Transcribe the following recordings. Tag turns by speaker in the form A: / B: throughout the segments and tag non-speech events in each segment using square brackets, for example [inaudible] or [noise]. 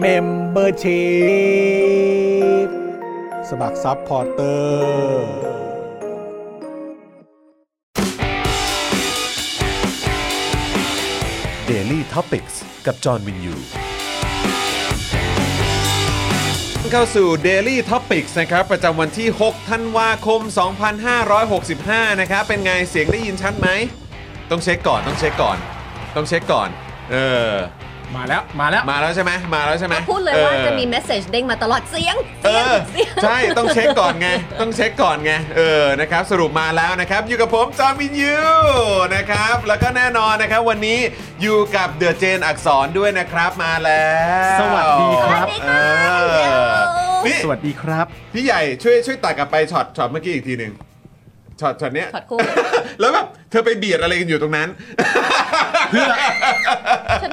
A: เมมเบอร์ชีพสมัครซัพพอร์เตอร์
B: Daily t o p i c กกับจอห์นวินยู เข้าสู่ Daily Topics นะครับ ประจำวันที่ 6 ธันวาคม 2565 นะครับ เป็นไงเสียงได้ยินชัดไหม ต้องเช็คก่อนต้องเช็คก่อน ต้องเช็คก่อน เออ
C: มาแล้ว มาแล้ว
B: มาแล้วใช่ไหมมาแล้วใช่ไหม
D: พูดเลยว่า
B: ออ
D: จะมีเมสเซจเด้งมาตลอดเสียง
B: เอ
D: เสียง
B: อ
D: เสียง
B: ใช่ต้องเช็คก่อนไง ต้องเช็คก่อนไงเออนะครับ สรุปมาแล้วนะครับ อยู่กับผมจอมวินยูนะครับ แล้วก็แน่นอนนะครับวันนี้อยู่กับเดอะเจนอักษรด้วยนะครับมาแล้ว
C: สวัสดีครับ
D: สวัสดีครั
B: เอ
D: บ
B: อ
D: พี่เดียว
B: นี่
C: สวัสดีครับ
B: พี่ใหญ่ช่วยช่วยตัดกลับไปช็อตช็อตเมื่อกี้อีกทีหนึ่งช็อตช็อตเนี้ย
D: ช็อตคู่
B: [laughs] แล้วแบบเธอไปเบียดอะไรกันอยู่ตรงนั้น
C: เ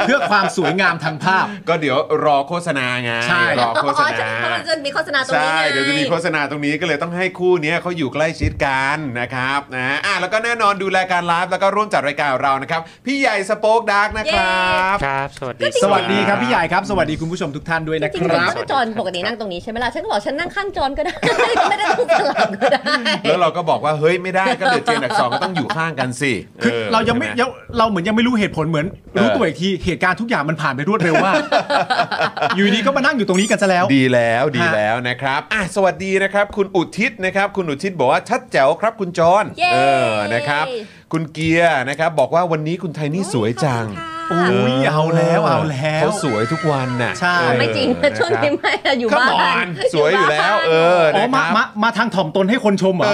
C: พื่อความสวยงามทางภาพ
B: ก็เดี๋ยวรอโฆษณาไง
C: ใช่
B: รอโฆษณา
D: เพราะมันจะมีโฆษณาตรงนี้
B: ใช่
D: ไง
B: เดี๋ยวจะมีโฆษณาตรงนี้ก็เลยต้องให้คู่เนี้ยเขาอยู่ใกล้ชิดกันนะครับนะอ่ะแล้วก็แน่นอนดูรายการไลฟ์แล้วก็ร่วมจัดรายการเรานะครับ พี่ใหญ่สโป๊กดาร์กนะครับ
E: ครับ สวัสดี
C: สวัสดีครับพี่ใหญ่ครับ สวัสดีคุณผู้ชมทุกท่านด้วยนะ
D: จริ
C: ค
D: งๆ
C: รับ
D: ฉันจอนปกตินั่งตรงนี้ใช่ไหมล่ะ ฉันก็บอกฉันนั่งข้างจอนก็
B: [laughs]
D: ได้ ไม่ได้ต้องสลับก็ได้
B: แล้วเราก็บอกว่าเฮ้ยไม่ได้ก็เดือดเจนดักสองก็ต้องอยู่ข้างกันสิ
C: คือ
B: ออ
C: เรายังไม่
B: ใช่ห
C: ยังเราเหมือนยังไม่รู้เหตุผลเหมือน รู้
B: เออ
C: ตัวอีกทีเหตุการณ์ทุกอย่างมันผ่านไปรวดเร็วมากอยู่ดีก็มานั่งอยู่ตรงนี้กันซะแล้ว
B: ดีแล้วดีแล้วนะครับอ่ะสวัสดีนะครับ คุณอุทิศนะครับ คุณอุทิศบอกว่าชัดแจ๋วครับคุณจร
D: เย้
B: เออนะครับ คุณเกียร์นะครับ บอกว่าวันนี้คุณไทนี่สวยจัง
D: โอ้
C: โอ้ยเอาแล้วเอาแล้ว
B: เขาสวยทุกวันน่ะ
C: ใช่
B: เออ
D: ไม่จริง
B: นะครับ
D: ช่วงนี้ไม่อะ
C: [laughs]
D: อยู่
B: ก็
D: บ้า
B: หมอนนสวยอยู่แล้ว เออ
C: อ๋อ
B: นะค
C: มา
B: รับ
C: มามาทางถ่อมตนให้คนชมเหรอ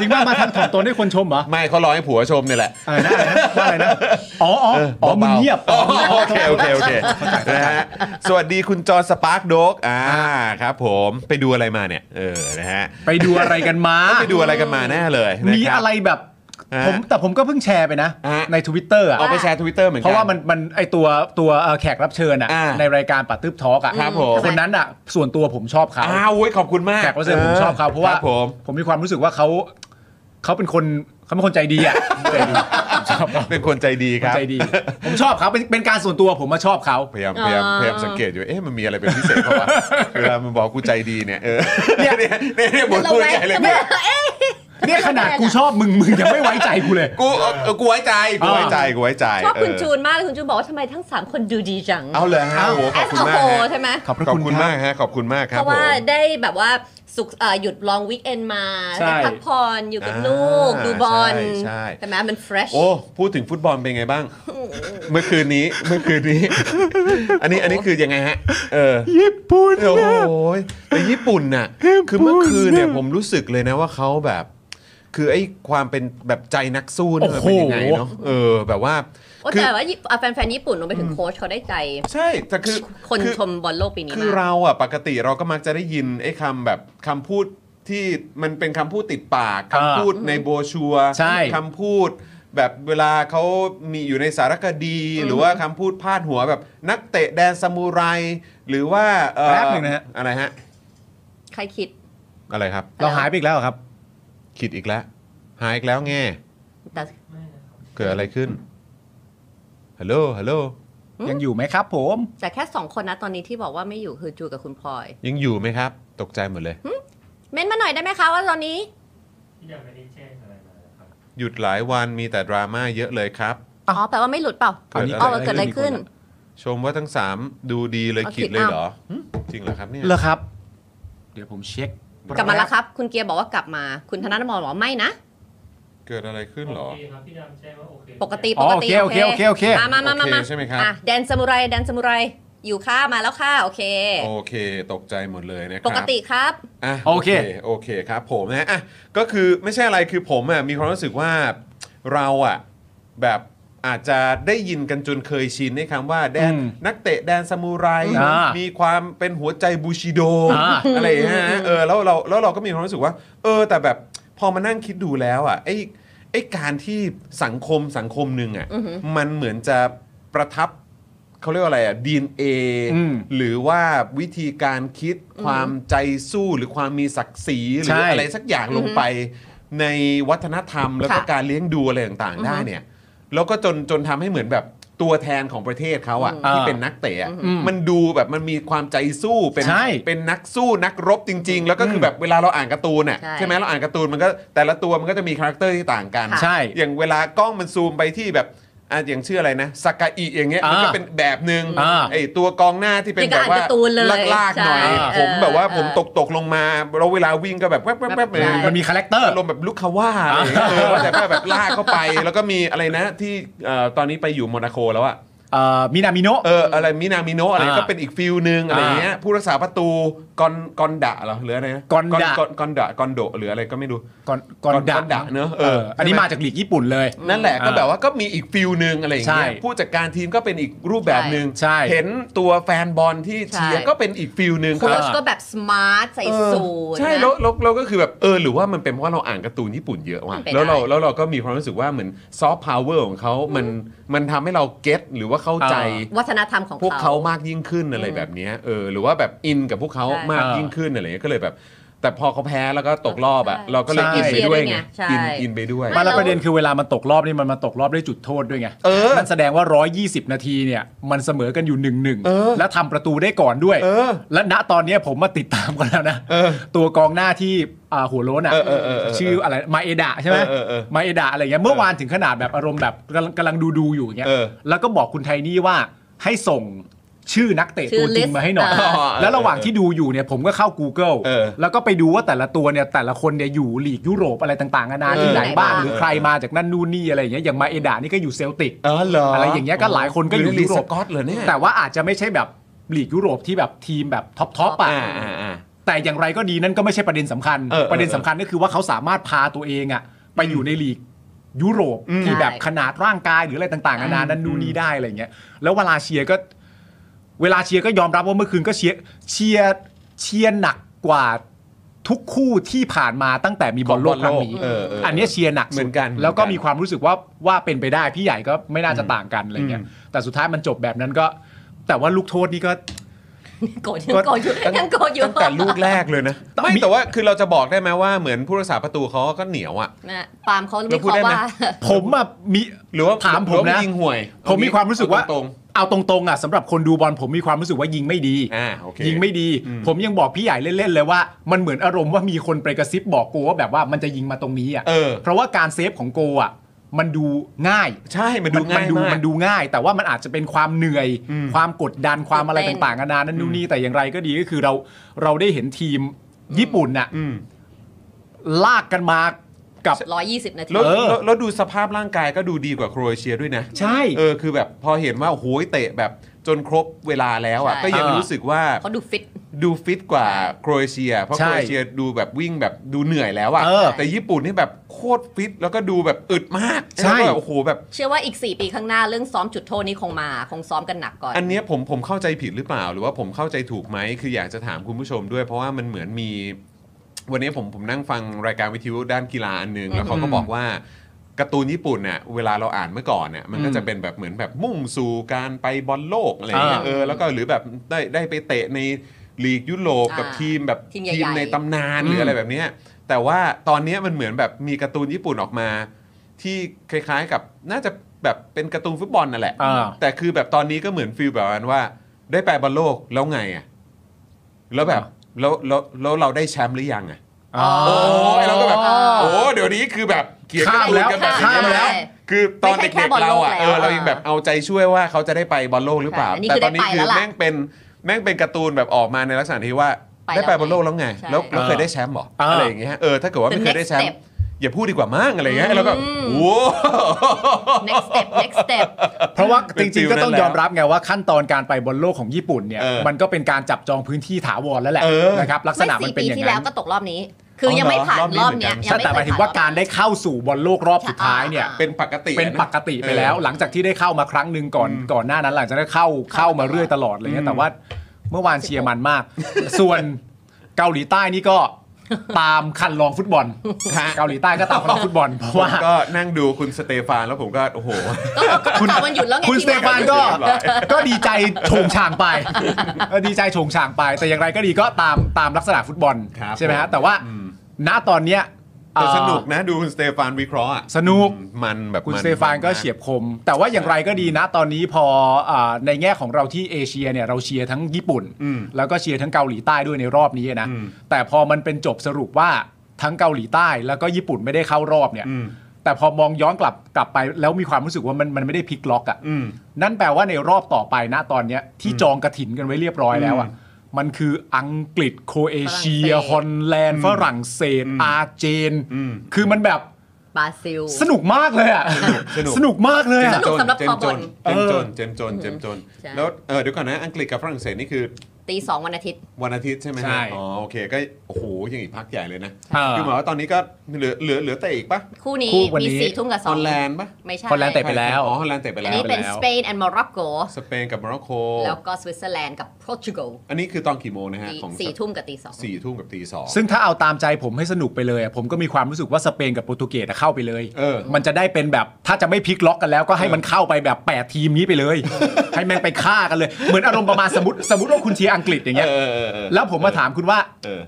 C: จริงว่ามาทางถ่อมตนให้คนชมเหรอ
B: ไม่เขารอให้ผัวชมเนี่ยแหละ
C: อะไรนะอะไรนะว่าอะไรนะอ๋ออ๋ออ๋อมึงเงียบ
B: โอเคโอเคโอเคนะฮะสวัสดีคุณจอสปาร์คโดกอ่าครับผมไปดูอะไรมาเนี่ย เออนะฮะ
C: ไปดูอะไรกันมา
B: ไปดูอะไรกันมาแน่เลยนคบ
C: มีอะไรแบบ
B: ฮะ
C: ผมแต่ผมก็เพิ่งแชร์ไปนะ
B: ฮะ
C: ใน Twitter อ่ะ
B: เอาไปแชร์ทวิตเตอร์เหมือนกั
C: เพราะว่ามันมันไอตัวตัวเอ่อแขกรับเชิญอ่ะ
B: อ่า
C: ในรายการปัดตึ๊บทอกอ่ะ
B: ครับผม
C: คนนั้นอ่ะส่วนตัวผมชอบเขา
B: อ้าวเว้ยขอบคุณมาก
C: แขกรับเชิญผมชอบเขาเพราะว่า
B: คบผม
C: ผมมีความรู้สึกว่าเขาเขาเป็นคนเขาเป็นคนใจดีอ่ะใจดีผมชอบเขา
B: เป็นคนใจดีครับ
C: ใจดี ผมชอบเขาเป็นเป็นการส่วนตัวผมมาชอบเขา
B: พยายามพยายามพยายามสังเกตอยู่เอ๊ะมันมีอะไรเป็นพิเศษเพราะว่าเวลามันบอกกูใจดีเนี่ยเออเนี่ยเนี่ยเนี่ยผม
D: เรา
B: พูด
D: ไว้
B: ใจเลย
D: เสมอเอ๊ะ
C: เนี่ยขนาดกูชอบมึงมึงยังไม่ไว้ใจกูเลย
B: กูเออเออกูไว้ใจกูไว้ใจกูไว้ใจ
D: ชอบคุณ
B: เ
D: จูนมากเลยคุณจูนบอกว่าทำไมทั้ง 3 คนดูดีจัง
B: เอาเลยฮะ
C: เอา
B: โอ้โหขอบคุณมาก
D: โอ้โห
B: ฮะ
D: ใช่ไหม
C: ขอบพระ
B: ขอบ
C: คุณ
B: คุณ
C: ครับ
B: มากฮะขอบคุณมากค
D: เพ
B: รับ
D: ราะว่า
B: ผม
D: ได้แบบว่าสุขเอ่อหยุดลองวีคเอนมา
C: ใช่
D: ได้พักผ่อนอยู่กับ
B: อ่า
D: ลูก ดูบอล
B: ใช่ใช่
D: ใช่ไหมมัน fresh
B: โอ้พูดถึงฟุตบอลเป็นไงบ้าง เมื่อคืนนี้เมื่อคืนนี้ [laughs] อันนี้อันนี้คือยังไงฮะ เออ
C: ญี่ปุ่น
B: โอ้โหแต่ญี่ปุ่นน่ะคือเมื่อคืนเนี่ยผมรู้สึกเลยนะว่าเขาแบบ คือไอ้ความเป็นแบบใจนักสู้เนี่ยมันเป็นยังไงเนาะเออแบบว่า
D: โอ้
B: คือ
D: แต่ว่าญี่ปุ่นอ่ะแฟนๆญี่ปุ่นรวมไปถึงโค้ชเขาได้ใจ
B: ใช่แต่คือ
D: คน
B: อ
D: ชมบอลโลกปีนี้
B: คือ
D: มาก
B: เราอ่ะปกติเราก็มักจะได้ยินไอ้คำแบบคำพูดที่มันเป็นคำพูดติดปาก
C: อ่า
B: คำพูดในโบรชัวร์
C: ใช่
B: คำพูดแบบเวลาเขามีอยู่ในสารคดี หรือว่าคำพูดพาดหัวแบบนักเตะแดนซามูไร หรือว่าเอ่อ
C: แป๊บหนึ่งนะฮะ
B: อะไรฮะ
D: ใครคิด
B: อะไรครับ
C: เราหายไปอีกแล้วเหรอครับ
B: คิดอีกแล้ว หายอีกแล้วแง่
D: แต่
B: เกิดอะไรขึ้นฮัลโหลฮัลโหล
C: ยังอยู่ไหมครับ ผม
D: แต่แค่สองคนนะตอนนี้ที่บอกว่าไม่อยู่คือจูกับคุณพลอย
B: ยังอยู่ไหมครับ ตกใจหมดเลย
D: เม้นมาหน่อยได้ไหมคะว่าตอนนี้
B: หยุดหลายวันมีแต่ดราม่าเยอะเลยครับ
D: อ๋อ แปลว่าไม่หลุดเปล่า
B: อันนี้
D: อ๋อเกิดอะไรขึ้น
B: ชมว่าทั้งสามดูดีเลย
D: เอา
B: ขิด
D: ขิด
B: เลย
D: เอา
B: เหรอหึจริงเหรอครับเนี่ย
C: เหรอครับ เดี๋ยวผมเช็ค
D: กลับมาแล้วครับ คุณเกียร์บอกว่ากลับมา คุณธนาธรบอกว่าไม่นะ
B: เกิดอะไรขึ้นเหรอ
E: โอเคครับพี่ดำแจ้งว่าโอเค
D: ปกติ
C: อ๋
D: ป
C: อก โอ
D: ติ
C: เคโอเคโอเคโอเค
D: มามามา
B: โอ
D: มา
B: เค
D: มา
B: ใช่ไหมครับ
D: อ่ะแดนซามูไรแดนซามูไรอยู่ค่ะมาแล้วค่ะโอเค
B: โอเค ตกใจหมดเลยนะครับ
D: ปกติครับ
B: อ่ะ
C: โอเค
B: โอเคครับผมนะอ่ะก็คือไม่ใช่อะไรคือผมอ่ะมีความรู้สึกว่าเราอ่ะแบบอาจจะได้ยินกันจนเคยชินในคำว่าแดน
C: อืม
B: นักเตะแดนซามูไร
C: อ่ามี
B: มีความเป็นหัวใจบูชิโด
C: อ่า
B: อะไรอย่างเงี้ยนะเออแล้วเราแล้วเราก็มีความรู้สึกว่า เออ แต่แบบพอมานั่งคิดดูแล้วอ่ะไอ้ไอ้การที่สังคมสังคมหนึ่งอ่ะ
D: อือหือ
B: มันเหมือนจะประทับเขาเรียกว่าอะไรอ่ะ DNA
C: อืม
B: หรือว่าวิธีการคิดความใจสู้หรือความมีศักดิ์ศรีหรื
C: ใช่
B: ออะไรสักอย่างลงไปในวัฒนธรรม แล้วก็
D: ค่ะ
B: การเลี้ยงดูอะไรต่าง
D: อือฮึ
B: ๆได้เนี่ยแล้วก็จนจนทำให้เหมือนแบบตัวแทนของประเทศเขาอะ
C: อืม
B: ที่เป็นนักเตะอะ
C: อืม
B: มันดูแบบมันมีความใจสู้เป็น
C: ใช่
B: เป็นนักสู้นักรบจริง ๆ แล้วก็คือแบบเวลาเราอ่านการ์ตูนอะ
D: ใช่
B: ใช่ไหมเราอ่านการ์ตูนมันก็แต่ละตัวมันก็จะมีคาแรคเตอร์ที่ต่างกัน
C: ใช่
B: อย่างเวลากล้องมันซูมไปที่แบบอ่ะอย่างชื่ออะไรนะสากาอิอย่างเงี้ยมันก็
C: อ่า
B: เป็นแบบหนึ่ง
C: อ่า
B: ไอตัวกองหน้าที่ เป็นแบบว่า
D: เป็นการ์ตูนเลย
B: ลากๆหน่อย
D: ใช่
B: ผม
D: เออ
B: แบบว่า
D: เออ
B: ผมตกตกๆลงมาแล้วเวลาวิ่งก็แบบแว๊บแว๊บแว๊บ
D: ใช่
B: เลย
C: มันมีคาแรคเตอร์
B: อารมณ์แบบลูกคาว่าอะไรอย่างเงี้ยเออแต่ก็แบบลากเข้าไป แล้วก็มีอะไรนะที่เอ่อตอนนี้ไปอยู่โมนาโคแล้วอะ
C: เอ่อมินามิโนะ
B: เอออะไรมินามิโนะอะไร
C: อ่า
B: ก็เป็นอีกฟิลหนึ่งอะไรอย่างเงี้ยผู้รักษาประตูกอนกอนดะเหรอหรืออะไรนะ
C: กอนดะ
B: กอนกอนดะกอนโดะหรืออะไรก็ไม่รู้
C: ก่อนก่อน
B: ก่อน
C: ดะ
B: ก่อนดะเนอะเออใช่ไหม
C: อันนี้มาจากหลีกญี่ปุ่นเลย
B: นั่นแหละ
C: อ่า
B: ก็แบบว่าก็มีอีกฟิลหนึ่งอะไรอย่างเงี้ย
C: ใช่
B: ผู้จัดการทีมก็เป็นอีกรูปแบบหนึ่ง
C: ใช่
B: เห็นตัวแฟนบอลที่เชียร์
D: ใช่
B: ก็เป็นอีกฟิลหนึ่ง
D: โค้ชก็แบบสมาร์ทใส่สูท
B: ใช่
D: นะ
B: แล้วเราเราก็คือแบบเออหรือว่ามันเป็นเพราะเราอ่านการ์ตูนญี่ปุ่นเยอะว่ะ
D: เป็น
B: แล้วเรา
D: ได้
B: แล้วเราก็มีความรู้สึกว่าเหมือนซอฟต์พาวเวอร์ของเขามันมันทำให้เราเก็ตหรือว่าเข้าใจ
C: อ่า
D: วัฒนธรรมของ
B: พวกเขา
D: เขา
B: มากยิ่งขึ้นอะไรแบบเนี้ยเออหรือว่าแบบอินกับพวกเขา
D: ใช่
B: มากยิ่งขึ้นอะไรเงี้ยก็เลยแบบ แต่พอเขาแพ้แล้วก็ตกรอบอ่ะ
D: ใช่
B: เราก็เลย
C: ใช่
B: อินไปด้วยไง
D: ใช่
B: อินอินไปด้วย
D: ไม่
C: มาแล้ว
D: เรา
C: ประเด็นคือเวลามันตกรอบนี่มันมาตกรอบด้วยจุดโทษด้วยไง
B: เออ
C: มันแสดงว่า 120 นาทีเนี่ย มันเสมอกันอยู่หนึ่งหนึ่ง
B: เออ
C: และทำประตูได้ก่อนด้วย
B: เออ
C: และณตอนเนี้ยผมมาติดตามกันแล้วนะ
B: เออ
C: ตัวกองหน้าที่อ่าหัวโล้นอ่ะ
B: เออเออเออเออ
C: ชื่ออะไรมาเอดะใช่ไหม
B: เออเออเออ
C: มาเอดะอะไรเงี้ยเมื่อวานถึงขนาดแบบอารมณ์แบบกำลังกำลังดูดูๆอยู่อย่างเงี้ย
B: เออ
C: แล้วก็บอกคุณไทนี่ว่าให้ส่งชื่อนักเตะ
D: ชื่
C: ตั
D: อ
C: วจริง
D: list
C: มาให้หน่อย
D: อ่า
C: แล้วระหว่างที่ดูอยู่เนี่ยผมก็เข้า Google
B: เออ
C: แล้วก็ไปดูว่าแต่ละตัวเนี่ยแต่ละคนเนี่ยอยู่ลีกยุโรปอะไรต่างๆนานาที่ไหน
D: เออ
C: บ้างหรือ
B: เออ
C: ใครมาจากนั่นนู่นนี่อะไรอย่างเงี้ยอย่างมาเอดานี่ก็อยู่เซลติก
B: เออเหรอ
C: อะ
B: อะไร
C: อย่างเงี้ยก็หลายคนก็อยู่ยุ
B: ลี
C: โร
B: ส
C: ป
B: กอตเหรอเนี่ย
C: แต่ว่าอาจจะไม่ใช่แบบลีกยุโรปที่แบบทีมแบบท็อปท็อปอ่ะ
B: อ่าอ่าอ่า
C: แต่อย่างไรก็ดีนั่นก็ไม่ใช่ประเด็นสำคัญ
B: เออเออ
C: ประเด็นสำคัญก็คือว่าเขาสามารถพาตัวเองอ่ะไปอยู่ในลีกยุโรป
B: อืม
C: ที่แบบขนาดร่างกายหรืออะไรต่างๆนานานั่นนู่นนี่ได้อะไรอย่างเงี้ยแล้วเวลาเชียร์ก็ เวลาเชียร์ก็ยอมรับว่าเมื่อคืนก็เชียร์เชียร์เชียร์หนักกว่าทุกคู่ที่ผ่านมาตั้งแต่มีบอลโลกครั้งนี้
B: เออเอออั
C: อันเนี้ยเชียร์หนัก
B: เหมื
C: สุ
B: อ
C: ด
B: นกัน
C: แล้วก็
B: เหมือนกัน
C: มีความรู้สึกว่าว่าเป็นไปได้พี่ใหญ่ก็ไม่น่าจะต่างกันอะไรเงี้ยแต่สุดท้ายมันจบแบบนั้นก็ แต่ว่าลูกโทษนี่ก็
D: โกรธยังโกรธอยู่ยังโกรธอยู่
B: ตั้งแต่ลูกแรกเลยนะไม่แต่ว่าคือเราจะบอกได้ไหมว่าเหมือนผู้รักษาประตูเขาก็เหนียวอ่ะ
D: นะปาล์มเขา
B: เรา
D: วิ
B: พูด
D: เคราะ
B: ได้
D: ห์
B: ไหม
D: ว่า
C: ผมอะมี
B: หรือว่า
C: ถามผม
B: หรือ
C: นะ
B: ว่ายิงห่วย
C: ผมมีความรู้สึกว่า
B: ตรง
C: เอาตรงๆอ่ะสำหรับคนดูบอลผมมีความรู้สึกว่ายิงไม่ดี
B: ๆอ่าโอเค
C: ยิงไม่ดี
B: อืม
C: ผมยังบอกพี่ใหญ่เล่นๆเลยว่ามันเหมือนอารมณ์ว่ามีคนไปกระซิบบอกโกว่าแบบว่ามันจะยิงมาตรงนี้อ่ะ
B: เออ
C: เพราะว่าการเซฟของโกอ่ะมันดูง่าย
B: ใช่มันดูง่าย
C: ดู
B: มาก
C: มันดูง่าย แต่ว่ามันอาจจะเป็นความเหนื่อย
B: อืม
C: ความกดดันความอะไร
D: ตื่นเต้น
C: ต่างๆนานานั่นนู่นนี่แต่อย่างไรก็ดีก็คือเราเราได้เห็นทีมญี่ปุ่นน่ะ
B: อืม
C: ลากกันมากับ
D: ร้อยยี่สิบนาที
B: แล้ว
C: เออ
B: แล้วแล้วดูสภาพร่างกายก็ดูดีกว่าโครเอเชียด้วยนะ
C: ใช่
B: เออคือแบบพอเห็นว่าโอ้โหเตะแบบจนครบเวลาแล้วอ่ะ
D: ใช่
B: ก็ยัง
C: เออ
B: รู้สึกว่า
D: เขาดูฟิต
B: ดูฟิตกว่าโครเอเชีย เพราะ
C: ใช่
B: โครเอเชียดูแบบวิ่งแบบดูเหนื่อยแล้วอ่ะ
C: เออ
B: แต่ญี่ปุ่นนี่แบบโคตรฟิตแล้วก็ดูแบบอึดมาก
C: ใช่
B: แล้วก็แบบโอ้โหแบบ
D: เชื่อว่าอีก 4 ปีข้างหน้าเรื่องซ้อมจุดโทษนี้คงมา คงซ้อมกันหนักก่อน
B: อันเนี้ยผมผมเข้าใจผิดหรือเปล่า หรือว่าผมเข้าใจถูกไหมคืออยากจะถามคุณผู้ชมด้วย เพราะว่ามันเหมือนมี วันนี้ผมผมนั่งฟังรายการวิทยุด้านกีฬาอันหนึง แล้วเขาก็บอกว่าการ์ตูนญี่ปุ่นเนี่ยเวลาเราอ่านเมื่อก่อนเนี่ยมันก็
C: อืม
B: จะเป็นแบบเหมือนแบบมุ่งสู่การไปบอลโลกอะไรอย่างเงี้ย
C: อ่า
B: เออแล้วก็หรือแบบได้ได้ไปเตะในลีกยุโรปกับ
D: อ่า
B: ทีมแบบ
D: ทีมใหญ่ๆ
B: ทีมในตำนานหรืออะไรแบบเนี้ยแต่ว่าตอนเนี้ยมันเหมือนแบบมีการ์ตูนญี่ปุ่นออกมา ที่คล้าย ๆ กับน่าจะแบบเป็นการ์ตูนฟุตบอลนั่นแหละ
C: อ่า
B: แต่คือแบบตอนนี้ก็เหมือนฟีลแบบนั้นว่า ได้ไปบอลโลกแล้วไงอ่ะแล้วแบบแล้วแล้วแล้วเราได้แชมป์หรือยังอ่ะ
C: อ๋อ
B: โอ้ยเราก็แบบ
D: อ๋อ
B: โอ้เดี๋ยวนี้คือแบบเขียน
C: ข้ามแล้ว
B: กันแบบ
C: ข้ามแล้ว
B: คือตอนเด็กๆเราอ่ะเออเรายังแบบเอาใจช่วยว่าเขาจะได้ไปบอลโลกหรือเปล่า
D: ใช่อันนี้
B: แต่
D: คื
B: ต
D: อ
B: อนนี้
D: ได้ไป
B: คือ
D: แล้วล่ะ
B: แม่งเป็นแม่งเป็นการ์ตูนแบบออกมาในลักษณะที่ว่า
D: ไป
B: ได้ไปบนโลกแล้วไง
D: ใช่
B: แล้วแล้วเคยได้แชมป์เหรอ
C: อ่า
B: อะไรอย่างเงี้ยเออถ้าเกิดว่าไม่เคยได้แชม
D: The
B: ป์
D: next
B: อย่าพูดดีกว่ามั้งอะไรอย่างเงี้ย
D: อืม
B: แล้วก็โอ้
D: next step next step
C: เพราะว่า
B: เป็
C: จ
B: น
C: ริง
B: ฟิล
C: ๆก็ต้อง
B: นั้นแล้ว
C: ยอมรับไงว่าขั้นตอนการไปบอลโลกของญี่ปุ่นเนี่ย
B: เออ
C: มันก็เป็นการจับจองพื้นที่ถาวรแล้วแหละ
B: เออ
C: นะครับลักษณะมัน
D: ไสี่
C: เป็น
D: ปี
C: อย่าง
D: ที่
C: นั้
D: แล้
C: น
D: วก็ตกรอบนี้ คือยังไม่ผ่าน
B: อ๋อเหรอร
D: รอ
B: อ
D: บบ
B: นี้
D: เนี้ย
B: เหมือนกัน
D: ยังไม่
C: แต่ห
D: เค
C: มาย
D: ย
C: ถึง
D: ผ่า
C: ว่าน การได้เข้าสู่บอลโลกรอบสุดท้ายเนี่ย
D: อ่า
B: เป็นปกติ
C: เป็นปกติไปแล้ว
B: เออ
C: หลังจากที่ได้เข้ามาครั้งหนึ่งก่อนก่อนหน้านั้นหลังจากนั้นเข้าเข้ามาเรื่อยตลอดอะไรเงี้ยแต่ว่าเมื่อวานเชียร์มันมาก ส่วนเกาหลีใต้นี่ก็ตามคันลองฟุตบอล
B: ฮะ
C: เกาหลีใต้ก็ตามคันลองฟุตบอลเพราะว่า
B: ผมก็นั่งดูคุณสเตฟานแล้วผมก็โอ้โห
D: ก็คุณวันหยุดแล้วไง
C: คุณส
D: ที่
C: เต
D: ว่
C: ฟาน
B: [laughs]
C: ก็
B: เรียบร้อย
C: [laughs] ก็ดีใจโฉงฉางไป [laughs] ก็ดีใจโฉงฉางไป แต่อย่างไรก็ดีก็ตามตามลักษณะฟุตบอล
B: ครับ
C: ใช่ไหมฮะ
B: ผม
C: แต่ว่าณตอนเนี้ย
B: แต่สนุก
C: เอ่อ
B: นะดูคุณสเตฟานวิเคราะห์อะ
C: สนุก
B: อืมมันแบบ
C: คุณ
B: มั
C: สเตฟานก็
B: มัม
C: เฉียบคม แต่ว่าอย่างไรก็ดีนะตอนนี้พออ่าในแง่ของเราที่เอเชียเนี่ยเราเชียร์ทั้งญี่ปุ่น
B: อืม
C: แล้วก็เชียร์ทั้งเกาหลีใต้ด้วยในรอบนี้นะ
B: อืม
C: แต่พอมันเป็นจบสรุปว่าทั้งเกาหลีใต้แล้วก็ญี่ปุ่นไม่ได้เข้ารอบเนี่ย
B: อืม
C: แต่พอมองย้อนกลับกลับไปแล้วมีความรู้สึกว่ามันมันไม่ได้พลิกล็อกอ่ะ
B: อืม
C: นั่นแปลว่าในรอบต่อไปนะตอนเนี้ยที่จองกระถินกันไว้เรียบร้อยแล้วอ่ะ
B: อืม
C: มันคืออังกฤษโครเอเชีย
D: ฝรั่ง
C: ฮอล
D: เศส
C: แลนด์ ฝรั่งเศส
B: อืม
C: อาร์เจน
B: อืม
C: คือมันแบบ
D: บราซิล
C: สนุกมากเลยอ่ะ
B: สนุก
C: สนุกมากเลย
D: ส
C: อ่ะ
D: นุกสำหรับ
B: เจ
D: ค
B: ม
D: อบ
B: จ
D: อล
B: นเจมจนเจมจนเจมจน
D: ใช่
B: แล้วเออเดี๋ยวก่อนนะอังกฤษกับฝรั่งเศสนี่คือ
D: ตีสองวันอาทิตย์
B: วันอาทิตย์ใช่ไหมฮะ
C: ใช่
B: อ๋อโอเคก็โอ้โหยังอีกพักใหญ่เลยนะ
C: เออ
B: คือหมายว่าตอนนี้ก็เหลือเหลือเหลือแต่อีกปะ
D: คู่นี้
C: คู่วัน
D: มี
C: นี้
D: สี่ทุ่มกับส
B: ฮ
D: อ
B: อง ลแลนด์ปะ
D: ไม่ใช่
C: ฮอลแลนด์เตะไปแล้ว
B: อ๋อฮอลแลนด์เตะไป
D: อั
B: แล้
D: น
B: ว
D: นี้เป็น
C: แล้ว
D: สเปนแอนด์โมร็อกโก
B: สเปนกับโมร็อกโก
D: แล้วก็สวิตเซอร์แลนด์กับโปรตุเกส
B: อันนี้คือตอนกี่โมงนะฮะ
D: ตี
B: ของ
D: สี่ทุ่มกับตีสอง
B: สี่ทุ่มกับตีสอง
C: ซึ่งถ้าเอาตามใจผมให้สนุกไปเลยอะผมก็มีความรู้สึกว่าสเปนกับโปรตุเกสอะเข้าไปเลย
B: เออ
C: มันจะได้เป็นแบบถ้าจะไม่พลิกล็อกกันแล้วก็ให้มันเข้าไปแบบ 8 ทีมนี้ไปเลย ให้แม่งไปฆ่ากันเลย เหมือนอารมณ์ประมาณสมมติสมมติว่าคุณเชียร์อังกฤษอย่างเงี้ย
B: เออเออเออ
C: แล้วผมมาถามคุณว่า
B: เออ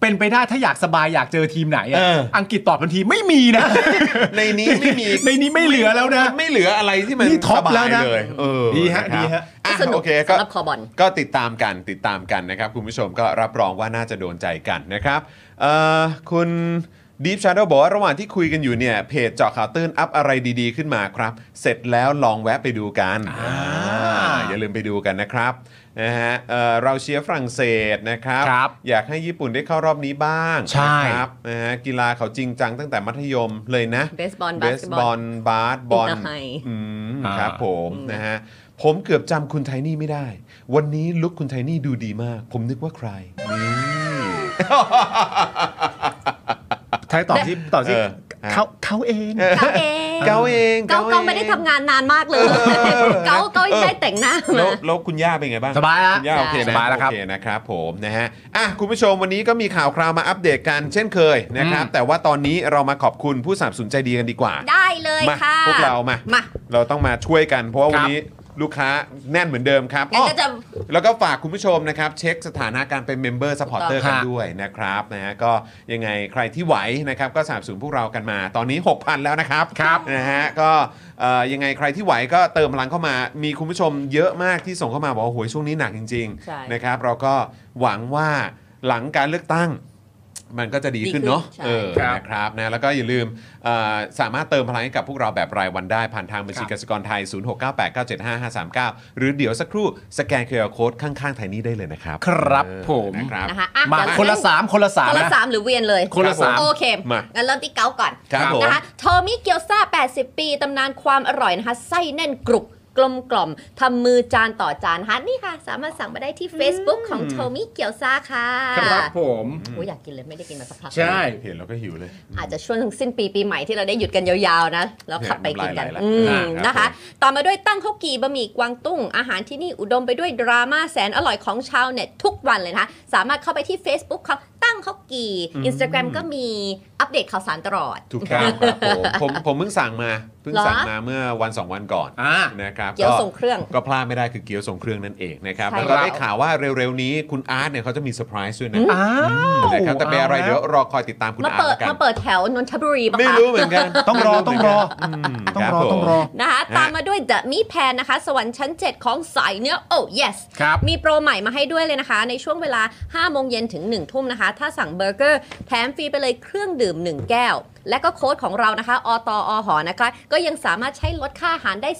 C: เป็นไปได้ถ้าอยากสบายอยากเจอทีมไหนอะ
B: เออ
C: อังกฤษตอบทันทีไม่มีนะ
B: ในนี้ไม่มี
C: ในนี้ไม่เหลือแล้วนะ
B: มันไม่เหลืออะไรที่มัน
C: นี่ท็อป
B: สบาย
C: แล้วนะ
B: เลยเออ
C: ดีฮะ
B: นครับ
C: ดีฮะ
B: อ่ะ
D: สนุก
B: โอเคก็
D: สำหรับคอบอล
B: ก็ติดตามกันติดตามกันนะครับ คุณผู้ชมก็รับรองว่าน่าจะโดนใจกันนะครับเอ่อคุณดีฟชาร์ดบอกว่าระหว่างที่คุยกันอยู่เนี่ย เพจเจาะข่าวตื้นอัพอะไรดีๆขึ้นมาครับ เสร็จแล้วลองแวะไปดูกันอาอย่าลืมไปดูกันนะครับนะฮะเอ่อเราเชียร์ฝรั่งเศสนะครับ
C: ครับ
B: อยากให้ญี่ปุ่นได้เข้ารอบนี้บ้าง
C: ใช่
B: นะครับนะฮะกีฬาเขาจริงจังตั้งแต่มัธยมเลยนะ
D: เบสบอล
B: เบบ
D: าส
B: ส
D: เกต
B: บบ
D: อ
B: อ
D: ล
B: ลบาสบอล
D: อินเตอร์ไฮ
B: อืม
C: อ่า
B: ครับผมนะฮะผมเกือบจำคุณไทนี่ไม่ได้ วันนี้ลุกคุณไทนี่ดูดีมาก ผมนึกว่าใคร
C: ท้ายตอบที่ตอบที่
B: เออ
C: เขาเขาเอง
D: เกาเอง
B: เกาเอง
D: เกาเกาไม่ได้ทำงานนานมากเลยเกาเกายังได้แต่งหน้า
B: แล้ว
D: มา
B: แล้วคุณย่าเป็นไงบ้าง
C: สบายละ
B: คุณย่าโอเคนะ
C: สบายแล้วครับ
B: โอเคนะครับผมนะฮะอ่ะคุณผู้ชมวันนี้ก็มีข่าวคราวมาอัปเดตกันเช่นเคยนะครับ
C: อืม
B: แต่ว่าตอนนี้เรามาขอบคุณผู้สนับสนุนใจดีกันดีกว่า
D: ได้เลย
B: มา
D: ค่ะ
B: พวกเรามา
D: มา
B: เราต้องมาช่วยกัน เพราะว่า
C: ค
B: วั
C: รั
B: น
C: บ
B: นี้ลูกค้าแน่นเหมือนเดิมครับ
D: งั้นก็จะ
B: อ้อแล้วก็ฝากคุณผู้ชมนะครับ เช็คสถานะการเป็นเมมเบอร์สปอร์เตอร์
C: ถู
B: กั
C: ก
B: น
C: ต้องค่ะ
B: ด้วยนะครับนะฮะก็ยังไงใครที่ไหวนะครับก็สนับสนุนพวกเรากันมา ตอนนี้ 6,000 แล้วนะครับ
D: ครับ
B: นะฮะก็เอ่อยังไงใครที่ไหวก็เติมพลังเข้ามา มีคุณผู้ชมเยอะมากที่ส่งเข้ามาบอกว่าโอ้โหช่วงนี้หนักจริง
D: ใช่
B: ๆนะครับเราก็หวังว่าหลังการเลือกตั้ง มันก็จะดีขึ้นเนาะ
D: ดีขึ้นใช่
B: เออ
C: ครับ
B: นะครับนะแล้วก็อย่าลืมเอ่อสามารถเติมพลังให้กับพวกเราแบบรายวันได้ ผ่านทางบัญชีกสิกรไทย 0698975539 หรือเดี๋ยวสักครู่สแกนเคอร์โค้ดข้างๆไทยนี้ได้เลยนะครับ
C: ครับ
B: เออ
C: ผม
B: นะครับ
D: นะคะอ่ะ
C: มา
D: เดี๋ยว
C: คนละสามคนละสาม
D: คนละ
C: นะ
D: สามหรือเวียนเลย
C: คนละสาม
D: โอเค
B: มา
D: งั้นเริ่มที่เกาก่อน
B: ครับผม
D: นะคะโทมิเกียวซา80 ปีตำนานความอร่อยนะคะไส้แน่นกรุบกลมกล่อมทำมือจานต่อจานฮะนี่ค่ะ สามารถสั่งมาได้ที่ Facebook ของโทมิเกียวซาค่ะ
C: ครับผม
D: โอ้ยอยากกินเลยไม่ได้กินมาสักพัก
C: ใช่
B: เห็นแล้วก็หิวเลย
D: อาจจะช่วงสิ้นปีปีใหม่ที่เราได้หยุดกันยาวๆนะ แล้วขับไปกินกัน
B: เนี่ยน้ำลายไหลละ
D: อืม
B: ครับ
D: นะคะ
B: ผม
D: ต่อมาด้วยตั้งข้าวกีบะหมี่กวางตุ้ง อาหารที่นี่อุดมไปด้วยดราม่าแสนอร่อยของชาวเน็ตทุกวันเลยนะคะ สามารถเข้าไปที่ Facebook เขาตั้งข้าวกีอินสตาแกรมก็มีอัปเดตข่าวสารตลอด
B: ถูกต้องครับผม [laughs] ผมผมเพิ่งสั่งมาเพิ่ง
D: เหรอ
B: สั่งมาเมื่อวันสองวันก่อน
C: อ่า
B: นะครับ
D: เกี๊ยว
B: ก็
D: ทรงเครื่อง
B: ก็พลาดไม่ได้คือเกี๊ยวทรงเครื่องนั่นเองนะครับ
D: ใช่
B: แล้วก็
D: แล้ว
B: ได้ข่าวว่าเร็วๆนี้คุณอาร์ตเนี่ยเขาจะมีเซอร์ไพรส์ด้วยนะ
C: อ้าว
B: นะครับแต่เป็นอะไรเดี๋ยวรอคอยติดตามคุณ
D: มา
B: อาร์ต
D: เปิด
B: แล้วกัน
D: มาเปิดแถวนนทบุรีปะ
B: ไม่
D: คะ
B: รู้เหมือนกัน
C: ต้องรอต้องรอ
B: ไม่
C: ต้องร
B: เหมื
C: อ
B: อนกันคบผม
C: ต้องรอ
D: นะคะ
B: ฮะ
D: ตามมาด้วย The Meat Pan นะคะ สวรรค์ชั้น 7 ของสายเนื้อ โอ้ yes
C: ครับ
D: มีโปรใหม่มาให้ด้วยเลยนะคะ ในช่วงเวลา 5 โมงเย็นถึง 1 ทุ่มนะคะ ถ้า สั่งเบอร์เกอร์ แถมฟรีไปเลยเครื่องดื่ม 1 แก้ว และก็โค้ดของเรานะคะ อตอหอนะคะ ก็ยังสามารถใช้ลดค่าอาหารได้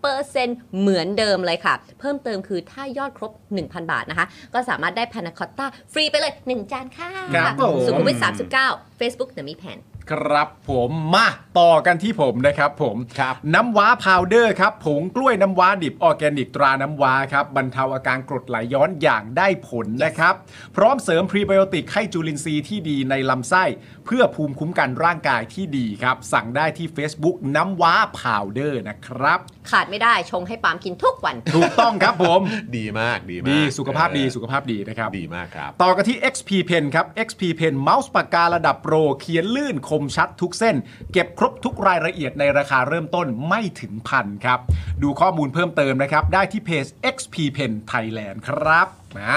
D: 10%เหมือนเดิมเลยค่ะ เพิ่มเติมคือถ้ายอดครบ 1,000 บาทนะคะ ก็สามารถได้พานาคอตต้าฟรีไปเลย 1 จานค่ะ
C: ครับผม
D: สุขุมวิท39 Facebook เดี๋ยวมีแผน
C: ครับผมมาต่อกันที่ผมนะครับผม
B: ครับ
C: น้ำว้าพาวเดอร์ครับผงกล้วยน้ำว้าดิบออร์แกนิกตราน้ำว้าครับบรรเทาอาการกรดไหลย้อนอย่างได้ผลนะครับ พร้อมเสริมพรีไบโอติกให้จุลินทรีย์ที่ดีในลำไส้ เพื่อภูมิคุ้มกันร่างกายที่ดีครับ สั่งได้ที่ Facebook น้ำว้าพาวเดอร์นะครับ
D: ขาดไม่ได้ชงให้ปาล์มกินทุกวัน
C: ถูกต้องครับผม
B: ดีมากดีมาก
C: ดีสุขภาพดี
B: เออ
C: สุขภาพดีนะครับ
B: ดีมากครับ
C: ต่อกันที่ XP Pen ครับ XP Pen เมาส์ปากการะดับโปร เขียนลื่นคมชัดทุกเส้น เก็บครบทุกรายละเอียดในราคาเริ่มต้นไม่ถึงพันครับ ดูข้อมูลเพิ่มเติมนะครับ ได้ที่เพจ XP Pen Thailand ครับมา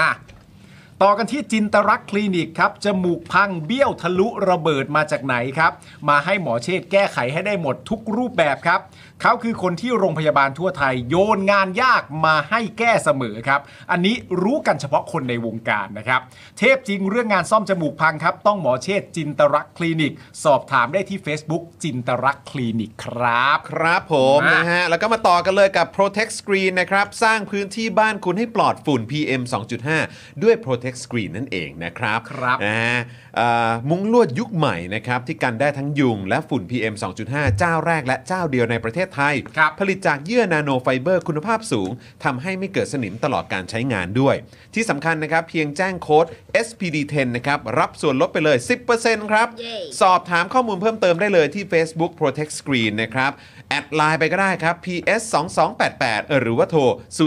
C: ต่อกันที่จินตรักษณ์คลินิกครับ จมูกพังเบี้ยวทะลุระเบิดมาจากไหนครับ มาให้หมอเชษฐ์แก้ไขให้ได้หมดทุกรูปแบบครับ เขาคือคนที่โรงพยาบาลทั่วไทยโยนงานยากมาให้แก้เสมอครับ อันนี้รู้กันเฉพาะคนในวงการนะครับ เทพจริงเรื่องงานซ่อมจมูกพังครับ ต้องหมอเชษฐ์จินตรักษณ์คลินิก สอบถามได้ที่ Facebook จินตรักษณ์คลินิกครับ
B: ครับผม
C: มา
B: นะฮะ แล้วก็มาต่อกันเลยกับ Protect Screen นะครับ สร้างพื้นที่บ้านคุณให้ปลอดฝุ่น PM 2.5 ด้วย Protect Screen นั่นเองนะครับ
C: ครับ
B: นะฮะเอ่อมุ้งลวดยุคใหม่นะครับ ที่กันได้ทั้งยุงและฝุ่น PM 2.5 เจ้าแรกและเจ้าเดียวในประเทศไทย
C: ครับ
B: ผลิตจากเยื่อนาโนไฟเบอร์คุณภาพสูงทำให้ไม่เกิดสนิมตลอดการใช้งานด้วย ที่สำคัญนะครับ เพียงแจ้งโค้ด SPD10 นะครับ รับส่วนลดไปเลย 10%ครับ
D: เย้
B: สอบถามข้อมูลเพิ่มเติมได้เลยที่ Facebook Protect Screen นะครับ แอดไลน์ไปก็ได้ครับ PS 2 2 8 8หรือว่าโทร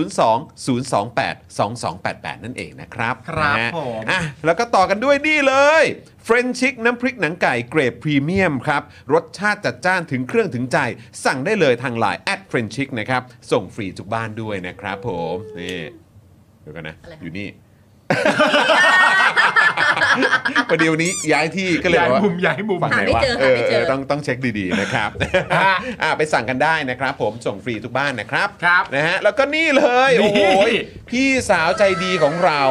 B: 02 028 2288 นั่นเองนะครับ
C: ครับ
B: นะฮะ
C: ผม
B: อ่ะแล้วก็ต่อกันด้วยนี่เลยเฟรนชิกน้ำพริกหนังไก่เกรดพรีเมียมครับ รสชาติจัดจ้านถึงเครื่องถึงใจ สั่งได้เลยทางไลน์แอดเฟรนชิกนะครับ ส่งฟรีทุกบ้านด้วยนะครับผม นี่เดี๋ยวกันนะ
D: อะไรคะ
B: อยู่นี่ ประเดี๋ยวนี้ย้ายที่ก็เลย
C: ย้า
B: บ
C: ย
B: อกว่า
C: มุมย้ายมุม
B: ฝั่งไหน
D: หาไม่
B: วะ
D: เจอ
B: เอ
D: หา
B: อ
D: ไม่เจอ
B: เออต้องต้องเช็คดีๆนะครับ
C: ฮะ
B: อ่าไปสั่งกันได้นะครับ ผมส่งฟรีทุกบ้านนะครับ
C: ครับ
B: นะฮะแล้วก็นี่เลย
C: นี่
B: โอ้โหยพี่สาวใจดีของเรา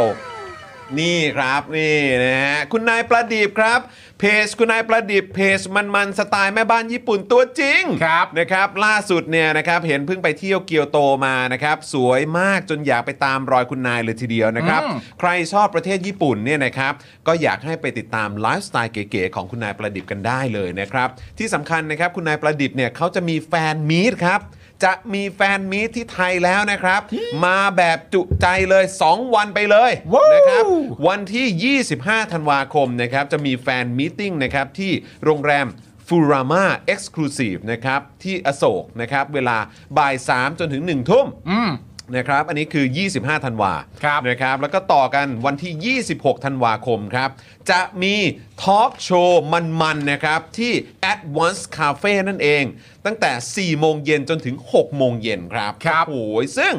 B: นี่ครับนี่นะฮะคุณนายประดิบครับ เพจคุณนายประดิบเพจมันมันๆสไตล์แม่บ้านญี่ปุ่นตัวจริง
C: ครับ
B: นะครับล่าสุดเนี่ยนะครับเห็นเพิ่งไปเที่ยวเกียวโตมานะครับสวยมากจนอยากไปตามรอยคุณนายเลยทีเดียวนะครับ
C: อืม
B: ใครชอบประเทศญี่ปุ่นเนี่ยนะครับก็อยากให้ไปติดตามไลฟ์สไตล์เก๋ๆของคุณนายประดิษฐ์กันได้เลยนะครับที่สำคัญนะครับคุณนายประดิษฐ์เนี่ยเขาจะมีแฟนมีตครับ จะมีแฟนมีตที่ไทยแล้วนะครับ มาแบบจุใจเลย 2 วันไปเลยนะครับ วันที่ 25 ธันวาคมนะครับจะมีแฟนมีตติ้งนะครับที่โรงแรมฟูรามาเอ็กซ์คลูซีฟนะครับที่อโศกนะครับเวลาบ่าย 3 จนถึง 1 ทุ่ม
C: อืม
B: นะครับอันนี้คือ 25 ธันวา
C: ครับ
B: นะครับแล้วก็ต่อกันวันที่ 26 ธันวาคมครับ จะมีทอล์กโชว์มันๆนะครับที่ Advance Cafe นั่นเอง ตั้งแต่ 4 โมงเย็นจนถึง 6 โมงเย็นครับ
C: ครับ
B: โอ้ยซึ่ง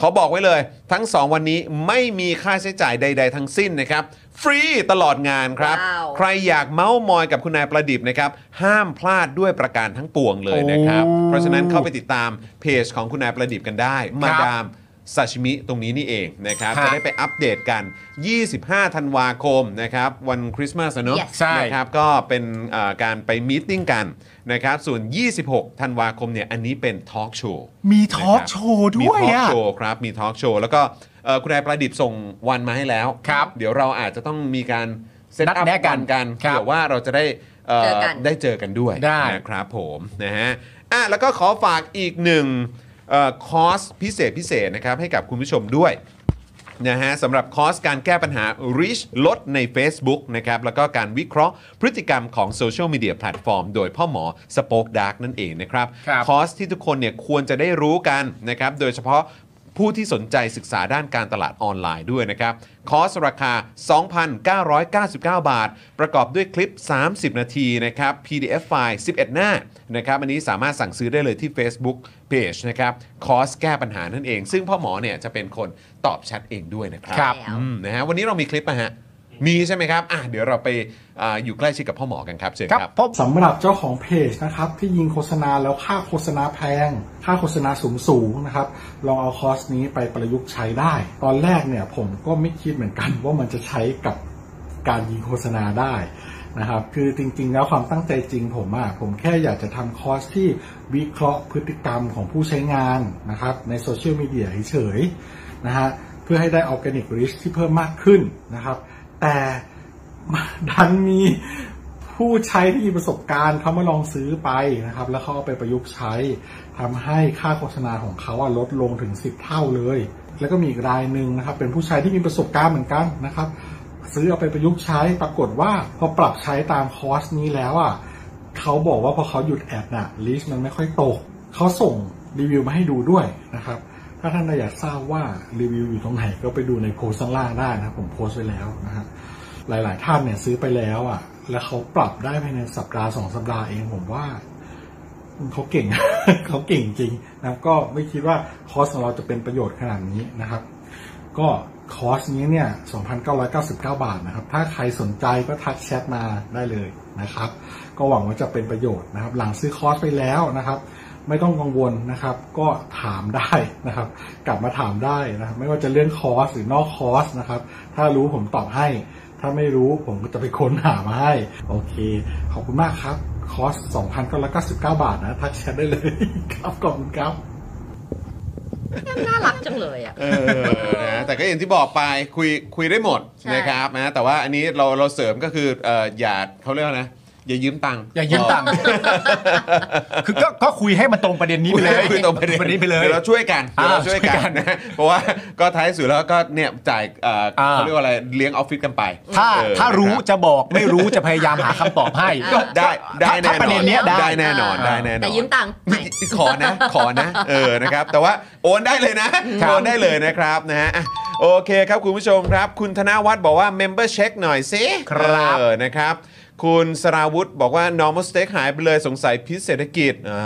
B: ขอบอกไว้เลยทั้ง 2 วันนี้ไม่มีค่าใช้จ่ายใด ๆ ทั้งสิ้นนะครับ ฟรีตลอดงานครับ
D: ว้าว
B: ใครอยากเมาส์มอยกับคุณนายประดิษฐ์นะครับ ห้ามพลาดด้วยประการทั้งปวงเลยนะครับ
C: โอ้
B: เพราะฉะนั้นเข้าไปติดตามเพจของคุณนายประดิษฐ์กันได้ มาดามซาชิมิตรงนี้นี่เองนะครับ
C: ฮะ
B: จะได้ไปอัปเดตกัน 25 ธันวาคมนะครับ วันคริสต์มาสอะเนอะ
D: Yes
C: ใช่
B: นะครับก็เป็นเอ่อการไปมีตติ้งกันนะครับ ส่วน 26 ธันวาคมเนี่ยอันนี้เป็นทอล์กโชว์
C: มีทอล์กโชว์
B: มี
C: ด้
B: ท
C: วย
B: อล์ก
C: อ่ะ
B: โชว์ครับ มีทอล์กโชว์ แล้วก็เอ่อคุณนายประดิษฐ์ส่งวันมาให้แล้ว
C: ครับ
B: เดี๋ยวเราอาจจะต้องมีการเซต
C: นัด
B: อัพ
C: แนะกัน
B: วันกัน
C: ครับ
B: เผื่อว่าเราจะได้เอ่อ
D: เจอกัน
B: ได้เจอกันด้วย
C: ได้
B: นะครับผมนะฮะอ่ะแล้วก็ขอฝากอีกหนึ่งเอ่อคอร์สพิเศษพิเศษนะครับ ให้กับคุณผู้ชมด้วย นะฮะสำหรับคอร์สการแก้ปัญหา Reach ลดใน Facebook นะครับ แล้วก็การวิเคราะห์พฤติกรรมของโซเชียลมีเดียแพลตฟอร์มโดยพ่อหมอสป็อกดาร์กนั่นเองนะครับ
C: ครับ
B: คอร์สที่ทุกคนเนี่ยควรจะได้รู้กันนะครับ โดยเฉพาะผู้ที่สนใจศึกษาด้านการตลาดออนไลน์ด้วยนะครับ คอร์สราคา 2,999 บาท ประกอบด้วยคลิป 30 นาทีนะครับ PDF ไฟล์ 11 หน้านะครับ อันนี้สามารถสั่งซื้อได้เลยที่ Facebook Page นะครับคอร์สแก้ปัญหานั่นเอง ซึ่งพ่อหมอเนี่ยจะเป็นคนตอบแชทเองด้วยนะครั
C: ครับ
B: อืมนะฮะวันนี้เรามีคลิปนะฮะ มีใช่ไหมครับอ่ะเดี๋ยวเราไปอ่าอยู่ใกล้ชิดกับพ่อหมอกันครับเชิญ
C: ครับ
B: ครับ
C: พบ
E: สำหรับเจ้าของเพจนะครับที่ยิงโฆษณาแล้วค่าโฆษณาแพง ค่าโฆษณาสูงสูงๆนะครับลองเอาคอร์สนี้ไปประยุกต์ใช้ได้ ตอนแรกเนี่ยผมก็ไม่คิดเหมือนกันว่ามันจะใช้กับ การยิงโฆษณาได้นะครับ คือจริงๆ แล้วความตั้งใจจริงผมอะผมแค่อยากจะทำคอร์สที่วิเคราะห์พฤติกรรมของผู้ใช้งานนะครับในโซเชียลมีเดียเฉยๆนะฮะเพื่อให้ได้ออร์แกนิกริชที่เพิ่มมากขึ้นนะครับ แต่ [laughs] ดันมีผู้ใช้ที่มีประสบการณ์เขามาลองซื้อไปนะครับ แล้วเขาเอาไปประยุกต์ใช้ทำให้ค่าโฆษณาของเขาอะลดลงถึง 10 เท่าเลย แล้วก็มีอีกรายหนึ่งนะครับ เป็นผู้ใช้ที่มีประสบการณ์เหมือนกันนะครับ ซื้อเอาไปประยุกต์ใช้ปรากฏว่าพอปรับใช้ตามคอร์สนี้แล้วอ่ะเขาบอกว่าพอเขาหยุดแอดน่ะลิสต์มันไม่ค่อยตกเขาส่งรีวิวมาให้ดูด้วยนะครับ ถ้าท่านอยากทราบว่ารีวิวอยู่ตรงไหนก็ไปดูในโพสต์ข้างล่างได้นะครับผมโพสต์ไว้แล้วนะครับ หลาย ๆ ท่านเนี่ยซื้อไปแล้วอ่ะ แล้วเขาปรับได้ภายในสัปดาห์สองสัปดาห์เองผมว่า เขาเก่ง [laughs] เขาเก่งจริงนะครับก็ไม่คิดว่าคอร์สของเราจะเป็นประโยชน์ขนาดนี้นะครับ ก็คอร์สนี้เนี่ย 2,999 บาทนะครับ ถ้าใครสนใจก็ทักแชทมาได้เลยนะครับ ก็หวังว่าจะเป็นประโยชน์นะครับ หลังซื้อคอร์สไปแล้วนะครับ ไม่ต้องกังวลนะครับ ก็ถามได้นะครับ กลับมาถามได้นะครับ ไม่ว่าจะเรื่องคอร์สหรือนอกคอร์สนะครับ ถ้ารู้ผมตอบให้ ถ้าไม่รู้ผมก็จะไปค้นหามาให้ โอเค ขอบคุณมากครับ คอร์ส 2,999 บาทนะ ทักแชทได้เลย ครับขอบคุณครับ
D: น่ารักจังเลยอ่ะ
B: เออนะแต่ก็อย่างที่บอกไปคุยคุยได้หมด
D: ใช่
B: นะครับนะแต่ว่าอันนี้เราเราเสริมก็คือเอ่ออย่าเขาเรียกว่านะ อย่ายืมตังค์
C: อย่ายืมตังค์ คือก็ก็คุยให้มันตรงประเด็นนี้
B: คุ
C: ไป
B: ย
C: เลย
B: คุยตรงประเด็น
C: ประเด็นไปเลย
B: ดี๋วเราช่วยกันเดี๋ยวเรา
C: อ่า
B: ช่วยกั
C: ช่วยกัน
B: นนะเพราะว่าก็ท้ายสุดแล้วก็เนี่ยจ่ายเอ่ออา เขาเรียกว่าอะไรเลี้ยงออฟฟิศกันไป
C: ถ้า
B: เออ
C: ถ้ารู้
B: นะคบ
C: จะบอกไม่รู้จะพยายามหาคำตอบให้ก็
B: ได้ได้
C: ถ้า
B: แน่นอน
C: ถ้าประเด็นเนี้ยได้
B: แน่นอนได้แน่นอน
D: แต่ยืมตังค์ไม่
B: ขอนะ ขอนะ เออนะครับ แต่ว่าโอนได้เลยนะโอนได้เลยนะครับนะฮะอ่ะโอเคครับคุณผู้ชมครับ คุณธนวัฒน์บอกว่า member check หน่อยสิ
C: ครับ
B: เออนะครับ คุณสราวุธบอกว่า normal steak หายไปเลยสงสัยพิษเศรษฐกิจอ่า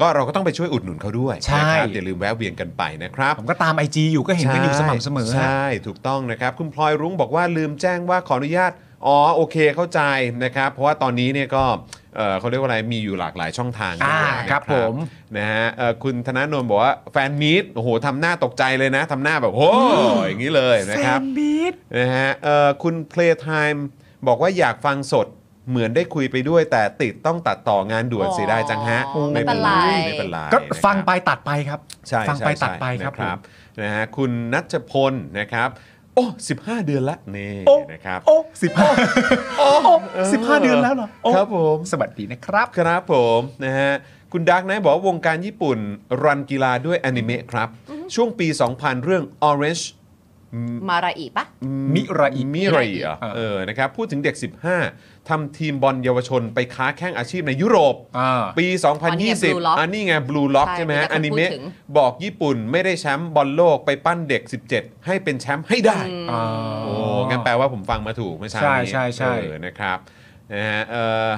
B: ก็เราก็ต้องไปช่วยอุดหนุนเขาด้วย
C: ใช่
B: นะครับอย่าลืมแวะเวียนกันไปนะครับ
C: ผมก็ตามไอจีอยู่ก็เห็นกันอยู่สม่ำเสมอ
B: ใช่ ถูกต้องนะครับ คุณพลอยรุ้งบอกว่าลืมแจ้งว่าขออนุญาต อ๋อ โอเคเข้าใจนะครับ เพราะว่าตอนนี้เนี่ยก็เอ่อเขาเรียกว่าอะไรมีอยู่หลากหลายช่องทาง
C: อ่า
B: ด้วยนะครับ
C: ผม
B: นะฮะเอ่อคุณธนาโนนบอกว่าแฟนมีดโอ้โหทำหน้าตกใจเลยนะทำหน้าแบบโอ้อย่างนี้เลยนะครับ นะฮะเอ่อคุณ Playtime บอกว่าอยากฟังสดเหมือนได้คุยไปด้วย แต่ติดต้องตัดต่องานด่วน
D: อ๋อ
B: เสียดายจังฮะ
D: ไม่เป็นไร
B: ไม่เป็นไร
C: ก็
B: นะครับ
C: ฟังไปตัดไปครับ
B: ใช่
C: ฟัไป
B: ใช่
C: ตัดไปครับ
B: นะ
C: ผม
B: นะฮะคุณนัชพลนะครับ โอ้15 เดือนละนี่
C: โอ้
B: นะครับ
C: โอ้สิบห้าโอ้สิบห้า
B: เออ
C: เดือนแล้วเหรอโอ้
B: ครับผม
C: สวัสดีนะครับ
B: ครับผมนะฮะคุณดักนะบอกว่าวงการญี่ปุ่นรันกีฬาด้วยอนิเมะครับ ช่วงปี 2000 เรื่อง Orange
D: มาราอีปะ
C: มิระอิ
B: มิไรเหรอ
C: เออ
B: เออนะครับพูดถึงเด็ก 15ทำทีมบอลเยาวชนไปค้าแข่งอาชีพในยุโรป
C: อ่า
B: ปี
D: Blue
B: 2020
D: Lock
B: อันนี้ไง Blue Lock
D: ใช่
B: ใช่ไหม
D: มี
B: ฮะ
D: แต่คน
B: อนิเมะ
D: พูดถึง
B: บอกญี่ปุ่นไม่ได้แชมป์บอลโลกไปปั้นเด็ก 17 ให้เป็นแชมป์ให้ได้ โอ้งั้นแปลว่าผมฟังมาถูกเมื่อเช้า
C: ใช่
B: นี้
C: ใช่ใช่
B: เออนะครับนะฮะเออ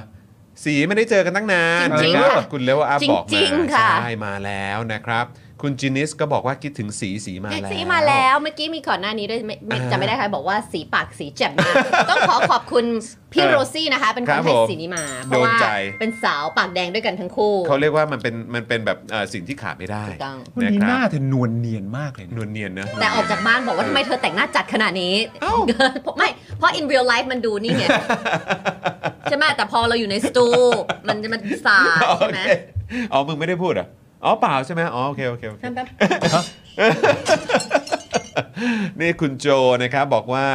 B: สีไม่ได้เจอกันตั้งนาน
D: จริงๆ
B: นะครับ
D: ค่ะ
B: คุณเลวอาบอก
D: จริ
B: มาง
D: ๆค่ะ
B: ใช่มาแล้วนะครับ คุณจินิสก็บอกว่าคิดถึงสีสีมา
D: เอ็ก
B: แล้ว
D: ซี่มาแล้ว เมื่อกี้มีก่อนหน้านี้ด้วยไม่ไม่
B: อ่า
D: จำไม่ได้ใครบอกว่าสีปากสีแจ่มมาก [laughs] ต้องขอขอบคุณพี่
B: เออ
D: โรซี่นะคะ เป็นค
B: ครั
D: น
B: บ
D: ให้
B: ผม
D: สีนี้มา เพ
B: โดน
D: ราะว่า
B: ใจ
D: เป็นสาวปากแดงด้วยกันทั้งคู่
B: เขาเรียกว่ามันเป็นมันเป็นแบบเอ่อสิ่งที่ขาดไม่ได้
D: ถูกต้อง
C: ัน
B: นะ
C: นี้
B: ค
C: ห
B: รั
C: น้า
B: บ
C: เธอนวลเนียนมากเลยนะ
B: นวลเนียนเนอะ
D: แต่ออกจากบ้านบอกว่าทำไมเธอแต่งหน้าจัดขนาดนี้ ไม่ เพราะ in real life มันดู
B: [laughs]
D: นี่ไง ใช่ไหมแต่พอเราอยู่ในสตู มันจะมันสา
B: [laughs]
D: ดใช่ไหม
B: โอเคอ๋อ มึงไม่ได้พูดเหรอ อ๋อ เปล่าใช่ไหมอ๋อ โอเค โอเคโอเค
D: แป๊บ
B: นี่คุณโจนะครับบอกว่า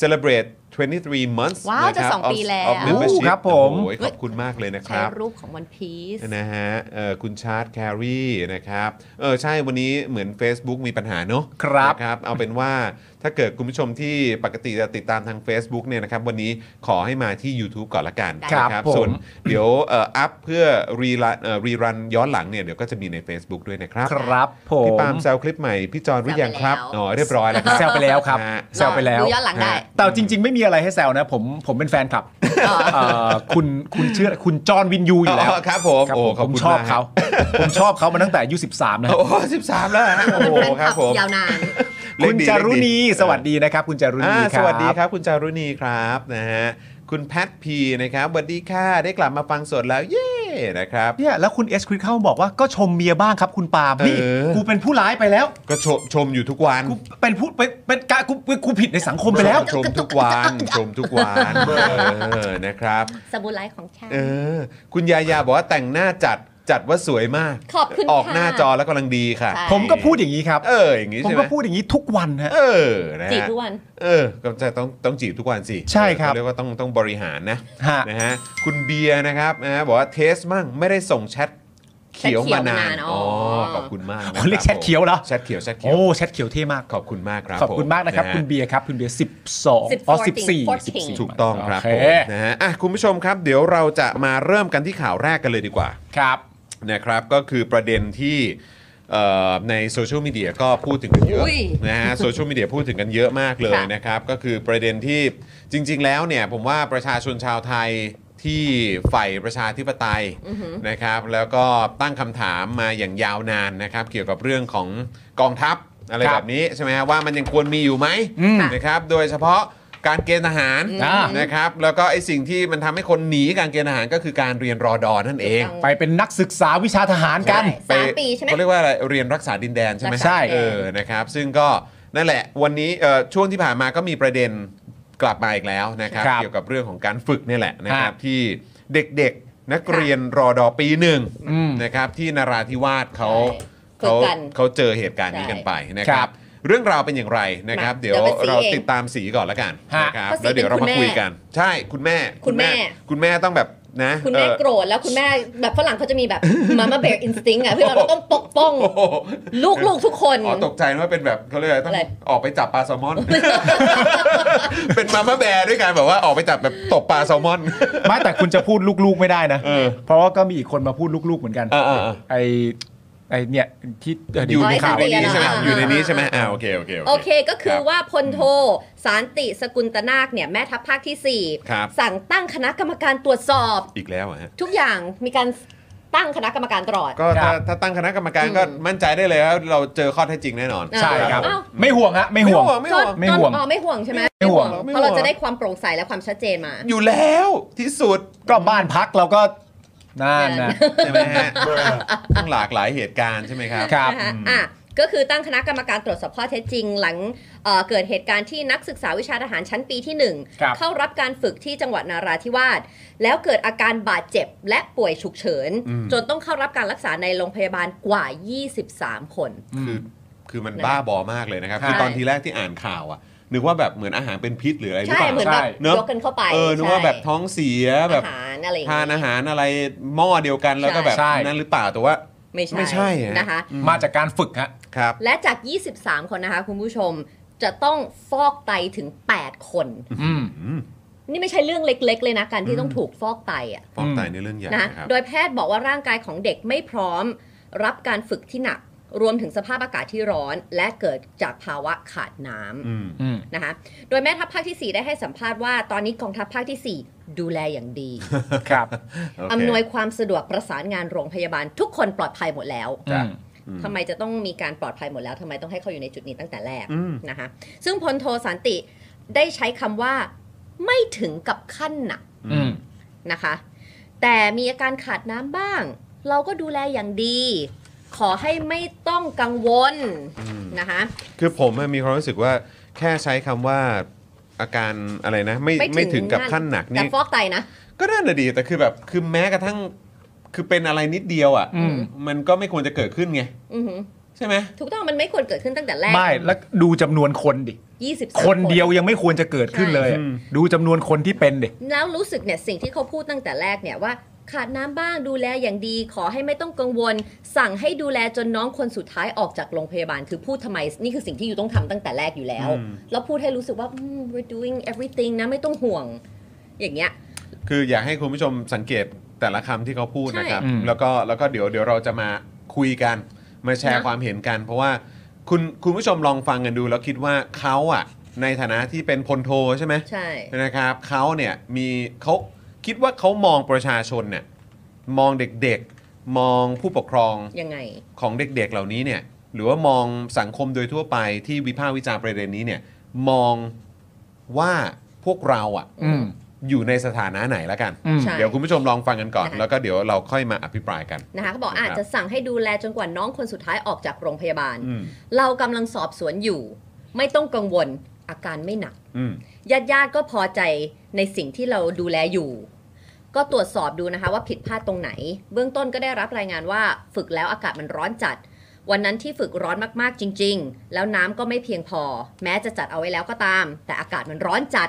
B: celebrate 23 months
D: ว้า
B: น
D: ว
B: ครับ
D: จะสอง
B: of-
D: ปีแล้ว
B: of membership
C: โอ้ครับผม
B: โอ้โหขอบคุณมากเลยนะค
D: ๆใช้
B: รับ
D: รูปของวันพีซ
B: นะฮะเอ่อคุณชาร์ตแครีนะครับ เออใช่วันนี้เหมือน Facebook มีปัญหาเนอะ
C: ครับ
B: นะครับ เอาเป็นว่าถ้าเกิดคุณผู้ชมที่ปกติจะติดตามทาง Facebook เนี่ยนะครับ วันนี้ขอให้มาที่ YouTube ก่อนละกัน
C: ครับ
B: นะ
C: ผม
B: ส่วนเดี๋ยวเอ่ออัพเพื่อรีรันเอ่อรีรันย้อนหลังเนี่ย เดี๋ยวก็จะมีใน Facebook ด้วยนะครับ
C: ครับผม
B: พี่ปาล์มแซวคลิปใหม่ พี่จอนหรือยังครับ
D: แซ
B: อ๋
D: วไปแล้ว
B: อเรียบร้อยแล้วครับ
C: แซวไปแล้วครับ
B: ฮะ
C: แซวไปแล้ว
D: ดูย้อนหลังได้
C: แต่จริง ๆ ไม่มีอะไรให้แซวนะ ผมผมเป็นแฟนคลับเอ่อคุณคุณเชื่อคุณจอห์นวินยูอยู่แล้ว
B: อ๋อครับผม
C: ครับ
B: โอ้
C: ผม
B: ขอบ
C: ผม
B: คุณ
C: ชอบ
B: มก
C: เขา ผมชอบเขามาตั้งแต่อายุ13นะ
B: โอ้สิบสามแล้วนะโอ้
D: เป็น
B: โหค
D: แฟนค
B: รั
D: ลั
B: บบ ผม
D: ยาวนาน
C: คุณจารุณีสวัสดีนะครับ คุณจารุณี
B: อ่า
C: ค
B: ส
C: รับ
B: วัสดีครับ คุณจารุณีครับนะฮะคุณแพทพีนะครับสวัสดีค่ะได้กลับมาฟังสดแล้ว เย้ นะครับ
C: เนี่ยแล้วคุณเอสคริสเข้ามาบอกว่าก็ชมเมียบ้างครับคุณปาล์มนี่
B: เออ
C: กูเป็นผู้ร้ายไปแล้ว
B: ก็ชมชมอยู่ทุกวัน
C: กูเป็นผู้เป็นเป็นกะกูกูผิดในสังคมไปแล้ว
B: ชมทุก
D: [laughs]
B: วันชมทุก
C: [laughs]
B: วันเออนะครับ
D: สมุนไลของชาติ
B: เออ คุณยายาบอกว่าแต่งหน้าจัดจัดว่าสวยมาก
D: ขอบคุณ
B: ออกหน้า
D: ค่ะ
B: จอแล้วกำลังดีค่ะ
D: ใช่
C: ผมก็พูดอย่างนี้ครับ
B: เอออย่างนี้
C: ผม
B: ใช่ไหม
C: ก็พูดอย่างนี้ทุกวันฮะ
B: เออนะ
D: จีบ
B: ฮะ
D: ทุกวัน
B: เออก็จะต้องต้องจีบทุกวันสิ
C: ใช่ครับ
B: เขาเรียกว่าต้องต้องบริหารนะ
C: ฮะ
B: นะฮะคุณเบียร์นะครับนะฮะบอกว่าเทสมั่งไม่ได้ส่งแชทเขียวมานา
D: แชทเขียวน มานาน
B: อ๋
D: อ๋อ
B: อ
D: อ๋
B: ขอบคุณมากนะ
C: เขาเรียกแชทเขียวเหรอ
B: แชทเขียวแชทเขียว
C: โอ้แชทเขียวเท่มาก
B: ขอบคุณมากครับ
C: ขอบคุณมากนะครับ
B: ฮ
C: คุณเบียร์ครับ คุณเบียร์สิบสองอ๋อสิบสี่
D: 14
C: สิบสี่
B: ถูกต้องครับ
C: โอ
B: ผ
C: เค
B: มนะฮะอ่ะคุณผู้ชมครับ เดี๋ยวเราจะมาเริ่มกันที่ข่าวแรกกันเลยดีกว่า
C: ครับ
B: นะครับ ก็คือประเด็นที่เอ่อในโซเชียลมีเดียก็พูดถึงกันเยอะ
D: อุ้ย
B: นะฮะโซเชียลมีเดียพูดถึงกันเยอะมากเลย
D: ค่ะ
B: นะครับ ก็คือประเด็นที่จริง ๆ แล้วเนี่ยผมว่าประชาชนชาวไทยที่ใฝ่ประชาธิปไตย
D: อือหือ
B: นะครับแล้วก็ตั้งคำถามมาอย่างยาวนานนะครับเกี่ยวกับเรื่องของกองทัพอะไร
C: ครับ
B: แบบนี้ใช่ไหมฮะว่ามันยังควรมีอยู่ไหม
C: อืม
B: นะครับโดยเฉพาะการเกณฑ์ทหาร
C: อ่า
B: นะครับแล้วก็ไอ้สิ่งที่มันทำให้คนหนีการเกณฑ์ทหารก็คือการเรียนรอดอนั่นเอง
D: ถูกต้อ
C: ไปเป็นนักศึกษาวิชาทหารกัน
D: สามปีใช่ไหม
B: เขาเรียกว่าอะไรเรียนรักษาดินแดนใช่ไหม
D: รักษา
C: ใช่
D: ดินแดน
B: เออนะครับซึ่งก็นั่นแหละวันนี้เอ่อช่วงที่ผ่านมาก็มีประเด็นกลับมาอีกแล้วนะครับ
C: ครับ
B: เกี่ยวกับเรื่องของการฝึกเนี่ยแหละนะครับ
C: ฮะ
B: ที่เด็กๆนักเรียนรอดอปีหนึ่ง
C: อืม
B: นะครับที่นราธิวาสเขา
D: ใช่
B: เขา
D: ฝึกกัน
B: เขาเจอเหตุการณ์นี้
D: ใช่
B: กันไปนะค
C: ครั
B: รับบเรื่องราวเป็นอย่างไรนะครับ
D: มา
B: เดี๋ยว
D: เดี๋ยวไปสี
B: เรา
D: เอง
B: ติดตามสีก่อนละกัน
C: ฮะ
B: นะครับ
D: เพราะสี
B: แล้วเดี๋ยวเรามา
D: เป็นคุณ
B: คุย
D: แม่
B: กัน ใช่คุณแม่
D: คุณแม่
B: คุณแม่ต้องแบบนะ
D: คุณแม่
B: เอ่อ
D: โกรธแล้วคุณแม่แบบฝรั่งเขาจะมีแบบมามาเบรกอินสติ้งอ่ะเพื่อ [laughs] เราต้องปกป้อง
B: โอ้โห
D: ลูกๆทุกคน
B: อ๋อตกใจนะว่าเป็นแบบเขาเรียกอะไรต้อง
D: อะไร
B: ออกไปจับปลาแซลมอน [laughs] เป็นมาม่าแบร์ด้วยกันแบบว่าออกไปจับแบบตบปลาแซลมอน
C: ไม่แต่คุณจะพูดลูกๆไม่ได้นะ
B: เออ
C: เพราะว่าก็มีอีกคนมาพูดลูกๆเหมือนกัน
B: อ่าๆๆ
C: ไอไอเนี่ยที่
B: อ
C: เเดี๋ว
B: ยู่ใน
C: มีข่าว
B: อยู่ในนี้ใช่ไหม
D: อ่า
B: อยู่ในนี้ใช่ไหมอ่าโอเคโอเค
D: โอเคก็คื
B: ค
D: อ
B: รับ
D: ว่าพลโทสารติสกุลตนาคเนี่ยแม่ทัพภาคทีสี่
B: ครับ
D: 4 สั่งตั้งคณะกรรมการตรวจสอบ
B: อีกแล้วเหรอฮะ
D: ทุกอย่างมีการตั้งคณะกรรมการตลอด
B: ก็ถ้า
C: ครับ
B: ถ้าตั้งคณะกรรมการก็
D: อืม
B: มั่นใจได้เลยว่าเราเจอข้อเท็จจริงแน่นอน
C: ใช่ครับ
D: อ้าว
C: ไม่ห่วงฮะไม่ห่วง
B: ไม่ห่วง
C: ไม่ห่วง
D: ตอนอ๋อไม่ห่วงใช่ไหม
C: ไม่ห่วง
D: เพราะเราจะได้ความโปร่งใสและความชัดเจนมา
B: อยู่แล้วที่สุด
C: ก็บ้านพักเราก็นั่นนะ
B: ใช่ไหมฮะต้องหลากหลายเหตุการณ์ใช่ไหมครับ
C: ครับ
D: นะคะอ่ะ ก็คือตั้งคณะกรรมการตรวจสอบข้อเท็จจริง หลังเอ่อเกิดเหตุการณ์ที่นักศึกษาวิชาทหารชั้นปีที่
C: ครับ
D: 1 เข้ารับการฝึกที่จังหวัดนาราธิวาส แล้วเกิดอาการบาดเจ็บและป่วยฉุกเฉิน
B: อืม
D: จนต้องเข้ารับการรักษาในโรงพยาบาลกว่า 23 คน
B: คือคือมันบ้าบอมากเลยนะครับ
C: ใช่
B: คือตอนทีแรกที่อ่านข่าวอ่ะนึกว่าแบบเหมือนอาหารเป็นพิษหรืออะไรหรือ
D: ใช่
B: เปล่า
D: เหมือนแบบ
C: ใช่
B: เนอะ
D: ยกกันเข้าไป
B: เออนึกว่าแบบท้องเสีย
D: ใช่
B: แบบ
D: อาหารอะไรอย่ง
B: ทา
D: งี้
B: นอาหารอะไรหม้อเดียวกันแล้วก็แบบ
C: ใช่
B: นั่นหรือเปล่าแต่ว่า
D: ไม่ใช่
B: ไม่ใช่อะ
D: นะคะ
C: มาจากการฝึกฮะ
B: ครับ
D: และจาก 23 คนนะคะคุณผู้ชม จะต้องฟอกไตถึง 8 คน
C: อืม
D: นี่ไม่ใช่เรื่องเล็ก ๆ เลยนะการที่ต้องถูกฟอกไตอ่ะ
B: ฟอกไตในเรื่องใหญ่
D: นะ
B: นะครับ
D: โดยแพทย์บอกว่าร่างกายของเด็กไม่พร้อม รับการฝึกที่หนัก รวมถึงสภาพอากาศที่ร้อน และเกิดจากภาวะขาดน้
B: อืม
C: อืม
D: ำนะคะ โดยแม่ทัพภาคที่ 4 ได้ให้สัมภาษณ์ว่าตอนนี้กองทัพภาคที่ 4 ดูแลอย่างดี
C: ครับ
B: โเค
D: อำนวยความสะดวกประสานงานโรงพยาบาล ทุกคนปลอดภัยหมดแล้ว
B: จ้ะ อืม
D: ทำไมจะต้องมีการปลอดภัยหมดแล้วทำไมต้องให้เขาอยู่ในจุดนี้ตั้งแต่แรก
B: อืม
D: นะคะซึ่งพลโทสันติได้ใช้คำว่าไม่ถึงกับขั้นหนัก
C: อืม
D: นะคะ แต่มีอาการขาดน้ำบ้าง เราก็ดูแลอย่างดี ขอให้ไม่ต้องกังวลนะคะ
B: คือผมอะมีความรู้สึกว่าแค่ใช้คำว่าอาการอะไรนะ ไม่ไม่ถึงกับขั้นหนัก
D: แต่
B: นี่
D: ฟอกไตนะ
B: ก็น่าหนะดีแต่คือแบบคือแม้กระทั่งคือเป็นอะไรนิดเดียวอ่ะ
C: อืม
B: มันก็ไม่ควรจะเกิดขึ้นไง
D: อือหือ
B: ใช่ไหม
D: ถูกต้องมันไม่ควรเกิดขึ้นตั้งแต่แรก
C: ไม่แล้วดูจำนวนคนดิ
D: ยี่สิบ
C: คนเดียวยังไม่ควรจะเกิดขึ้นเลยอะ
B: อืม
C: ดูจำนวนคนที่เป็นดิ
D: แล้วรู้สึกเนี่ยสิ่งที่เขาพูดตั้งแต่แรกเนี่ยว่า ขาดน้ำบ้างดูแลอย่างดี ขอให้ไม่ต้องกังวล สั่งให้ดูแลจนน้องคนสุดท้ายออกจากโรงพยาบาล คือพูดทำไม นี่คือสิ่งที่อยู่ต้องทำตั้งแต่แรกอยู่แล้ว
B: อืม
D: แล้วพูดให้รู้สึกว่าอืม we're doing everything นะไม่ต้องห่วง อย่างเงี้ย
B: คืออยากให้คุณผู้ชมสังเกตแต่ละคำที่เขาพูดนะครับ
C: ใช่อืม
B: แล้วก็แล้วก็เดี๋ยวเดี๋ยวเราจะมาคุยกันมาแชร์
D: นะ
B: ความเห็นกัน เพราะว่าคุณคุณผู้ชมลองฟังกันดูแล้วคิดว่าเขาอ่ะ ในฐานะที่เป็นพลโทใช่ไหม
D: ใช่
B: นะครับเขาเนี่ยมีเขาคิดว่าเขามองประชาชนเนี่ยมองเด็กๆมองผู้ปกครอง
D: ยังไง
B: ของเด็กๆเหล่านี้เนี่ยหรือว่ามองสังคมโดยทั่วไปที่วิพากษ์วิจารณ์ประเด็นนี้เนี่ยมองว่าพวกเราอะ
C: อืม
B: อยู่ในสถานะไหนแล้วกัน
C: อืม
D: ใช่
B: เดี๋ยวคุณผู้ชมลองฟังกันก่อน
D: นะคะ
B: แล้วก็เดี๋ยวเราค่อยมาอภิปรายกัน
D: นะคะเขาบอก
B: ครับ
D: อาจจะสั่งให้ดูแลจนกว่าน้องคนสุดท้ายออกจากโรงพยาบาล
B: อืม
D: เรากำลังสอบสวนอยู่ ไม่ต้องกังวลอาการไม่หนัก
B: อืม
D: ญาติญาติๆก็พอใจในสิ่งที่เราดูแลอยู่ ก็ตรวจสอบดูนะคะว่าผิดพลาดตรงไหน เบื้องต้นก็ได้รับรายงานว่า ฝึกแล้วอากาศมันร้อนจัด วันนั้นที่ฝึกร้อนมากๆจริง ๆ แล้วน้ำก็ไม่เพียงพอ แม้จะจัดเอาไว้แล้วก็ตาม แต่อากาศมันร้อนจัด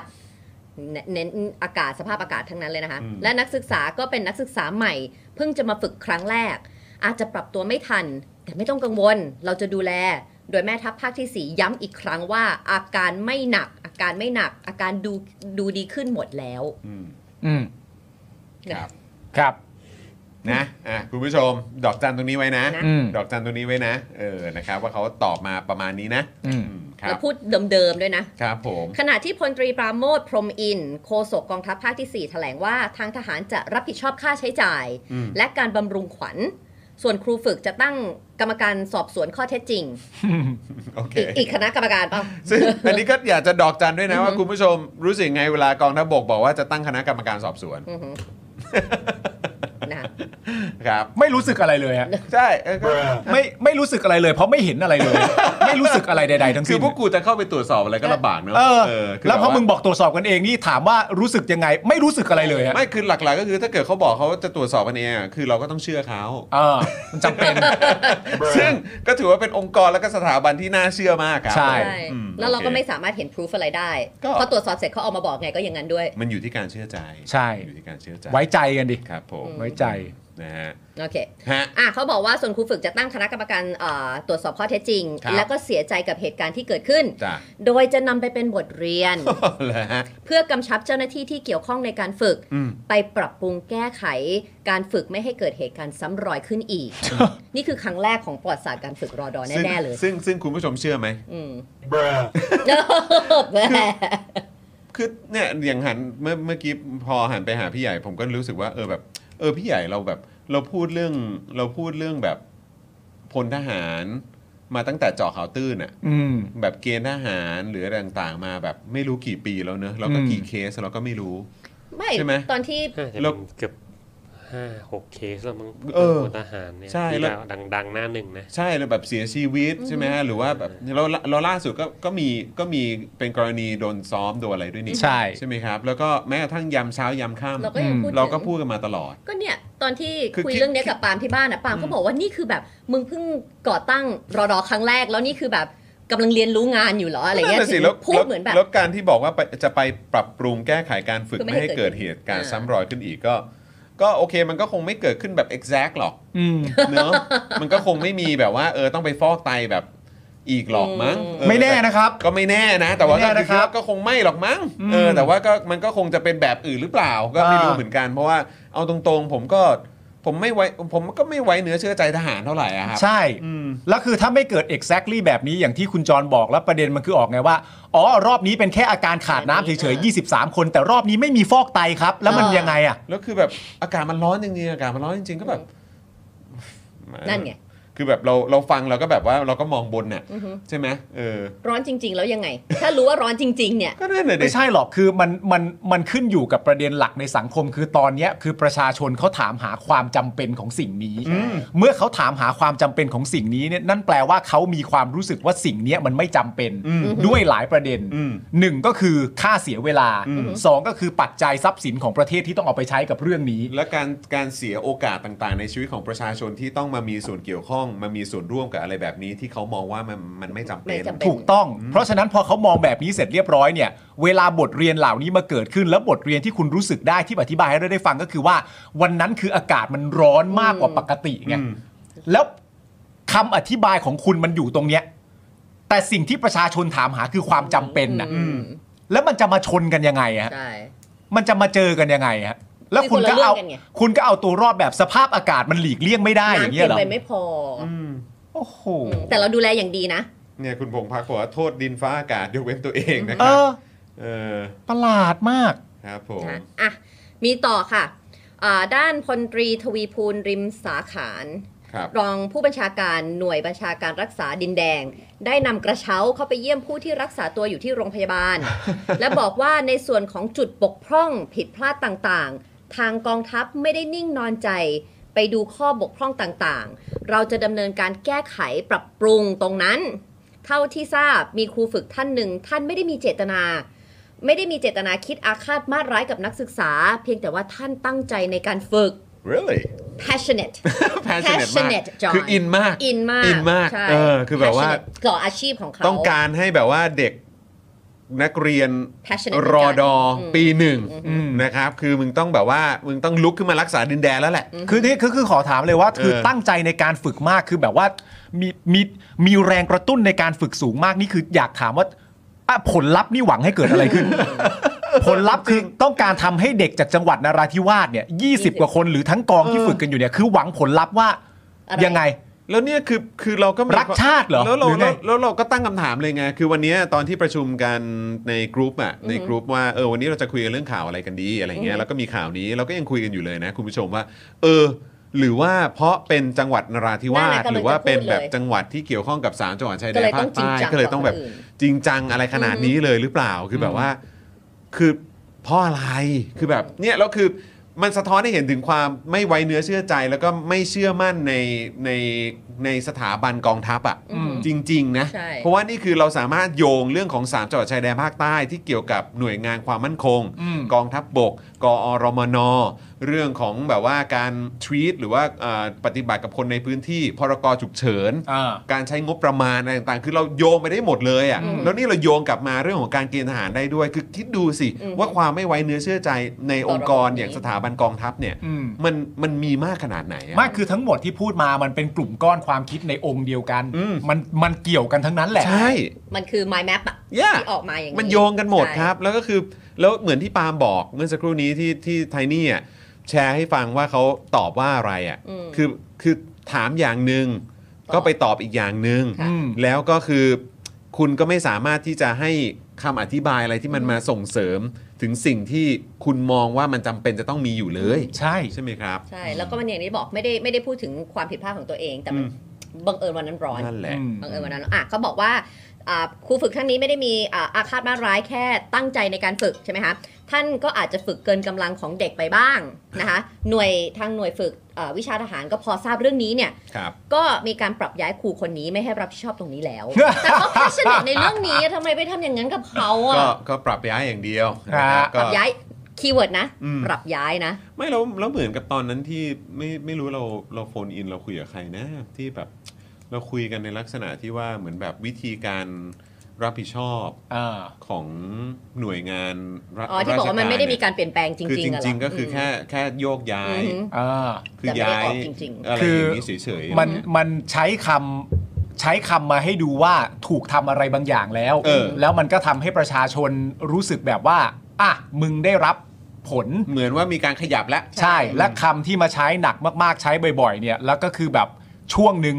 D: เนเน้นอากาศสภาพอากาศทั้งนั้นเลยนะคะ และนักศึกษาก็เป็นนักศึกษาใหม่ เพิ่งจะมาฝึกครั้งแรก อาจจะปรับตัวไม่ทัน แต่ไม่ต้องกังวล เราจะดูแล โดยแม่ทัพภาคที่ 4 ย้ำอีกครั้งว่า อาการไม่หนัก อาการไม่หนัก อาการดูดูดีขึ้นหมดแล้ว
B: อืม
C: อืม
D: นะครับ
C: ครับ
B: นะอ่ะคุณผู้ชม ดอกจันตรงนี้ไว้นะ
D: นะ
C: อืม
B: ดอกจันตรงนี้ไว้นะ เออนะครับ ว่าเขาตอบมาประมาณนี้นะ
C: อืม
B: อืมครั
D: แล้ว
B: บ
D: พูดเดิมๆด้วยนะ
B: ครับผม
D: ขณะที่พลตรีปราโมทพรหมอินทร์โฆษกกองทัพภาคที่ 4 แถลงว่าทางทหารจะรับผิดชอบค่าใช้จ่าย
B: อืม
D: และการบำรุงขวัญ ส่วนครูฝึกจะตั้งกรรมการสอบสวนข้อเท็จจริง
B: โอเค
D: อีกอีกคณะกรรมการเปล่า
B: ซึ่งอันนี้ก็อยากจะดอกจันด้วยนะ
D: อือฮึ
B: ว่าคุณผู้ชมรู้สึกยังไงเวลากองทัพบกบอกว่าจะตั้งคณะกรรมการสอบสวน
D: อือหือนะ
B: ครับ
C: ไม่รู้สึกอะไรเลยฮะ
B: ใช่เออก็
C: ไม่ไม่รู้สึกอะไรเลย เพราะไม่เห็นอะไรเลย ไม่รู้สึกอะไรใดๆทั้ง
B: คื
C: สิ้
B: อน พวกกูจะเข้าไปตรวจสอบอะไรก็ลำบากเนอะ
C: เออ
B: คื
C: แล้วพอมึง
B: บบ
C: บอกตรวจสอบกันเองนี่ถามว่ารู้สึกยังไง ไม่รู้สึกอะไรเลย
B: า
C: ฮะ
B: ไม่คือหลักๆ ก็คือถ้าเกิดเขาบอกเขาจะตรวจสอบกันเองอะคือเราก็ต้องเชื่อเขา
C: เออมันจำ [laughs] เป็น
B: ซึ่งก็ถือว่าเป็นองค์กรแล้วก็สถาบันที่น่าเชื่อมากครับ
C: ใช่
D: ใช่
B: อืม
D: แล้วเรา
B: โอ
D: ก็
B: เค
D: ไม่สามารถเห็นพ o ู f อะไรได้
B: ก็
D: พอตรวจสอบเสร็จเขาออกมาบอกไงก็อย่างนั้นด้วย
B: มันอยู่ที่การเชื่อใจ
C: ใช่
B: อยู่ที่การเชื่อใจ
C: ไว้ใจกันดิ
B: ครับผม
C: ไว้ใจ
B: นะฮะ
D: โอเค
B: ฮะ
D: อ่ะเขาบอกว่าส่วนครูฝึกจะตั้งคณะกรรมการเอ่อตรวจสอบข้อเท็จจริง
B: ครับ
D: แล้วก็เสียใจกับเหตุการณ์ที่เกิดขึ้น
B: จ้ะ [laughs]
D: โดยจะนำไปเป็นบทเรียน
B: แล้วฮะ
D: เพื่อกำชับเจ้าหน้าที่ที่เกี่ยวข้องในการฝึก
B: อืม
D: ไปปรับปรุงแก้ไข การฝึกไม่ให้เกิดเหตุการณ์ซ้ำรอยขึ้นอี
B: [laughs]
D: ก นี่คือครั้งแรกของประวัติศาสตร์การฝึกรอดอ
B: ซึ่ง
D: แน่ ๆ เลย
B: ซึ่งซึ่งคุณผู้ชมเชื่อไหม
D: อืม
B: คือเนี่ยอย่างหันเมื่อเมื่อกี้พอหันไปหาพี่ใหญ่ผมก็รู้สึกว่าเออแบบ เออพี่ใหญ่เราแบบ เราพูดเรื่องเราพูดเรื่องแบบพลทหารมาตั้งแต่เจาะข่าวตื้นอะ
C: อืม
B: แบบเกณฑ์ทหารหรืออะไรต่างๆมาแบบไม่รู้กี่ปีแล้วเนอะเราก็
C: อืม
B: กี่เคสเราก็ไม่รู้
D: ไม่
B: ใช่ไหม
D: ตอนที่
F: น่าจะ
B: แล้ว
F: เป็นเกือบห้าหกเคสแล้วมั้ง
B: เออ
F: คนทหารเนี่ย
B: ใช่
F: ที่
B: แล้ว
F: ดังดังๆหน้าหนึ่งนะ
B: ใช่แล้วแบบเสียชีวิตใช่ไหมฮะหรือว่าแบบเราเราล่าสุดก็ก็มีก็มีเป็นกรณีโดนซ้อมโดนอะไรด้วยนี่
C: ใช่
B: ใช่ไหมครับ แล้วก็แม้กระทั่งยามเช้ายามค่
D: เราก็ยัง
C: อืม
D: พูด
B: ำเราก็
D: ถึง
B: พูดกันมาตลอด
D: ก็เนี่ย ตอนที่
B: คือ
D: คุย
B: คิด
D: เรื่องเนี้ยกับปาล์มที่บ้านอ่ะปาล์มก็บอกว่านี่คือแบบ มึงเพิ่งก่อตั้งรอดอครั้งแรก แล้วนี่คือแบบกำลังเรียนรู้งานอยู่เหรออะไรเงี้ย
B: นั่นน่ะสิ
D: ถึง
B: แล้ว
D: พูด
B: แล้ว
D: เหมือนแบบ
B: แล้วการที่บอกว่าไปจะไปปรับปรุงแก้ไขการฝึก
D: คือไม่
B: ไม่
D: ให้
B: ให้
D: เกิ
B: เกิด
D: ด
B: เหตุการณ์
D: อ่า
B: ซ้ำรอยขึ้นอีกก็ ก็โอเคมันก็คงไม่เกิดขึ้นแบบ exact หรอก
C: อืม
B: เนอะ มันก็คงไม่มีแบบว่าเออต้องไปฟอกไตแบบอีกหรอกมั้งเออ
C: ไม่แน่นะครับ
B: ก็ไม่แน่นะ แต่ว่า
C: ไม่
B: ก็คือ
C: แน่นะค
B: คิด
C: รับ
B: ว่าก็คงไม่หรอกมั้ง
C: อืม
B: เออแต่ว่าก็มันก็คงจะเป็นแบบอื่นหรือเปล่าก็ไม่รู้
C: อ่า
B: เหมือนกันเพราะว่าเอาตรงๆ ผมก็ผมไม่ไว้ผมก็ไม่ไว้เนื้อเชื่อใจทหารเท่าไหร่อะครับ
C: ใช่ แล้วคือถ้าไม่เกิด exactly แบบนี้อย่างที่คุณจรบอกแล้วประเด็นมันคือออกไงว่า อ๋อ รอบนี้เป็นแค่อาการขาดน้ำเฉยๆ 23 คน แต่รอบนี้ไม่มีฟอกไตครับ แล้วมันยังไงอ่ะ
B: แล้วคือแบบอากาศมันร้อนจริงๆอากาศมันร้อนจริงๆก็แบบ
D: นั่นไง
B: คือแบบเราเราฟังเราก็แบบว่าเราก็มองบนน่ะ
D: อือฮึ
B: ใช่ไหมเออ
D: ร้อนจริง ๆ แล้วยังไง ถ้ารู้ว่าร้อนจริง ๆ เนี่ย
B: ก็นั่นแหละดิ
C: ไม่ใช่หรอก คือมันมันมันขึ้นอยู่กับประเด็นหลักในสังคม คือตอนเนี้ยคือประชาชนเขาถามหาความจำเป็นของสิ่งนี้ เมื่อเขาถามหาความจำเป็นของสิ่งนี้เนี่ยนั่นแปลว่าเขามีความรู้สึกว่าสิ่งเนี้ยมันไม่จำเป็นด้วยหลายประเด็นหนึ่งก็คือค่าเสียเวลาสองก็คือปัจจัยทรัพย์สินของประเทศที่ต้องเอาไปใช้กับเรื่องนี้
B: และการการเสียโอกาสต่างๆ ในชีวิตของประชาชนที่ต้องมามีส่วนเกี่ยวข้อง มามีส่วนร่วมกับอะไรแบบนี้ที่เขามองว่ามันมันไม่จำเป็น
D: ไม่จำเป็น
C: ถูกต้อง เพราะฉะนั้นพอเขามองแบบนี้เสร็จเรียบร้อยเนี่ย เวลาบทเรียนเหล่านี้มาเกิดขึ้น แล้วบทเรียนที่คุณรู้สึกได้ที่อธิบายให้เราได้ฟังก็คือว่า วันนั้นคืออากาศมันร้อนมากกว่าปกติไง
B: อืม
C: แล้วคำอธิบายของคุณมันอยู่ตรงเนี้ย แต่สิ่งที่ประชาชนถามหาคือความจำเป็นนะ
D: อืม
C: แล้วมันจะมาชนกันยังไงอะฮะ
D: ใช่
C: มันจะมาเจอกันยังไงฮะ แล้วคุณก็เอา
D: คือคนละเรื่องกันไง
C: คุณก็เอาตัวรอดแบบสภาพอากาศมันหลีกเลี่ยงไม่ได้อย่างเงี้ยเหร
D: น้ำ
C: อ
D: กินไปไม่พออ
B: อืม
C: โอ้โห
D: อืมแต่เราดูแลอย่างดีนะ
B: เนี่ยคุณพงพักบอกว่าโทษดินฟ้าอากาศยกเว้นตัวเองนะค
C: เอ
B: รับ
C: อ
B: เออ
C: ประหลาดมาก
B: ครับผม
D: นะอ่ะ มีต่อค่ะอ่าด้านพลตรีทวีภูลริมสาขาน
B: ครับ
D: รองผู้บัญชาการหน่วยบัญชาการรักษาดินแดง ได้นำกระเช้าเข้าไปเยี่ยมผู้ที่รักษาตัวอยู่ที่โรงพยา
B: [laughs]
D: บาล และบอกว่าในส่วนของจุดบกพร่องผิดพลาดต่างๆ ทางกองทัพไม่ได้นิ่งนอนใจ ไปดูข้อบกพร่องต่างๆ เราจะดำเนินการแก้ไขปรับปรุงตรงนั้น เท่าที่ทราบมีครูฝึกท่านหนึ่ง ท่านไม่ได้มีเจตนา ไม่ได้มีเจตนาคิดอาฆาตมาดร้ายกับนักศึกษา เพียงแต่ว่าท่านตั้งใจในการฝึก
B: really
D: passionate
B: [laughs] passionate มาก
D: Passionate, John
B: คืออินมาก
D: อินมาก
B: อินมาก
D: ใช่
B: เออคือแบบว่า
D: passionate ต่ออาชีพของเขา
B: ต้องการให้แบบว่าเด็กนักเรียน
D: passionate
B: รอดอ
D: เหมืนกัน
B: ปีหนึ่ง
C: อืม
B: นะครับ คือมึงต้องแบบว่า มึงต้องลุกขึ้นมารักษาดินแดนแล้วแหละ
C: คือนี่คือคือขอถามเลยว่า คือ
B: เออ
C: ตั้งใจในการฝึกมากคือแบบว่ามีมีมีแรงกระตุ้นในการฝึกสูงมากนี่คืออยากถามว่าอ่ะผลลัพธ์นี่หวังให้เกิดอะไรขึ้
B: [laughs]
C: น ผลลัพธ์คือต้องการทำให้เด็กจากจังหวัดนราธิวาสเนี่ยยีกว่าคนหรือทั้งกองที่ฝึกกันอยู่เนี่ยคือหวังผลลัพธ์ว่า
D: อะไร
C: ยังไง
B: แล้วเนี่ยคือคือเราก็มี
C: รักชาติเหรอ
B: แล้วเรา
C: หรือไง
B: แล้วแล้วเราก็ตั้งคำถามเลยไง คือวันเนี้ยตอนที่ประชุมกันในกรุ๊ปอ่ะในกรุ๊ปว่าเออวันนี้เราจะคุยกันเรื่องข่าวอะไรกันดีอะไรเงี้ยแล้วก็มีข่าวนี้เราก็ยังคุยกันอยู่เลยนะ คุณผู้ชมว่า เออ หรือว่าเพราะเป็นจังหวัดนราธิวาส
D: นั่นแหละกำลัง
B: หรือว่าเป็นแบบ
D: จะพูดเลย
B: จังหวัดที่เกี่ยวข้องกับสามจังหวัดชายแด
D: ก็
B: น
D: เลยต้
B: ภา
D: อ
B: ค
D: งจริง
B: ใต้
D: จัง
B: ก็เลยต้องแบบ
D: กว่าคนอื่น
B: จริงจังอะไรขนาดนี้เลยหรือเปล่าคือแบบว่า คือเพ่ออะไรคือแบบเนี่ยแล้วคือมันสะท้อนให้เห็นถึงความไม่ไว้เนื้อเชื่อใจ แล้วก็ไม่เชื่อมั่นในในในสถาบันกองทัพอะ่ะ
D: อืม
B: จริง ๆ นะ
D: ใช่
B: เพราะว่านี่คือเราสามารถโยงเรื่องของ3จังหวัดชายแดนภาคใต้ที่เกี่ยวกับหน่วยงานความมั่นคง
C: อืม
B: กองทัพบบก กอรมน เรื่องของแบบว่าการทวีตหรือว่าเอ่อปฏิบัติกับคนในพื้นที่พรกฉุกเฉิน
C: อ่า
B: การใช้งบประมาณอะไรต่างๆ คือเราโยงไปได้หมดเลยอะ่ะ
D: อืม
B: แล้วนี่เราโยงกลับมาเรื่องของการเกณฑ์ทหารได้ด้วย คือคิดดูสิ
D: อืม
B: ว่าความไม่ไว้เนื้อเชื่อใจใน
D: ต่อ
B: องค์กร
D: ระบบนี้
B: อย่างสถาบันกองทัพเนี่ย
C: อืม
B: มันมันมีมากขนาดไหนอะ
C: ไม่คือทั้งหมดที่พูดมามันเป็นกลุ่มก้อนความคิดในองค์เดียวกัน
B: อืม
C: มันมันเกี่ยวกันทั้งนั้นแหละ
B: ใช่
D: มันคือ mind map อะ
B: Yeah
D: ที่ออกมาอย่างนี้
B: มันโยงกันหมดครับ แล้วก็คือแล้วเหมือนที่ปาล์มบอกเมื่อสักครู่นี้ที่ที่ไทนี่อ่ะแชร์ให้ฟังว่าเขาตอบว่าอะไรอ่ะ
D: อืม
B: คือคือถามอย่างหนึ่ง
D: ตอบ
B: ก็ไปตอบอีกอย่างหนึ่ง
D: ค่ะ
C: อืม
B: แล้วก็คือคุณก็ไม่สามารถที่จะให้คำอธิบายอะไรที่มันมาส่งเสริมถึงสิ่งที่คุณมองว่ามันจำเป็นจะต้องมีอยู่เลย
C: ใช่
B: ใช่ไหมครับ
D: ใช่ แล้วก็มันอย่างที่บอกไม่ได้ไม่ได้พูดถึงความผิดพลาดของตัวเอง แต่มัน
B: อืม
D: บังเอิญวันนั้นร้อน
B: นั่นแหละ
C: อืม
D: บังเอิญวันนั้นอ่ะเขาบอกว่าอ่าครูฝึกท่านนี้ไม่ได้มีอ่าอาฆาตมาร้ายแค่ตั้งใจในการฝึกใช่ไหมคะท่านก็อาจจะฝึกเกินกำลังของเด็กไปบ้างนะคะหน่วยทางหน่วยฝึกอ่าวิชาทหารก็พอทราบเรื่องนี้เนี่ย
B: ครับ
D: ก็มีการปรับย้ายครูคนนี้ไม่ให้รับผิดชอบตรงนี้แล้ว แต่เขาแพชชเนตในเรื่องนี้ทำไมไปทำอย่างนั้นกับเขาอ่ะ
B: [laughs] ก็ก็ปรับย้ายอย่างเดียวนะค
C: ครับ
B: ก็
D: ปรับย้ายคีย์เวิร์ดนะ
B: อืม
D: ปรับย้ายนะ
B: ไม่เราเราเหมือนกับตอนนั้นที่ไม่ไม่รู้เราเราโฟนอินเราคุยกับใครนะที่แบบเราคุยกันในลักษณะที่ว่าเหมือนแบบวิธีการรับผิดชอบ
C: อ่า
B: ของหน่วยงานรัฐ
D: อ๋อที่บอกว่ามันไม่ได้มีการเปลี่ยนแปลงจริง
B: คือ
D: ๆ
B: จ
D: อะเห
B: ริง ๆ ก็คือแค่แค่โยกย้า
D: อื
B: ย
D: อหือ
C: อ่า
B: คือ
D: แต่ไม่ได้
B: ย้าย
D: ออกจริงๆ
B: อะไรอย่างนี้เฉยๆ
C: มัน
B: อะไรเงี้ย
C: มันใช้คำใช้คำมาให้ดูว่าถูกทำอะไรบางอย่างแล้ว
B: เออ
C: แล้วมันก็ทำให้ประชาชนรู้สึกแบบว่า อ่ะ มึงได้รับผล
B: เหมือนว่ามีการขยับแล้ว
C: ใช่ และคำที่มาใช้หนักมากๆ ใช้บ่อยๆ เนี่ย แล้วก็คือแบบช่วงหนึ่ง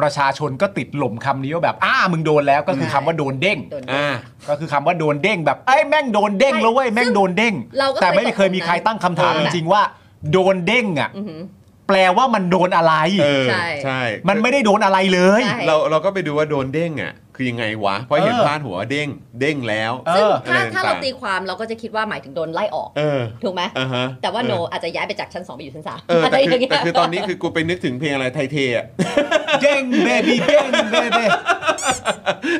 C: ประชาชนก็ติดหล่มคำนี้ว่าแบบ อ้า มึงโดนแล้วก็คือคำว่าโดนเด้ง
D: โดน
B: อ่า
C: ก็คือคำว่าโดนเด้งแบบไอ้ยแม่งโดนเด้งแล้วเว้ยแม่งโดนเด้ง
D: เราก็
C: แต่ไม่ได้เคยมีใครตั้งคำถาม
D: เอ
C: จ
D: อ
C: ริงๆว่า โดนเด้งอ่ะ
D: อือหือ
C: แปลว่ามันโดนอะไร
B: เออ
D: ใช่
B: ใช่
C: มันไม่ได้โดนอะไรเลย
D: ใช่
B: เราเราก็ไปดูว่าโดนเด้งอ่ะคือยังไงวะเพราะเห็น
C: เออ
B: พาดหัวว่าเด้งเด้งแล้ว
C: เอ
D: ซึ่ง
C: อ
B: ะ
D: ถ้า
B: ไร
D: ถ้าเรา
B: ต่งๆ
D: ตีความเราก็จะคิดว่าหมายถึงโดนไล่ออก
B: เออ
D: ถูกไหม
B: อ่าฮะ
D: แต่ว่าโนอาจจะย้ายไปจากชั้น 2 ไปอยู่ชั้นสาม
B: เออ
D: อะไร
B: แต่คื
D: อย่า
B: อง
D: เงี้ย
B: แต่คือตอนนี้คือกูไปนึกถึงเพลงอะไรไทยเทอ่ะ
C: เด้งเบบี้เด้งเบบี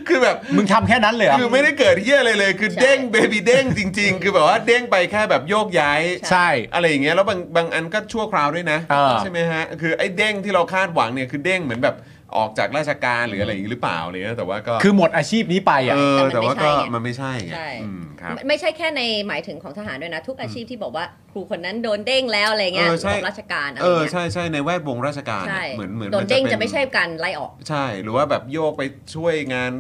B: คือแบบ
C: มึงทำแค่นั้นเลยเหรอ
B: คือไม่ได้เกิดเหี้ยอะไรเลย คือเด้งเบบีเด้งจริง ๆ คือแบบว่าเด้งไปแค่แบบโยกย้าย
C: ใช่
B: อะไรอย่างเงี้ยแล้วบางบางอันก็ชั่วคราวด้วยนะ
C: เออ
B: ใช่ไหมฮะคือไอ้เด้งที่เราคาดหวังเนี่ยคือเด้งเหมือนแบบออกจากราชการหรืออะไรอย่างงี้หรือเปล่าอะไรเลยแต่ว่าก็
C: คือหมดอาชีพนี้ไปอ่ะ
B: เออแต่ว่าก็มันไม่ใช่ไง
D: ใช่
B: อืมครับ
D: ไม่ไม่ใช่แค่ในหมายถึงของทหารด้วยนะ ทุกอาชีพที่บอกว่าครูคนนั้นโดนเด้งแล้วอะไรเงี้ย
B: เออใช่
D: ของราชการอะไร
B: เออ
D: เงี้ย
B: ใช่ใช่ในแวดวงราชการ
D: ใช่
B: อะเหมือนเหมือน
D: โดนเด้ง
B: ป็
D: จะไม่ใช่การไล่ออก
B: ใช่หรือว่าแบบโยกไปช่วยงาน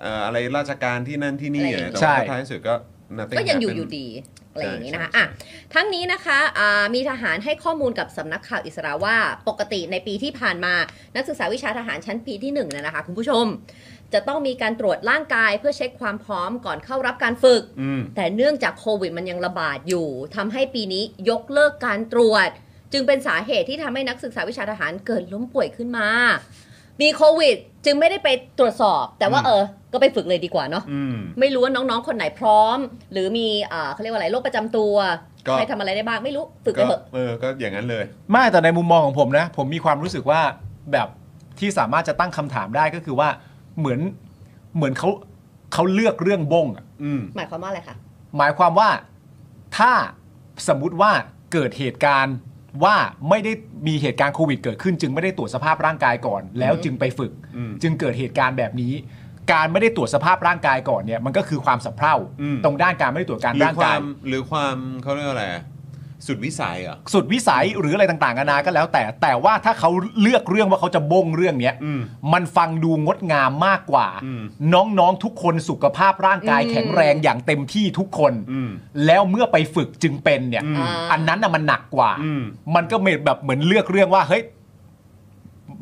B: เอ่ออะไรราชการที่นั่นที่นี่
D: อะไรอ
B: อะ
D: ย่างเงี้ย
B: แต่
C: ใช่
B: ว่าท้ายสุดก็ nothing
D: ก็ยังอยู่
B: happen
D: อยู่ดีอะไรอย่างนี้นะคะ
B: ใช่
D: อ่ะทั้งนี้นะคะอ่ามีทหารให้ข้อมูลกับสำนักข่าวอิสราว่าปกติในปีที่ผ่านมา นักศึกษาวิชาทหารชั้นปีที่1นึ่งเนี่ยนะคะคุณผู้ชม จะต้องมีการตรวจร่างกายเพื่อเช็คความพร้อมก่อนเข้ารับการฝึก
B: อืม
D: แต่เนื่องจากโควิดมันยังระบาดอยู่ทำให้ปีนี้ยกเลิกการตรวจ จึงเป็นสาเหตุที่ทำให้นักศึกษาวิชาทหารเกิดล้มป่วยขึ้นมา มีโควิด จึงไม่ได้ไปตรวจสอบ แต่ว่าเออ ก็ไปฝึกเลยดีกว่าเนาะ
C: อืม
D: ไม่รู้ว่าน้องๆ คนไหนพร้อม หรือมีเอ่อเขาเรียกว่าอะไรโรคประจำตัว
B: ก็
D: ใครทำอะไรได้บ้างไม่รู้ ฝึกไป
B: ก็
D: เถอะ
B: เออก็อย่างนั้นเลย
C: ไม่แต่ในมุมมองของผมนะ ผมมีความรู้สึกว่าแบบที่สามารถจะตั้งคำถามได้ก็คือว่าเหมือนเหมือนเขาเขาเลือกเรื่องบงอะ
B: อืม
D: หมายความว่าอะไรคะ
C: หมายความว่าถ้าสมมุติว่าเกิดเหตุการณ์ว่าไม่ได้มีเหตุการณ์โควิดเกิดขึ้น จึงไม่ได้ตรวจสภาพร่างกายก่อน แล้วจึงไปฝึก
B: อืม
C: จึงเกิดเหตุการณ์แบบนี้ การไม่ได้ตรวจสภาพร่างกายก่อนเนี่ยมันก็คือความสับเพร่า
B: อืม
C: ตรงด้านการไม่ได้ตรวจการ
B: หรือ
C: ร่า
B: ควาก
C: งาย
B: มหรือความเขาเรียกว่าอะไรอะสุดวิสัยเหรอ่ะ
C: สุดวิสัยหรืออะไรต่างๆนานาก็แล้วแต่ แต่ว่าถ้าเขาเลือกเรื่องว่าเขาจะบงเรื่องเนี้ย
B: อืม
C: มันฟังดูงดงามมากกว่า
B: อืม
C: น้องๆทุกคนสุขภาพร่างกาย
D: อืม
C: แข็งแรงอย่างเต็มที่ทุกคน
B: อืม
C: แล้วเมื่อไปฝึกจึงเป็นเนี่ย
B: อืม
C: อันนั้นน่ะมันหนักกว่า
B: อืม
C: มันก็เหมือนแบบเหมือนเลือกเรื่องว่าเฮ้ย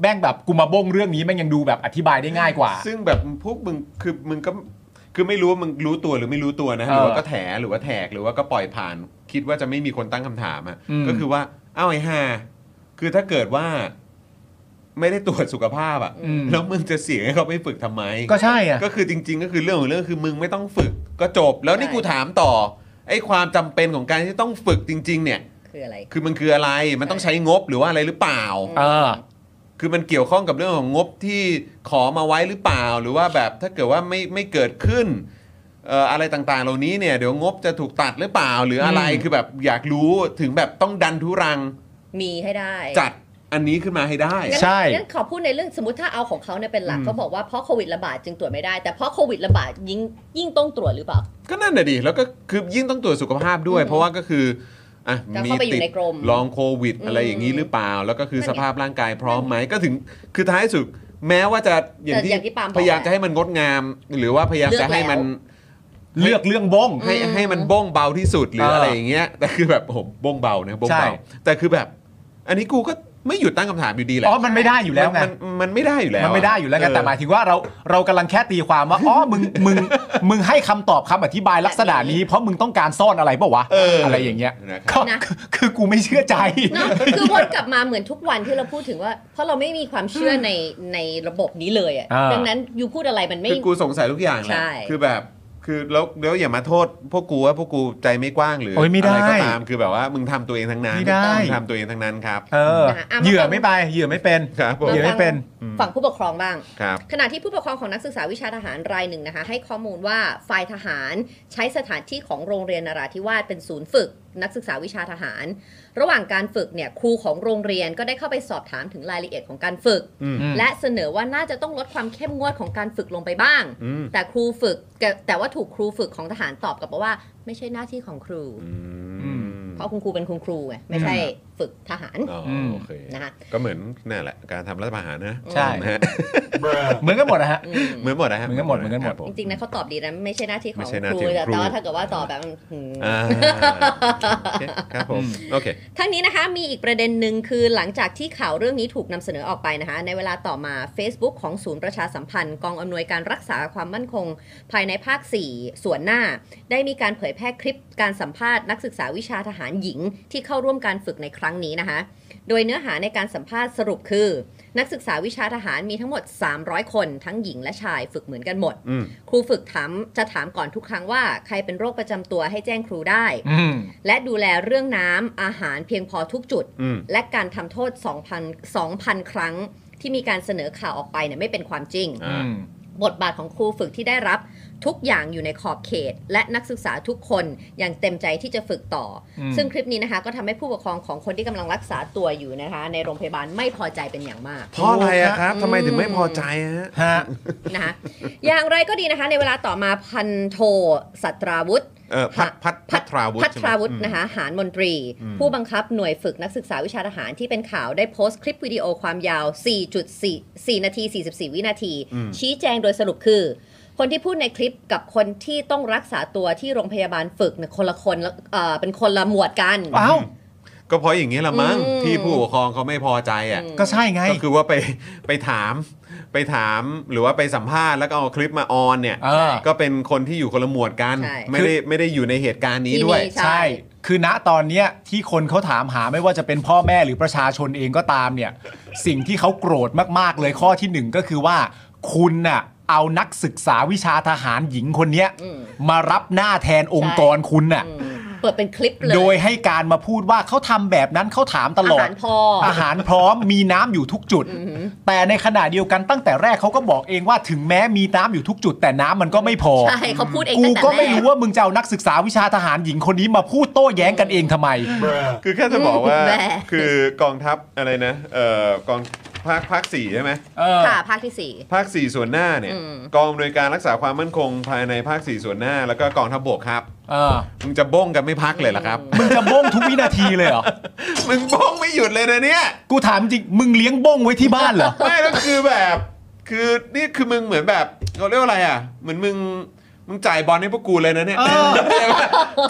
C: แม่งแบบกูมาบงเรื่องนี้แม่งยังดูแบบอธิบายได้ง่ายกว่า
B: ซึ่งแบบพวกมึงคือมึงก็คือไม่รู้ว่ามึงรู้ตัวหรือไม่รู้ตัวนะหรือว่า
C: เออ
B: ก็แถหรือว่าแท็กหรือว่าก็ปล่อยผ่าน คิดว่าจะไม่มีคนตั้งคำถามอ่ะ
C: อืม
B: ก็คือว่าเอ้าไอ้ห่าคือถ้าเกิดว่า ไม่ได้ตรวจสุขภาพอ่ะ
C: อืม
B: แล้วมึงจะเสี่ยงให้เขาไปฝึกทำไม
C: ก็ใช่อ่ะ
B: ก็คือจริง ๆ ก็คือเรื่องของเรื่องคือมึงไม่ต้องฝึก ก็จบ แล้วนี่
D: ใช่
B: กูถามต่อไอ้ความจำเป็นของการที่ต้องฝึกจริง ๆ เนี่ย
D: คืออะไร
B: คือมันคืออะไรมันต้องใช้งบหรือว่าอะไรหรือเปล่า
C: เออ
B: คือมันเกี่ยวข้องกับเรื่องของงบที่ขอมาไว้หรือเปล่า หรือว่าแบบถ้าเกิดว่าไม่ไม่เกิดขึ้นเอ่ออะไรต่างๆ เหล่านี้เนี่ยเดี๋ยวงบจะถูกตัดหรือเปล่า หรืออะไร
C: อืม
B: คือแบบอยากรู้ถึงแบบต้องดันทุรัง
D: มีให้ได้
B: จัดอันนี้ขึ้นมาให้ได้
D: งั้น
C: ใช่
D: งั้นขอพูดในเรื่องสมมติถ้าเอาของเขาเนี่ยเป็นหลัก
B: อืม
D: เขาบอกว่าเพราะโควิดระบาดจึงตรวจไม่ได้แต่เพราะโควิดระบาดยิ่งยิ่งต้องตรวจหรือเปล่า
B: ก็นั่นแหะดิแล้วก็คือยิ่งต้องตรวจสุขภาพด้วย
D: อืม
B: เพราะว่าก็คืออ่ะ
D: แล้ว
B: มี
D: เข้าไปอยู่
B: ติด
D: ในกรม
B: ลองโควิด อะไร
D: อืม
B: อย่างนี้หรือเปล่า แล้วก็คือ
D: นั่นไง
B: สภาพร่างกายพร้อมไหมก็ถึงคือท้ายสุดแม้ว่าจะอย่าง
D: แต่อย่างที่
B: ที่
D: ปาล์มบอก
B: พยายามจะให้มันงดงาม หรือว่าพยายาม
D: เลือก
B: จะให้มัน
D: แล้ว
C: เลือกเรื่องบง
B: ให้
D: อืม
B: ให้มันบ้งเบาที่สุดหรือ
C: เอออ
B: อะไรอย่างเงี้ยแต่คือแบบผมบ้งเบานะบ้ง
C: ใช่
B: เบาแต่คือแบบ อันนี้กูก็ไม่หยุดตั้งคำถามอยู่ดีแหละ
C: อ๋อมันไม่ได้อยู่แล้วไง
B: มันมันมันไม่ได้อยู่แล้ว
C: มันไม่ได้อยู่แล้วไง
B: เ
C: แต่หมายถึงว่าเราเรากำลังแค่ตีความว่า อ๋อ มึง มึง มึงให้คำตอบคำอธิบายลักษณะนี้ เพราะมึงต้องการซ่อนอะไรเปล่าวะ
B: เอออ
C: อะไรอย่างเงี้ย
B: นะครับ
C: ก็
D: นะ
C: คือคือกูไม่เชื่อใจ
D: เนอะคือวนกลับมาเหมือนทุกวันที่เราพูดถึงว่า เพราะเราไม่มีความเชื่อในในระบบนี้เลยอ่ะ
C: อ่า
D: ดังนั้นอยู่พูดอะไรมันไม่
B: คือกูสงสัยทุกอย่างแหละ
D: ใช่
B: คือแบบคือแล้วแล้วอย่ามาโทษ พวกกูว่าพวกกูใจไม่กว้างหรือ
C: โอ้ยไม่ได้
B: ไรก็ตามคือแบบว่ามึงทำตัวเองทั้งนั้น
C: ไม่ได้
B: มึงทำตัวเองทั้งนั้นครับ
C: เออ
D: นะอ่ะมา
C: เหยื่อไม่ไป เหยื่อไม่เป็น
B: ครับผม
C: เดี๋ยวไม่เป็น
D: ฝั่งผู้ปกครองบ้าง
B: ครับ
D: ขณะที่ผู้ปกครองของนักศึกษาวิชาทหารรายหนึ่งนะคะ ให้ข้อมูลว่าฝ่ายทหารใช้สถานที่ของโรงเรียนนราธิวาสเป็นศูนย์ฝึก นักศึกษาวิชาทหาร ระหว่างการฝึกเนี่ยครูของโรงเรียนก็ได้เข้าไปสอบถามถึงรายละเอียดของการฝึก
B: อืม
D: และเสนอว่าน่าจะต้องลดความเข้มงวดของการฝึกลงไปบ้าง
B: อืม
D: แต่ครูฝึกแต่แต่ว่าถูกครูฝึกของทหารตอบกลับมาว่า ไม่ใช่หน้าที่ของครู
B: อืม
D: เพราะคุณครูเป็นคุณครูไงไม่ใช่ฝึกทหาร
B: อ๋อโอเค
D: นะคะ
B: ก็เหมือนนั่นแหละการทำรัฐประหารนะ
C: ใช่
B: นะฮะ
C: เหมือนกันหมดนะฮะ
D: อืม
B: เหมือนหมดนะฮะ
C: เหมือนกันหมดเหมือนกันหมด
D: จริงๆนะเขาตอบดีนะไม่ใช่หน้าที่ขอ
B: ไม่
D: ง
B: ใช่หน้า
D: ครู
B: ที่ของ
D: แต่
B: ครู
D: ว่าถ้าเกิดว่าตอบแบบหืม
B: อ่าโอเคครับผม โอเค
D: ทั้งนี้นะคะมีอีกประเด็นหนึ่งคือหลังจากที่ข่าวเรื่องนี้ถูกนำเสนอออกไปนะคะ ในเวลาต่อมา Facebook ของศูนย์ประชาสัมพันธ์ กองอำนวยการรักษาความมั่นคง ภายในภาค 4 ส่วนหน้า ได้มีการเผยแพร่คลิปการสัมภาษณ์นักศึกษาวิชาทหารหญิง ที่เข้าร่วมการฝึกในครั้งนี้นะคะ โดยเนื้อหาในการสัมภาษณ์สรุปคือ นักศึกษาวิชาทหารมีทั้งหมด 300 คน ทั้งหญิงและชายฝึกเหมือนกันหมด
B: อืม
D: ครูฝึกถามจะถามก่อนทุกครั้งว่าใครเป็นโรคประจำตัวให้แจ้งครูได้
C: อืม
D: และดูแลเรื่องน้ำอาหารเพียงพอทุกจุด
B: อืม
D: และการทำโทษ 2,000 2,000 ครั้งที่มีการเสนอข่าวออกไปเนี่ยไม่เป็นความจริง
B: อ่า
C: อืม
D: บทบาทของครูฝึกที่ได้รับทุกอย่างอยู่ในขอบเขต และนักศึกษาทุกคนอย่างเต็มใจที่จะฝึกต่ออ
C: ม
D: ซึ่งคลิปนี้นะคะ ก็ทำให้ผู้ปกครองของคนที่กำลังรักษาตัวอยู่นะคะ ในโรงพยาบาลไม่พอใจเป็นอย่างมาก
B: เพราะอะไรอะครับทำไมถึงไม่พอใจฮะ
C: ฮะ
D: นะคะอย่างไรก็ดีนะคะ ในเวลาต่อมาพันโทสัตราวุธ
B: เออพัดพัดพัทราวุธ
D: พั
B: ใช่ไหม
D: ทราวุธ
B: อืม
D: นะคะ หารมนตรี
B: อืม
D: ผู้บังคับหน่วยฝึกนักศึกษาวิชาทหารที่เป็นข่าวได้โพสต์คลิปวิดีโอความยาว 4.4 4 นาที 44 วินาที ชี้แจงโดยสรุปคือ คนที่พูดในคลิปกับคนที่ต้องรักษาตัวที่โรงพยาบาลฝึกเนี่ยคนละคนแล้วเอ่อเป็นคนละหมวดกัน
C: อ้าว
B: ก็เพราะอย่างนี้ละมั้ง
D: อืม
B: ที่ผู้ปกครองเขาไม่พอใจอ่ะ
C: ก็ใช่ไง
B: ก็คือว่าไปไปถามไปถามหรือว่าไปสัมภาษณ์แล้วก็เอาคลิปมาออนเนี่ย
C: เออ
B: ก็เป็นคนที่อยู่คนละหมวดกัน
D: ใช่
B: ไม่ได้ไม่ได้อยู่ในเหตุการณ์นี้ด้วย
D: ที่นี่
C: ใช่ คือณตอนเนี้ยที่คนเขาถามหาไม่ว่าจะเป็นพ่อแม่หรือประชาชนเองก็ตามเนี่ย สิ่งที่เขาโกรธมากๆเลยข้อที่หนึ่งก็คือว่า คุณน่ะเอานักศึกษาวิชาทหารหญิงคนเนี้ย
D: อืม
C: มารับหน้าแทนองค์กรคุณน่ะ
D: อืมเปิดเป็นคลิปเลย
C: โดยให้การมาพูดว่าเขาทำแบบนั้นเขาถามตลอด
D: อาหารพออ
C: อาหารพร้อมมีน้ำอยู่ทุกจุด
D: อือหือ
C: แต่ในขณะเดียวกันตั้งแต่แรกเขาก็บอกเองว่าถึงแม้มีน้ำอยู่ทุกจุด แต่น้ำมันก็ไม่พอ
D: ใช่เขาพูดเอง
C: กู
D: ตั้งแต่
C: ก็
D: แร
C: ไม่
D: ก
C: รู้ว่ามึงจะเอานักศึกษาวิชาทหารหญิงคนนี้มาพูดโต้แย้งกันเองทำไม
B: คือแค่จะบอกว่า
D: แหม่
B: คือกองทัพอะไรนะเอ่อกองภาคภาคสี่ใช่ไหม
C: เออ
D: ค่ะภาคที่สี่
B: ภาคสี่ส่วนหน้าเนี่ย
D: อืม
B: กองอำนวยการรักษาความมั่นคงภายในภาคสี่ส่วนหน้า แล้วก็กองทัพบกครับ
C: เออ
B: มึงจะบ้งกันไม่พักเลยเหรอครับ
C: มึงจะบ้งทุกวินาทีเลยเหรอ
B: มึงบ้งไม่หยุดเลยนะเนี่ย
C: กูถามจริง มึงเลี้ยงบ้งไว้ที่บ้านเหรอ
B: ไม่แล้วคือแบบ คือนี่คือมึงเหมือนแบบเขาเรียกว่าอะไรอ่ะ เหมือนมึงมึงจ่ายบอลให้พวกกูเลยนะเนี่ย [laughs]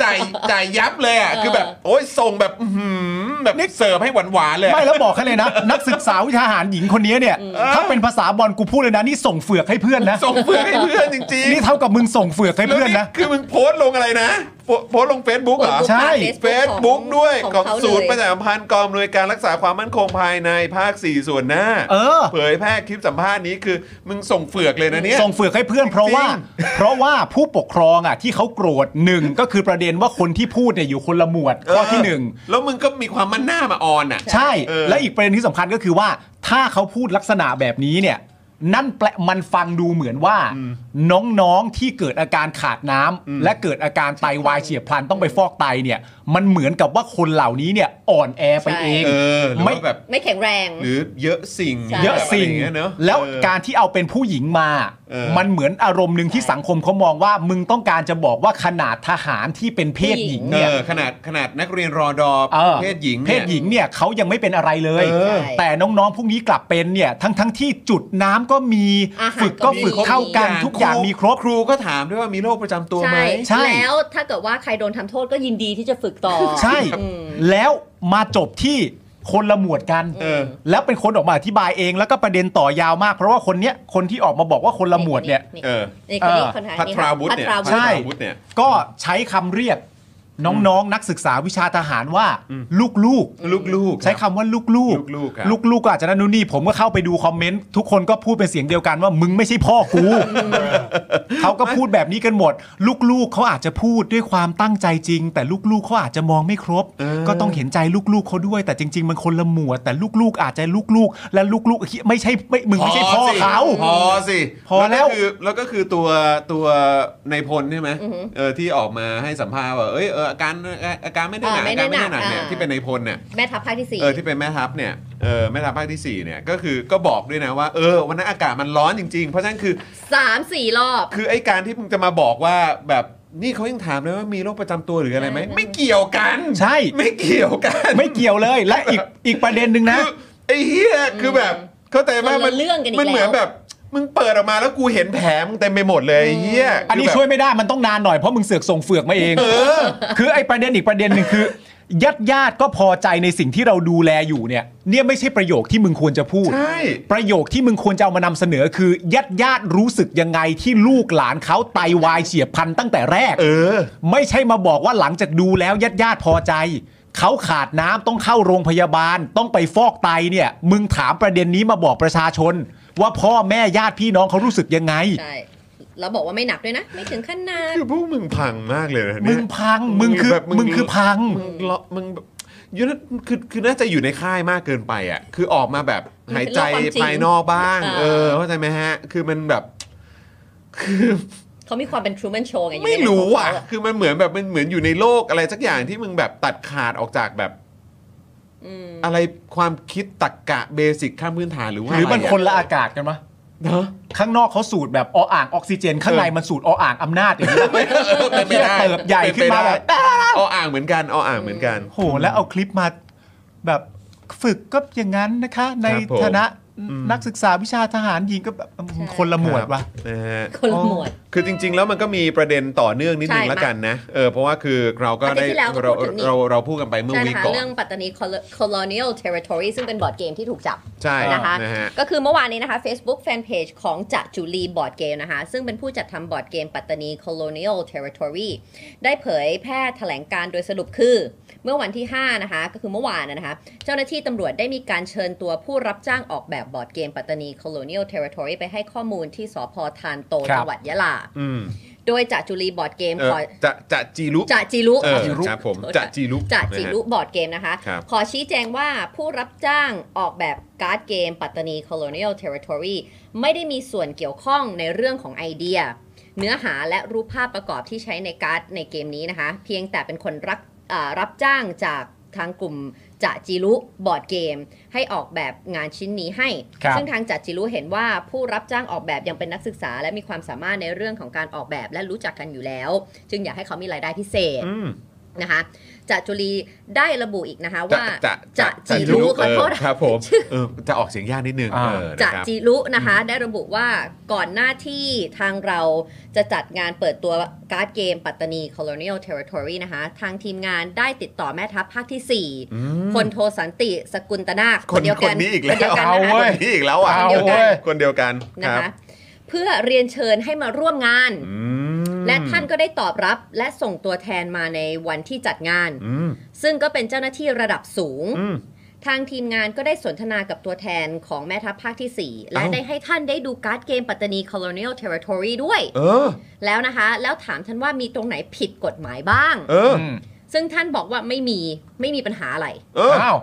B: จ่ายจ่ายยับเลยอ่ะ คือแบบโอ้ยส่งแบบอื้อหือแบบนี่เสิร์ฟให้หวานๆเลยอะ
C: ไม่แล้วบอกให้เลยนะ นักศึกษาวิชาทหารหญิงคนนี้เนี่ย ถ้าเป็นภาษาบอลกูพูดเลยนะนี่ส่งเฟือกให้เพื่อนนะ
B: ส่งเพื่อนให้เพื่อนจริงๆ
C: นี่เท่ากับมึงส่งเฟือกให้เพื่อน
B: แล้ว
C: นะ
B: คือมึงโพสต์ลงอะไรนะโพโพสต์ลง Facebook เหรอ
C: ใช่
B: เฟซบุ๊กด้วยของ
D: เขา
B: ศูนย์ป
D: เล
B: ระชาสัมพันธ์กองอำนวยการรักษาความมั่นคงภายในภาค 4 ส่วนหน้า
C: เออ
B: เผยแพร่คลิปสัมภาษณ์นี้คือมึงส่งเฟือกเลยนะเนี่ย
C: ส่งเฟือกให้เพื่อนเพราะว่า เพราะว่าผู้ปกครองอ่ะที่เขาโกรธหนึ่งก็คือประเด็นว่าคนที่พูดเนี่ยอยู่คนละหมวดข้อที่หนึ่ง
B: แล้วมึงก็มีความมันหน้ามาออนอ่ะ
C: ใช่
B: เออ
C: และอีกประเด็นที่สำคัญก็คือว่า ถ้าเขาพูดลักษณะแบบนี้เนี่ย นั่นแปลมันฟังดูเหมือนว่า น้องๆที่เกิดอาการขาดน้ำและเกิดอาการไตวายเฉียบพลันต้องไปฟอกไตเนี่ย มันเหมือนกับว่าคนเหล่านี้เนี่ยอ่อนแอไปเอง
B: เออหรือ
C: ไม่
B: ว่าแบบ
D: ไม่แข็งแรง
B: หรือเยอะสิ่ง
D: ใช่
C: เยอะสิ่ง
B: ไรางเงี้ยเนอะ
C: แล้ว
B: เออ
C: การที่เอาเป็นผู้หญิงมา
B: เออ
C: มันเหมือนอารมณ์หนึ่งที่สังคมเขามองว่า มึงต้องการจะบอกว่าขนาดทหารที่เป็นเพศหญิง
B: เอ
C: เนี่ย
B: อขนาดขนาดนักเรียนรอดอ
C: เออ
B: เพศหญิงนี่ย
C: เพศหญิงเนี่ยเขายังไม่เป็นอะไรเลย
B: เออ
C: แต่น้องๆพวกนี้กลับเป็นเนี่ยทั้งทั้งๆที่จุดน้ำก็มี
D: อาหาร
C: ฝึกก็
D: ก็มี
C: ฝึกเข้ากัน
B: มีครบ
C: ทุกอย่างมีครบ
B: ครูก็ถามด้วยว่ามีโรคประจำตัวไหม
C: ใช่
D: ใช่ แล้วถ้าเกิดว่าใครโดนทำโทษก็ยินดีที่จะฝึกต่อ
C: ใช่
D: อืม
C: แล้วมาจบที่คนละหมวดกัน
B: เออ
C: แล้วเป็นคนออกมาอธิบายเองแล้วก็ประเด็นต่อยาวมาก เพราะว่าคนเนี้ยคนที่ออกมาบอกว่าคนละหมวดเนี่ย
B: เออ
D: นี่คนนี้
C: เออ
D: คนไหน
B: พัทราวุธ
D: พั
B: เนี่ย
D: ทราวุ
B: พั
D: ธ
B: ท
C: ใช่
B: ราวุธเนี่ย
C: ก็ใช้คำเรียกน้องๆนักศึกษาวิชาทหารว่าลูกๆ
B: ลูกๆรับ
C: ใช้คำว่าลูกๆ
B: ลูกๆครับ
C: ลูกๆก็อาจจะนั่นนู่นนี่ผมก็เข้าไปดูคอมเมนต์ทุกคนก็พูดเป็นเสียงเดียวกันว่ามึงไม่ใช่พ่อกู
B: [laughs]
C: เขาก็พูดแบบนี้กันหมด ลูกๆเขาอาจจะพูดด้วยความตั้งใจจริง แต่ลูกๆเขาอาจจะมองไม่ครบ ก็ต้องเห็นใจลูกๆเขาด้วย แต่จริง ๆ มันคนละหมวดแต่ลูกๆ อาจจะลูกๆ และลูกๆไม่ใช่ไม่มึงไม่ใช่พ่อ
B: สิ
C: เขา
B: พอสิ
C: พอแล้ว
B: ก็คือแล้วก็คือตัวตัวในพลใช่ไหมเออที่ออกมาให้สัมภาษณ์ว่าเอ้ยเอออาการอาการไม่ได้หนักอาการไม่ได้หนักเนี่ยที่เป็นในพลเนี่ย
D: แม่ทัพภาคที่สี่
B: เออที่เป็นแม่ทัพเนี่ยเออแม่ทัพภาคที่ 4 เนี่ยก็คือก็บอกด้วยนะว่าเออวันนั้นอากาศมันร้อนจริงๆ เพราะฉะนั้นคือ
D: สามสี่รอบ
B: คือไอ้การที่มึงจะมาบอกว่าแบบนี่เขายังถามเลยว่ามีโรคประจำตัวหรืออะไรไหม
D: ใช่
B: ไม่เกี่ยวกัน
C: ใช่
B: ไม่เกี่ยวกัน
C: ไม่เกี่ยวเลยและอีกอีกประเด็นหนึ่งนะ
B: คือไอ้เฮียคือแบบเข้าใจไหม
D: คนละ
B: มัน
D: เรื่องกันอีก
B: มันเหมือน
D: แล้ว
B: แบบมึงเปิดออกมาแล้วกูเห็นแผลมึงเต็มไปหมดเลยไอ้เฮีย
C: อันนี้
B: คือแบบ
C: ช่วยไม่ได้มันต้องนานหน่อยเพราะมึงเสือกส่งเฟือกมาเอง
B: เออ
C: คือไอ้ประเด็นอีกประเด็นหนึ่งคือญาติญาติๆก็พอใจในสิ่งที่เราดูแลอยู่เนี่ย เนี่ยไม่ใช่ประโยคที่มึงควรจะพูด
B: ใช่
C: ประโยคที่มึงควรจะเอามานำเสนอคือญาติญาติๆรู้สึกยังไงที่ลูกหลานเขาไตวายเฉียบพลันตั้งแต่แรก
B: เออ
C: ไม่ใช่มาบอกว่าหลังจากดูแล้วญาติญาติๆพอใจ เขาขาดน้ำต้องเข้าโรงพยาบาล ต้องไปฟอกไตเนี่ย มึงถามประเด็นนี้มาบอกประชาชน ว่าพ่อแม่ญาติพี่น้องเขารู้สึกยังไง
D: ใช่แล้วบอกว่าไม่หนักด้วยนะ ไม่ถึงขั้นหนัก
B: คือพวกมึงพังมากเลยนะเนี่ย
C: มึงพังมึงคือ
B: แบบมึง
C: มึงคือพัง
B: มึงเลาะมึงแบบยูนคือคือน่าจะอยู่ในค่ายมากเกินไปอ่ะ คือออกมาแบบ
D: มันเป็น
B: หายใจ
D: เรื่องความจริง
B: ภายนอกบ้าง
D: อ่า
B: เออเข้าใจไหมฮะ คือมันแบบ คือ
D: เขามีความเป็น Truman Show ไงอยู่
B: ไม่
D: ในหนัง
B: รู้อ่ะ
D: ของเขา
B: คือมันเหมือนแบบมันเหมือนอยู่ในโลกอะไรสักอย่างที่มึงแบบตัดขาดออกจากแบบ
D: อืม
B: อะไรความคิดตักกะเบสิกขั้นพื้นฐานหรือว่า
C: หรือมัน
B: อะไะ
C: คนละอากาศกันมะ
B: เนอะ
C: ข้างนอกเขาสูดแบบออ่างออกซิเจน ข้างในมันสูดออ่างอำนาจอย่างนี้ย
B: เออเป็นไปได้
C: เติบใหญ่ขึ้นมาแบบ
B: เป็ไปได้ออ่างเหมือนกันออ่างเหมือนกัน
C: โหแล้วเอาคลิปมาแบบฝึกก็อย่างนั้นนะคะ ใน
B: ครับผม
C: ฐานะ
B: อืม
C: นักศึกษาวิชาทหารหญิงก็แบบคนละหมวดว่ะ
B: นะฮะ
D: คนละหมวด
B: คือจริง ๆ แล้วมันก็มีประเด็นต่อเนื่องนิดนึง
D: ใช่
B: ละกันนะเออเพราะว่าคือเราก็
D: อาทิ
B: ได้
D: ตย์ที่แล้วก็
B: เรา
D: พูดถึงนี่
B: เราเราพูดกันไปเมื่อ
D: ใช่
B: วี
D: นะ
B: ค
D: คะ
B: ก่อน
D: เรื่องปัตตานี Colo- colonial territory ซึ่งเป็นบอร์ดเกมที่ถูกจับ
B: ใช่
D: นะคะ
B: นะฮะ
D: ก็คือเมื่อวานนี้นะคะ Facebook Fanpage ของจะจุลีบอร์ดเกมนะคะ ซึ่งเป็นผู้จัดทำบอร์ดเกมปัตตานี Colonial Territory ได้เผยแพร่แถลงการณ์โดยสรุปคือ เมื่อวันที่ 5 นะคะ ก็คือเมื่อวานนะคะ เจ้าหน้าที่ตำรวจได้มีการเชิญตัวผู้รับจ้างออกแบบบอร์ดเกมปัตตานี Colonial Territory ไปให้ข้อมูลที่สพทานโต
C: ครับ
D: จังหวัดยะลา
B: อืม
D: โดยจะจุลีบอร์ดเกม
B: เออ
D: ขอ
B: จะจะจีรุ
D: จะจีรุ
B: เออ
D: ขอโทษ
B: ครับผม
D: ขอโทษ
B: จะจีรุ
D: จากจิรุ
B: นะฮะ
D: บอร์ดเกมนะคะ
B: ครับ
D: ขอชี้แจงว่าผู้รับจ้างออกแบบการ์ดเกมปัตตานี Colonial Territory ไม่ได้มีส่วนเกี่ยวข้องในเรื่องของไอเดีย เนื้อหาและรูปภาพประกอบที่ใช้ในการ์ดในเกมนี้นะคะ เพียงแต่เป็นคนรับอ่ารับจ้างจากทางกลุ่มจะจิรุบอร์ดเกม ให้ออกแบบงานชิ้นนี้ให้
C: ครับ
D: ซึ่งทางจัดจิรุเห็นว่าผู้รับจ้างออกแบบยังเป็นนักศึกษา และมีความสามารถในเรื่องของการออกแบบและรู้จักกันอยู่แล้ว จึงอยากให้เขามีรายได้พิเศษ
B: อืม
D: นะคะจะจุลีได้ระบุอีกนะคะว่า
B: จะ
D: จะ
B: จะ
D: จีรุขอโทษ
B: เครับผมเออจะออกเสียงยากนิดนึง
C: อ่า
B: เออ
D: จะ
B: นะครับ
D: จีรุนะคะ ได้ระบุว่าก่อนหน้าที่ทางเราจะจัดงานเปิดตัวการ์ดเกมปัตตานี Colonial Territory นะคะ ทางทีมงานได้ติดต่อแม่ทัพภาคที่ 4 คนโทสันติสกุลตนาค
B: คน
D: เดียว
B: ค
D: กัน
B: นี้อีกแล้ว
D: คนเดียวกัน
B: เอา
D: นะคะ
B: เว้ยนี่อีกแล้วอ่ะค
C: เอา
B: น
C: เว้
B: เดียวย กันคนเดียวกันค
D: นะ
B: รับ
D: คะเพื่อเรียนเชิญให้มาร่วมงาน
B: อืม
D: และท่านก็ได้ตอบรับและส่งตัวแทนมาในวันที่จัดงาน
B: อืม
D: ซึ่งก็เป็นเจ้าหน้าที่ระดับสูง
B: อืม
D: ทางทีมงานก็ได้สนทนากับตัวแทนของแม่ทัพภาคที่ 4 และ
B: เอ้า
D: ได้ให้ท่านได้ดูการ์ดเกมปัตตานี Colonial Territory ด้วย
B: เออ
D: แล้วนะคะ แล้วถามท่านว่ามีตรงไหนผิดกฎหมายบ้าง
B: เออ
C: ม
D: ซึ่งท่านบอกว่าไม่มีไม่มีปัญหาอะไร
B: เออ
C: อ้าว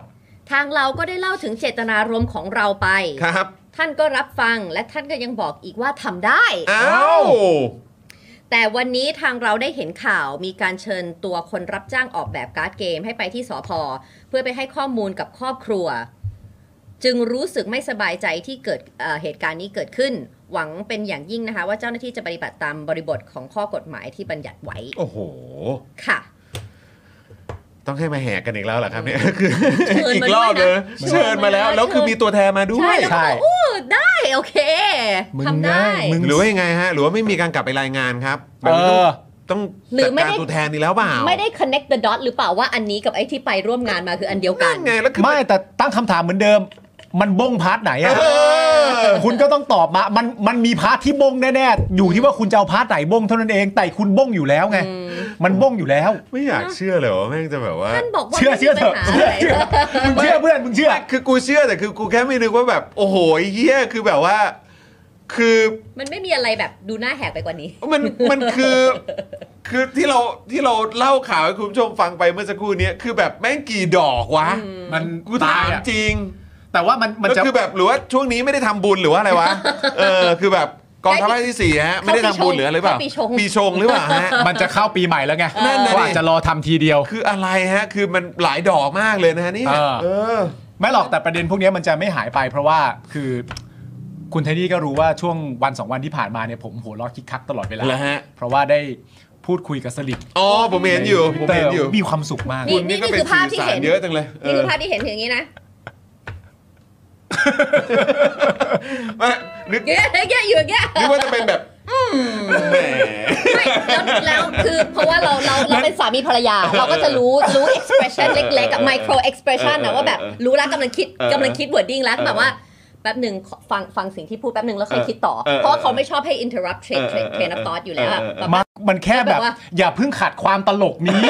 D: ทางเราก็ได้เล่าถึงเจตนารมณ์ของเราไป
B: ครับ
D: ท่านก็รับฟังและท่านก็ยังบอกอีกว่าทำได้
B: อ้าว
D: แต่วันนี้ทางเราได้เห็นข่าวมีการเชิญตัวคนรับจ้างออกแบบการ์ดเกมให้ไปที่สอพอเพื่อไปให้ข้อมูลกับครอบครัว จึงรู้สึกไม่สบายใจที่เกิดเอ่อเหตุการณ์นี้เกิดขึ้น หวังเป็นอย่างยิ่งนะคะ ว่าเจ้าหน้าที่จะปฏิบัติตามบริบทของข้อกฎหมายที่บัญญัติไว้
B: โอ้โห
D: ค่ะ
B: ต้องให้มาแหกกันอีกแล้วเหรอครับเนี่ยคือ
D: เชิญมา
B: อีกรอบเลย
D: ด้วยนะ
B: เชิญมาแล้ว
D: เชิญ
B: แล้วคือมีตัวแทนมาด้วย
D: ใช่แล้วก็
C: ใช่
D: บอกอู้ได้โอเค
C: มึง
D: ทำได้
C: นะมึง
B: หรือว่ายังไงฮะ หรือว่าไม่มีการกลับไปรายงานครับ
C: เออ
B: ต้อง
D: หรือไม่
B: จัดกา
D: ได้
B: รตัวแทนนี้แล้วเปล่า
D: ไม่ได้ connect the dot หรือเปล่าว่าอันนี้กับไอ้ที่ไปร่วมงานมาคืออันเดียวกัน
B: นั่นไงแล้วคือ
C: ไม่แต่ตั้งคำถามเหมือนเดิม มันบงพาร์ทไหนอะ
B: เออ
C: [laughs] คุณก็ต้องตอบมา มันมันมีพาร์ทที่บงแน่ๆ อยู่ที่ว่าคุณจะเอาพาร์ทไหนบงเท่านั้นเอง แต่คุณบงอยู่แล้วไง มันบงอยู่แล้ว
B: ไม่อยากเชื่อเลยว่าแม่งจะแบบว่า
D: ท่านบอกว่า
C: เชื่อ
D: ไม่มี
C: เชื่อเถอะ
D: ปัญหา
C: เชื่อเชื่อ
D: อะไร [laughs]
C: มึงเชื่อเพื่อนมึงเชื่อ
B: คือกูเชื่อแต่คือกูแค่ไม่นึกว่าแบบ โอ้โหไอ้เฮียคือแบบว่า คือ
D: มันไม่มีอะไรแบบดูหน้าแหกไปกว่านี้
B: มันมันคือ คือที่เราที่เราเล่าข่าวให้คุณผู้ชมฟังไปเมื่อสักครู่เนี้ยคือแบบแม่งกี่ดอกวะ
C: มัน
B: กูถามจริง
C: แต่ว่ามันมัน
B: แล้ว
C: จะ
B: คือแบบหรือว่าช่วงนี้ไม่ได้ทำบุญหรือว่าอะไรวะ เออ คือแบบกองทัพภาคที่สี่ฮะ ไม่ได้ทำบุญหรืออะไรหรือเปล่า
D: เขาปีชง
B: ปีชงหรือเปล่าฮะ
C: มันจะเข้าปีใหม่แล้วไง
B: นั่นน่ะดิ
C: ว่าจะรอทำทีเดียว
B: คืออะไรฮะ คือมันหลายดอกมากเลยนะฮะเนี่ย
C: เออ
B: เออ
C: ไม่หรอกแต่ประเด็นพวกเนี้ยมันจะไม่หายไปเพราะว่าคือคุณไทนี่ก็รู้ว่าช่วงวันสองวันที่ผ่านมาเนี่ยผมหัวเร้อคิกคักตลอดเวลา
B: เหรอฮะ
C: เพราะว่าได้พูดคุยกับสลิด
B: อ๋อผมเห็นอยู่ผมเห็นอยู่
C: มีความสุขมาก
D: นี่
B: คุณก็เป็
D: คือภาพที่
B: สื่อสร
D: เห็น
B: เยอะจังเลยเออ
D: นี่คือภาพที่เห็นถึงอย่างนี้นะ
B: ไม่นึก
D: เงี้ยเงี้ยอยู่อย่างเงี้ย
B: นึกว่าจะเป็นแบบแหม
D: ไม่แล้วแล้วคือเพราะว่าเราเราเราเป็นสามีภรร
B: [laughs]
D: ยา เราก็จะรู้รู้ expression เล็กๆกับ micro expression นะว่าแบบรู้แล้วกำลังคิด
B: เออก
D: ำลังคิด wording แล้ว
B: เออ
D: แบบว่าแป๊บหนึ่งขอฟังฟังสิ่งที่พูดแป๊บหนึ่งแล้วค่อยคิดต่อ
B: เออเออ
D: เพราะว่าเขาไม่ชอบให้ interrupt train
B: เออเออ
D: train train of thought อยู่แล้วอะ
C: มันมันแค่แบบ
D: แบบว่า
C: อย่าเพิ่งขัดความตลก
D: [laughs]
C: นี้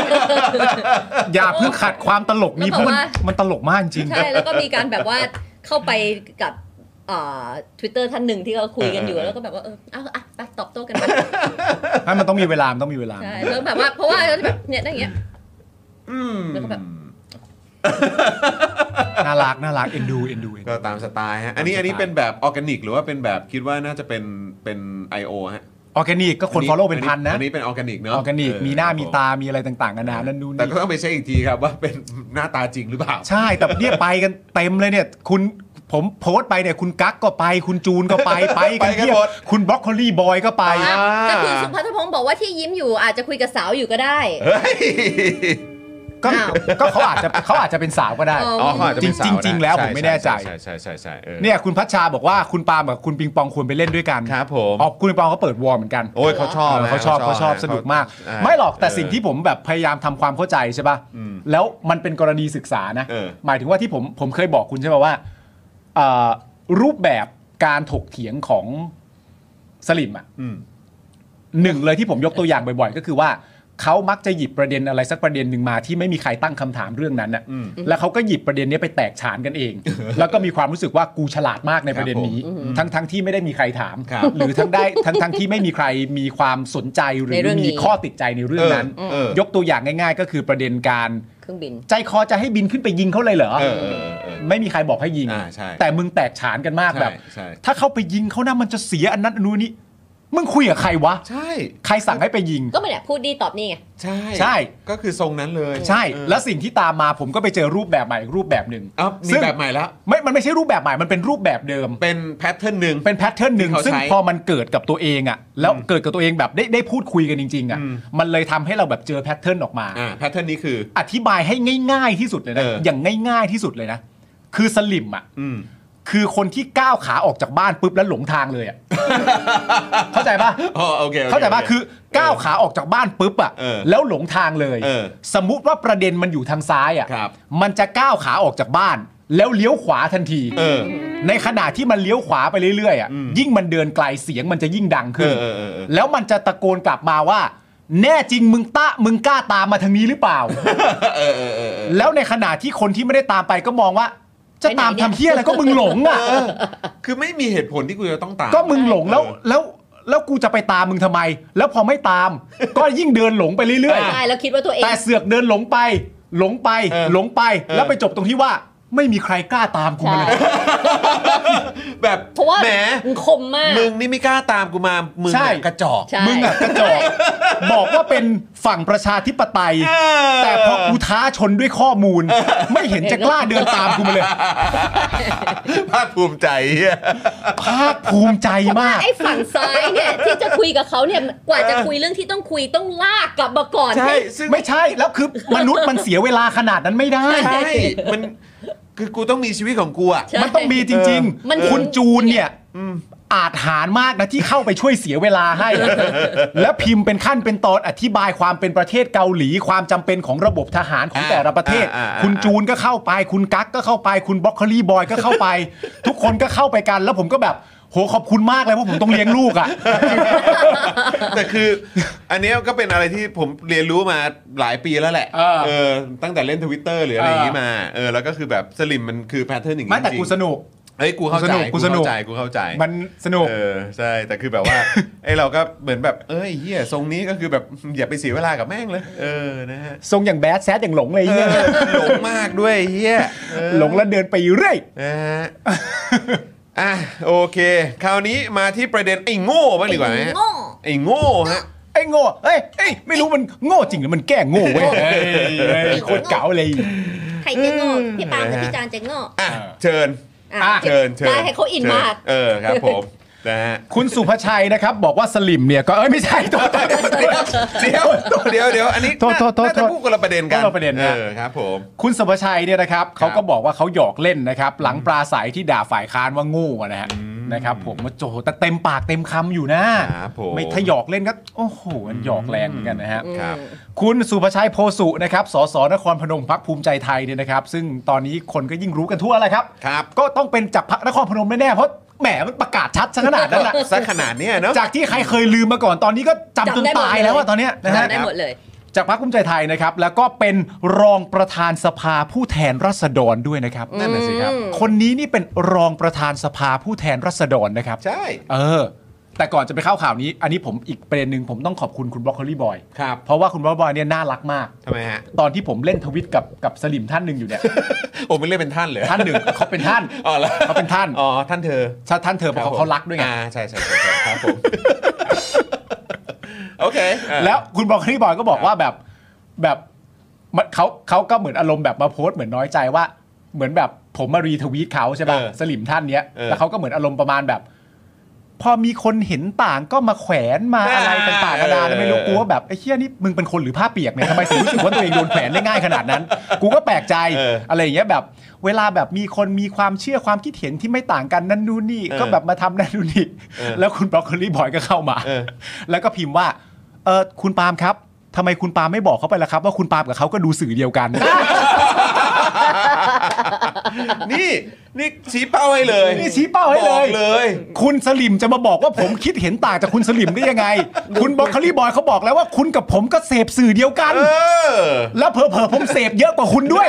C: อย่าเพิ่งขัดความตลกนี้
D: แล้
C: เพ
D: ว
C: ราะ
D: แบ
C: มั
D: บ
C: น
D: ว่า
C: มันตลกมากจริง
D: ใช่แล้วก็มีการแบบว่าเข้าไปกับทวิตเตอร์ท่านหนึ่งที่เขาคุยกันอยู่
B: เออเออ
D: แล้วก็แบบว่าเออเอาอ่ะไปตอบโต้กันไป
C: ให้มันต้องมีเวลามันต้องมีเวลา
D: ใช่แล้วแบบว่าเพราะว่าแบบเนี่ยอย่างเงี้ย
B: อืม
D: แล้วก็แบบ
C: น่ารักน่ารักเอ็นดูเอ็นดูเอ็น
B: ก็
C: ดู
B: ตามสไตล์ฮะ อันนี้
C: ตามสไตล์
B: อันนี้เป็นแบบออร์แกนิก หรือว่าเป็นแบบคิดว่าน่าจะเป็นเป็น I.O. ฮะ
C: ออร์แกนิกก็คนฟอลโล่เป็นพันนะ
B: อันนี้เป็นออร์แกนิก
C: อ
B: เนาะ
C: อร์แกนิก
B: เ
C: มีหน้า
B: ครับ
C: มี
B: ผ
C: ตามีอะไรต่างๆนานานั่นนู่น
B: แต่
C: นี่
B: ก็ต้องไปเช็คอีกทีครับว่าเป็น [laughs] หน้าตาจริงหรือเปล่า
C: ใช่แต่เนี่ยไปกันเต็มเลยเนี่ย คุณผมโพสต์ไปเนี่ย คุณกั๊กก็ไป คุณจูนก็
B: [laughs]
C: ไปไปกัน
B: ไปกัน
C: เพีย
B: หม
C: บ
B: ด
C: คุณบล็อกโคลี่บอยก็ไป
B: อ่า
D: แต่คุณสุพัฒพงศ์บอกว่าที่ยิ้มอยู่อาจจะคุยกับสาวอยู่ก็ได้
B: เฮ้ย
C: ก็ก็เขาอาจจะเขาอาจจะเป็นสาวก็ได้
D: เอ
B: อ๋อเขาอาจจะเป็นสาวนะ
C: จริงๆแล้วผมไม่แน่ใจ
B: ใช่ใช่ใช่ใช่ใช่เออ
C: เนี่ยคุณพัชชาบอกว่าคุณปาล์มกับคุณปิงปองควรไปเล่นด้วยกัน
B: ครับผม
C: อ๋อคุณปิงปองเขาเปิดวอร์เหมือนกัน
B: โอ้ยเขาชอบ
C: เออ
B: นะ
C: เขาชอบเขาชอบ
B: ะ
C: สนุกมาก
B: เ
C: ไม่หรอกแต่
B: เ
C: สิ่งที่ผมแบบพยายามทำความเข้าใจใช่ป่ะ
B: อืม
C: แล้วมันเป็นกรณีศึกษานะ
B: เออ
C: หมายถึงว่าที่ผมผมเคยบอกคุณใช่ป่ะว่าเอ่อรูปแบบการถกเถียงของสลิมอ่ะ
B: อืม
C: หนึ่งเลยที่ผมยกตัวอย่างบ่อยๆ ก็คือว่าเขามักจะหยิบประเด็นอะไรสักประเด็นหนึ่งมาที่ไม่มีใครตั้งคำถามเรื่องนั้นน่ะ
B: อืม
C: แล้วเขาก็หยิบประเด็นเนี้ยไปแตกฉานกันเอง แล้วก็มีความรู้สึกว่ากูฉลาดมากในประเด็นนี้ ทั้งทั้งๆที่ไม่ได้มีใครถาม
B: ครับ
C: หรือทั้งได้ [laughs] ทั้งทั้งๆที่ไม่มีใครมีความสนใจหรื
D: ใน
C: อ
D: เรื่องนี้
C: มีข้อติดใจในเรื่องนั้น
B: เออย
C: กตัวอย่างง่าย ๆ ก็คือประเด็นการ
D: เครื่องบิน
C: ใจคอจะให้บินขึ้นไปยิงเขาเลยเหรอ
B: เออเออเออ
C: ไม่มีใครบอกให้ยิง
B: อ่าใช่
C: แต่มึงแตกฉานกันมากแบบ
B: ใช่
C: ถ้าเข้าไปยิงเขานะมันจะเสียอันนั้นอันนู้นนี่มึงคุยกับใครวะ
B: ใช่
C: ใครสั่งให้ไปยิง
D: ก็ไม่ได้พูดดีตอบนี่ไง
B: ใช่
C: ใช่
B: ก็คือทรงนั้นเลย
C: ใช่
B: เออ
C: แล้วสิ่งที่ตามมาผมก็ไปเจอรูปแบบใหม่รูปแบบหนึ่ง
B: เอ้ามี
C: ซึ่ง
B: แบบใหม่แล้ว
C: ไม่มันไม่ใช่รูปแบบใหม่มันเป็นรูปแบบเดิม
B: เป็นแพทเทิร์นหนึ่ง
C: เป็นแพทเทิร์นหนึ่ง
B: ที่เขา
C: ซึ่ง
B: ใช้
C: พอมันเกิดกับตัวเองอะ่ะแล้วเกิดกับตัวเองแบบได้ได้พูดคุยกันจริง ๆอะ่ะ
B: อืม
C: มันเลยทำให้เราแบบเจอแพทเทิร์นออกมา
B: อ่าแพทเทิร์นนี้คือ
C: อธิบายให้ง่ายๆที่สุดเลยนะ
B: เอออ
C: อย่างง่ายๆที่สุดเลยนะ คือสลิมอ่ะ
B: อืม
C: คือคนที่ก้าวขาออกจากบ้านปุ๊บแล้วหลงทางเลย
B: [laughs]
C: อ่ะเข้าใจปะ
B: อ๋อโอเคโอค
C: เข้าใจปะ
B: โเ
C: คือก้าวขาออกจากบ้านปุ๊บอ่ะ
B: เออ
C: แล้วหลงทางเลย
B: เออ
C: สมมุติว่าประเด็นมันอยู่ทางซ้ายอ่ะ
B: ครับ
C: มันจะก้าวขาออกจากบ้าน แล้วเลี้ยวขวาทันที
B: เออ
C: ในขณะที่มันเลี้ยวขวาไปเรื่อยๆอ่ะยิ่งมันเดินไกลเสียงมันจะยิ่งดังขึ้น
B: เออเออเออเออ
C: แล้วมันจะตะโกนกลับมาว่า แน่จริงมึงตะมึงกล้าตามมาทางนี้หรือเปล่า
B: เออเออเออเออ
C: แล้วในขณะที่คนที่ไม่ได้ตามไปก็มองว่า จะตามทำเพี้ยอะไรก็มึงหลงอ่ะ
B: คือไม่มีเหตุผลที่กูจะต้องตาม
C: ก็มึงหลงแล้ว
B: เออ
C: แล้วแล้วกูจะไปตามมึงทำไม แล้วพอไม่
B: [laughs]
C: ตาม ก็ยิ่งเดินหลงไปเรื่อย
D: ใช่แล้วคิดว่าตัวเอ
C: ๆ
D: ง
C: แต่เสือกเดินหลงไป หลงไป
B: เออ
C: หลงไป
B: เออ
C: แล้วไปจบตรงที่ว่า ไม่มีใครกล้าตามกูมาเลย
D: ใช่
B: แบบ
D: เพราะว่า
B: แหม
D: มึงคมมาก
B: มึงนี่ไม่กล้าตามกูมา มึง
C: ใช่
B: อะกระจอก
D: ใช่
C: มึงอ่ะกระจอก [laughs] บอกว่าเป็นฝั่งประชาธิปไตย
B: เออ
C: แต่พอกูท้าชนด้วยข้อ
B: [laughs]
C: มูล ไม่เห็นจะกล้าเดินตามกูมาเลย
B: ภาคภูมิใจเหี้ย
C: ภาคภูมิใจมาก
D: ไอ้ฝั่งซ้ายเนี่ยที่จะคุยกับเขาเนี่ยกว่าจะคุยเรื่องที่ต้องคุยต้องลากกลับมาก่อน
B: ใช่ ซึ่ง
C: ไม่ใช่แล้วคือมนุษย์มันเสียเวลาขนาดนั้นไม่ได้
B: ใช่ มัน คือกูต้องมีชีวิตของกูอ่ะ
D: ใช่
C: มันต้องมีจริง
D: มัน
C: ๆ คุณจูนเนี่ยอาจหารมากนะที่เข้าไปช่วยเสียเวลาให้
B: [laughs]
C: แล้วพิมพ์เป็นขั้นเป็นตอนอธิบายความเป็นประเทศเกาหลี ความจำเป็นของระบบทหารของ
B: อ่า
C: แต่ละประเทศ
B: อ่าอ่า
C: คุณจูนก็เข้าไป คุณกั๊กก็เข้าไป คุณบล็อกโคลีบอย
B: [laughs]
C: ก็เข้าไป ทุกคนก็เข้าไปกัน แล้วผมก็แบบโหขอบคุณมากเลยเพราะผมต้องเลี้ยงลูกอ่ะ
B: แต่คืออันเนี้ยก็เป็นอะไรที่ผมเรียนรู้มาหลายปีแล้วแหละ
C: เออ
B: เออตั้งแต่เล่นทวิตเตอร์หรืออะไรอย่างนี้
C: เออ
B: มาเออแล้วก็คือแบบสลิมมันคือแพทเทิร์นอย่าง
C: ไม่
B: นี้
C: แต่
B: จริ
C: กู
B: ง
C: สนุก
B: ๆเอ้ยกูเข้าใจ
C: กู
B: กู
C: สนุ
B: เข้าก ใจกูเข้าใจ
C: มันสนุก
B: เออใช่แต่คือแบบว่า [laughs] ไอ้เราก็เหมือนแบบเอ้ยเฮียทรงนี้ก็คือแบบ [laughs] อย่าไปเสียเวลากับแม่งเลย เออนะฮะ
C: ทรงอย่างแบดแซดอย่างหลงเลย
B: เอ
C: เหี้ย
B: อหลงมากด้วยเฮียเออ
C: หลงแล้วเดินไปเรื่อย
B: นะฮะ อ่ะโอเค คราวนี้มาที่ประเด็นไอ้โง่บ้างดีกว่าไหมฮะ
D: ไอ้โง่
B: ไอ้โง่ฮะ
C: ไอ้โง่เอ้ยเอ้ยไม่รู้มันโง่จริงหรือมันแกล้งโง่เว้ย
D: เฮ้ย
C: โคตรเก๋าเลย
D: ใครจะโง่พี่ปาล์มกับ
B: เออ
D: พี่จานจะโง่
B: อ่ะเชิญ
D: อ่ะ
C: อ่ะ
B: เชิญเชิญ
D: ได้ให้เขาอินมาก
B: เชิญเออครับ
C: [laughs]
B: ผม นะฮะ
C: คุณสุภชัยนะครับ บอกว่าสลิมเนี่ยก็เอ้ยไม่ใช่ตัวตัวตัวตัว
B: เดี๋ยวเดี๋ยวเดี๋ยวอันนี้
C: โทษโทษโทษ
B: น่าจะพูดคนละประเด็นกัน
C: คนละประเด็น
B: เอ
C: นะ
B: อครับผม
C: คุณสุภชัยเนี่ยนะครับเขาก็บอกว่าเขาหยอกเล่นนะครับ หลังปราศัยที่ด่าฝ่ายค้านว่าโง่อะนะฮะนะครับ ผมว่าโจแต่เต็มปากเต็มคำอยู่นะครับ
B: ผม
C: ไม่ถ้าหยอกเล่นก็โอ้โหมันหยอกแรงเหมือนกันนะฮะ
B: ครับ
C: คุณสุภชัยโพสุนะครับ สสนครพนมพักภูมิใจไทยเนี่ยนะครับ ซึ่งตอนนี้คนก็ยิ่งรู้กันทั่วแล้วครับ
B: ครับ
C: ก็ต้องเป็นจากพักนครพนมแน่ๆเพราะแหมมันประกาศชัดซะขนาดนั้น
D: [laughs]
C: นะ
B: สักขนาดเนี้ยเนาะ
C: จากที่ใครเคยลืมมาก่อนตอนนี้ก็จำจน
D: จำได้หมด
C: ตาย
D: เลย
C: แล้วอะตอนเนี้ยนะฮะ
D: จำได้หมดเลย
C: จากพรรคภูมิใจไทยนะครับ แล้วก็เป็นรองประธานสภาผู้แทนรัษฎรด้วยนะครับ
B: นั่นน่ะสิครับ
C: คนนี้นี่เป็นรองประธานสภาผู้แทนรัษฎรนะครับ
B: ใช่
C: เออ แต่ก่อนจะไปเข้าข่าวนี้ อันนี้ผมอีกประเด็นหนึ่งผมต้องขอบคุณคุณบรอกโคลีบอย
B: ครับ
C: เพราะว่าคุณบรอกโคลีบอยเนี่ยน่ารักมาก
B: ทำไมฮะ
C: ตอนที่ผมเล่นทวิตกับกับสลิมท่านหนึ่งอยู่เนี่ย
B: โอ้ไม่เรียกเป็นท่านเลย
C: ท่านหนึ่งเขาเป็นท่าน
B: อ๋อแล้ว
C: เขาเป็นท่าน
B: อ๋อท่านเธอ
C: ถ้าท่านเธอเพราะ
B: คบ
C: เขา
B: ผม
C: เขารักด้วยไง
B: อ่าใช่ใช่ใช่ใช่ครับผม โอเคอ่ะ
C: แล้วคุณบรอกโคลีบอยก็บอกว่าแบบแบบมันเขาเขาก็เหมือนอารมณ์แบบมาโพสต์เหมือนน้อยใจว่า เหมือนแบบผมมารีทวีตเขาใช่ป่ะ
B: เออ
C: สลิมท่านเนี้ย
B: เออ
C: แล้วเขาก็เหมือนอารมณ์ประมาณแบบ พอมีคนเห็นต่างก็มาแขวนมา
B: อ่า
C: อะไรต่างๆนานาแล้วไม่รู้
B: เออ
C: กูว่าแบบไอ้เชี่ยนี่มึงเป็นคนหรือผ้าเปียกเนี่ยทำไมถึงรู้สึกว่าตัวเองโดนแขวนได้ง่ายขนาดนั้น กูก็แปลกใจอะไรอย่างเงี้ยแบบ เวลาแบบมีคนมีความเชื่อความคิดเห็นที่ไม่ต่างกันนั่นนู่นนี่ก็แบบมาทำนั่นนู่นนี่แล้วคุณบรอกโคลีบอยก็เข้ามา
B: เออ
C: แล้วก็พิมพ์ว่า เออคุณปาล์มครับทำไมคุณปาล์มไม่บอกเขาไปล่ะครับ ว่าคุณปาล์มกับเขาก็ดูสื่อเดียวกัน
B: นี่นี่ชี้เป้าให้เลย
C: นี่ชี้เป้าให้เลย
B: บอกเลย
C: คุณสลิมจะมาบอกว่าผมคิดเห็นต่างจากคุณสลิมได้ยังไง คุณบล็อกคลี่บอยเขาบอกแล้วว่าคุณกับผมก็เสพสื่อเดียวกัน
B: เออ
C: แล้วเผลอๆผมเสพเยอะกว่าคุณด้วย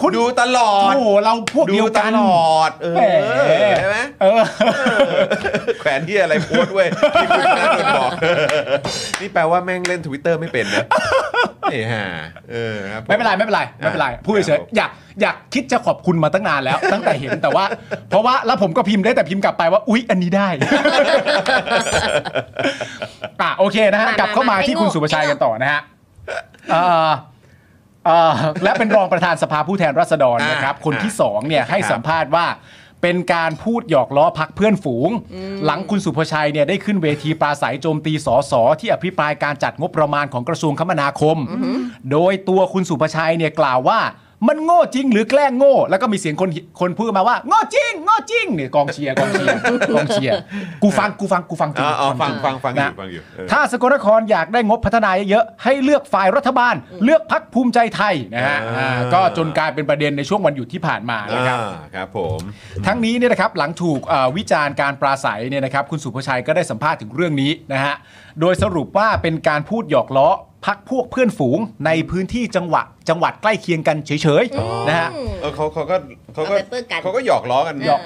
C: คุณ
B: ดูตลอด
C: โอ้โหเราพวก
B: ดู
C: เดียว
B: ต
C: กัน
B: ลอดเอ
C: แหม
B: อใช่ไหม
C: เออ
B: แขวนที่อะไรโพสต์เว้ยที่คุณแม่โดนบอก นี่แปลว่าแม่งเล่น Twitter ไม่เป็น [laughs] นะนี่ฮะเออครับผ
C: ไม่เป็นไรไม่เป็นไรไม่เป็นไร
B: อ่ะ
C: พูด
B: ค
C: เฉ
B: รับ
C: ย
B: ผม
C: ๆอยากอยากคิดจะขอบคุณมาตั้งนาน
B: [laughs]
C: แล้ว ตั้งแต่เห็นแต่ว่า เพราะว่าแล้วผมก็พิมพ์ได้แต่พิมพ์กลับไปว่าอุ๊ยอันนี้
B: [laughs]
C: ได้ อ่ะโอเคนะฮะ
D: มาก
C: ลับเข้ามา
D: มา
C: ที่
D: ให้
C: คุณ
D: งบ
C: สุประชัยกันต่อนะฮะเอ่อเอ่อและเป็นรองประธานสภาผู้แทนราษฎร
B: อ่ะ
C: นะครับ คน
B: อ่ะ
C: ที่สองเนี่ยให้สัมภาษณ์ว่า เป็นการพูดหยอกล้อพักเพื่อนฝูง หลังคุณสุภชัยเนี่ยได้ขึ้นเวทีปราศัยโจมตีสอสอที่อภิปรายการจัดงบประมาณของกระทรวงคมนาคม โดยตัวคุณสุภชัยเนี่ยกล่าวว่า มันโง่จริงหรือแกล้งโง่ แล้วก็มีเสียงคนคนพูดมาว่าโง่จริงโง่จริงเนี่ยกองเชียร์กองเชียร์กองเชียร์กูฟังกูฟังกูฟังจริ
B: อ๋
C: ง
B: ออ๋อฟัง
C: จริ
B: ฟังฟังอ
C: นะ
B: ยู่ฟังอยู่เออ
C: ถ้าสกลนครอยากได้งบพัฒนาเยอะๆให้เลือกฝ่ายรัฐบาล เลือกพักภูมิใจไทยนะฮะ
B: อ่า
C: อ่าก็จนกลายเป็นประเด็นในช่วงวันหยุดที่ผ่านมานะครับ
B: อ่าครับผม
C: ทั้งนี้เนี่ยนะครับหลังถูกเอ่อวิจารณ์การปราศัยเนี่ยนะครับ คุณสุภชัยก็ได้สัมภาษณ์ถึงเรื่องนี้นะฮะโดยสรุปว่าเป็นการพูดหยอกล้อพักพวกเพื่อนฝูงในพื้นที่จังหวัดจังหวัดใกล้เคียงกันเฉยๆนะฮะ
D: อืม
B: เออเขาเขาก็เขาก็
D: เอาไปเปิดกัน
B: เขาก็หยอกล้อกัน
D: หยอก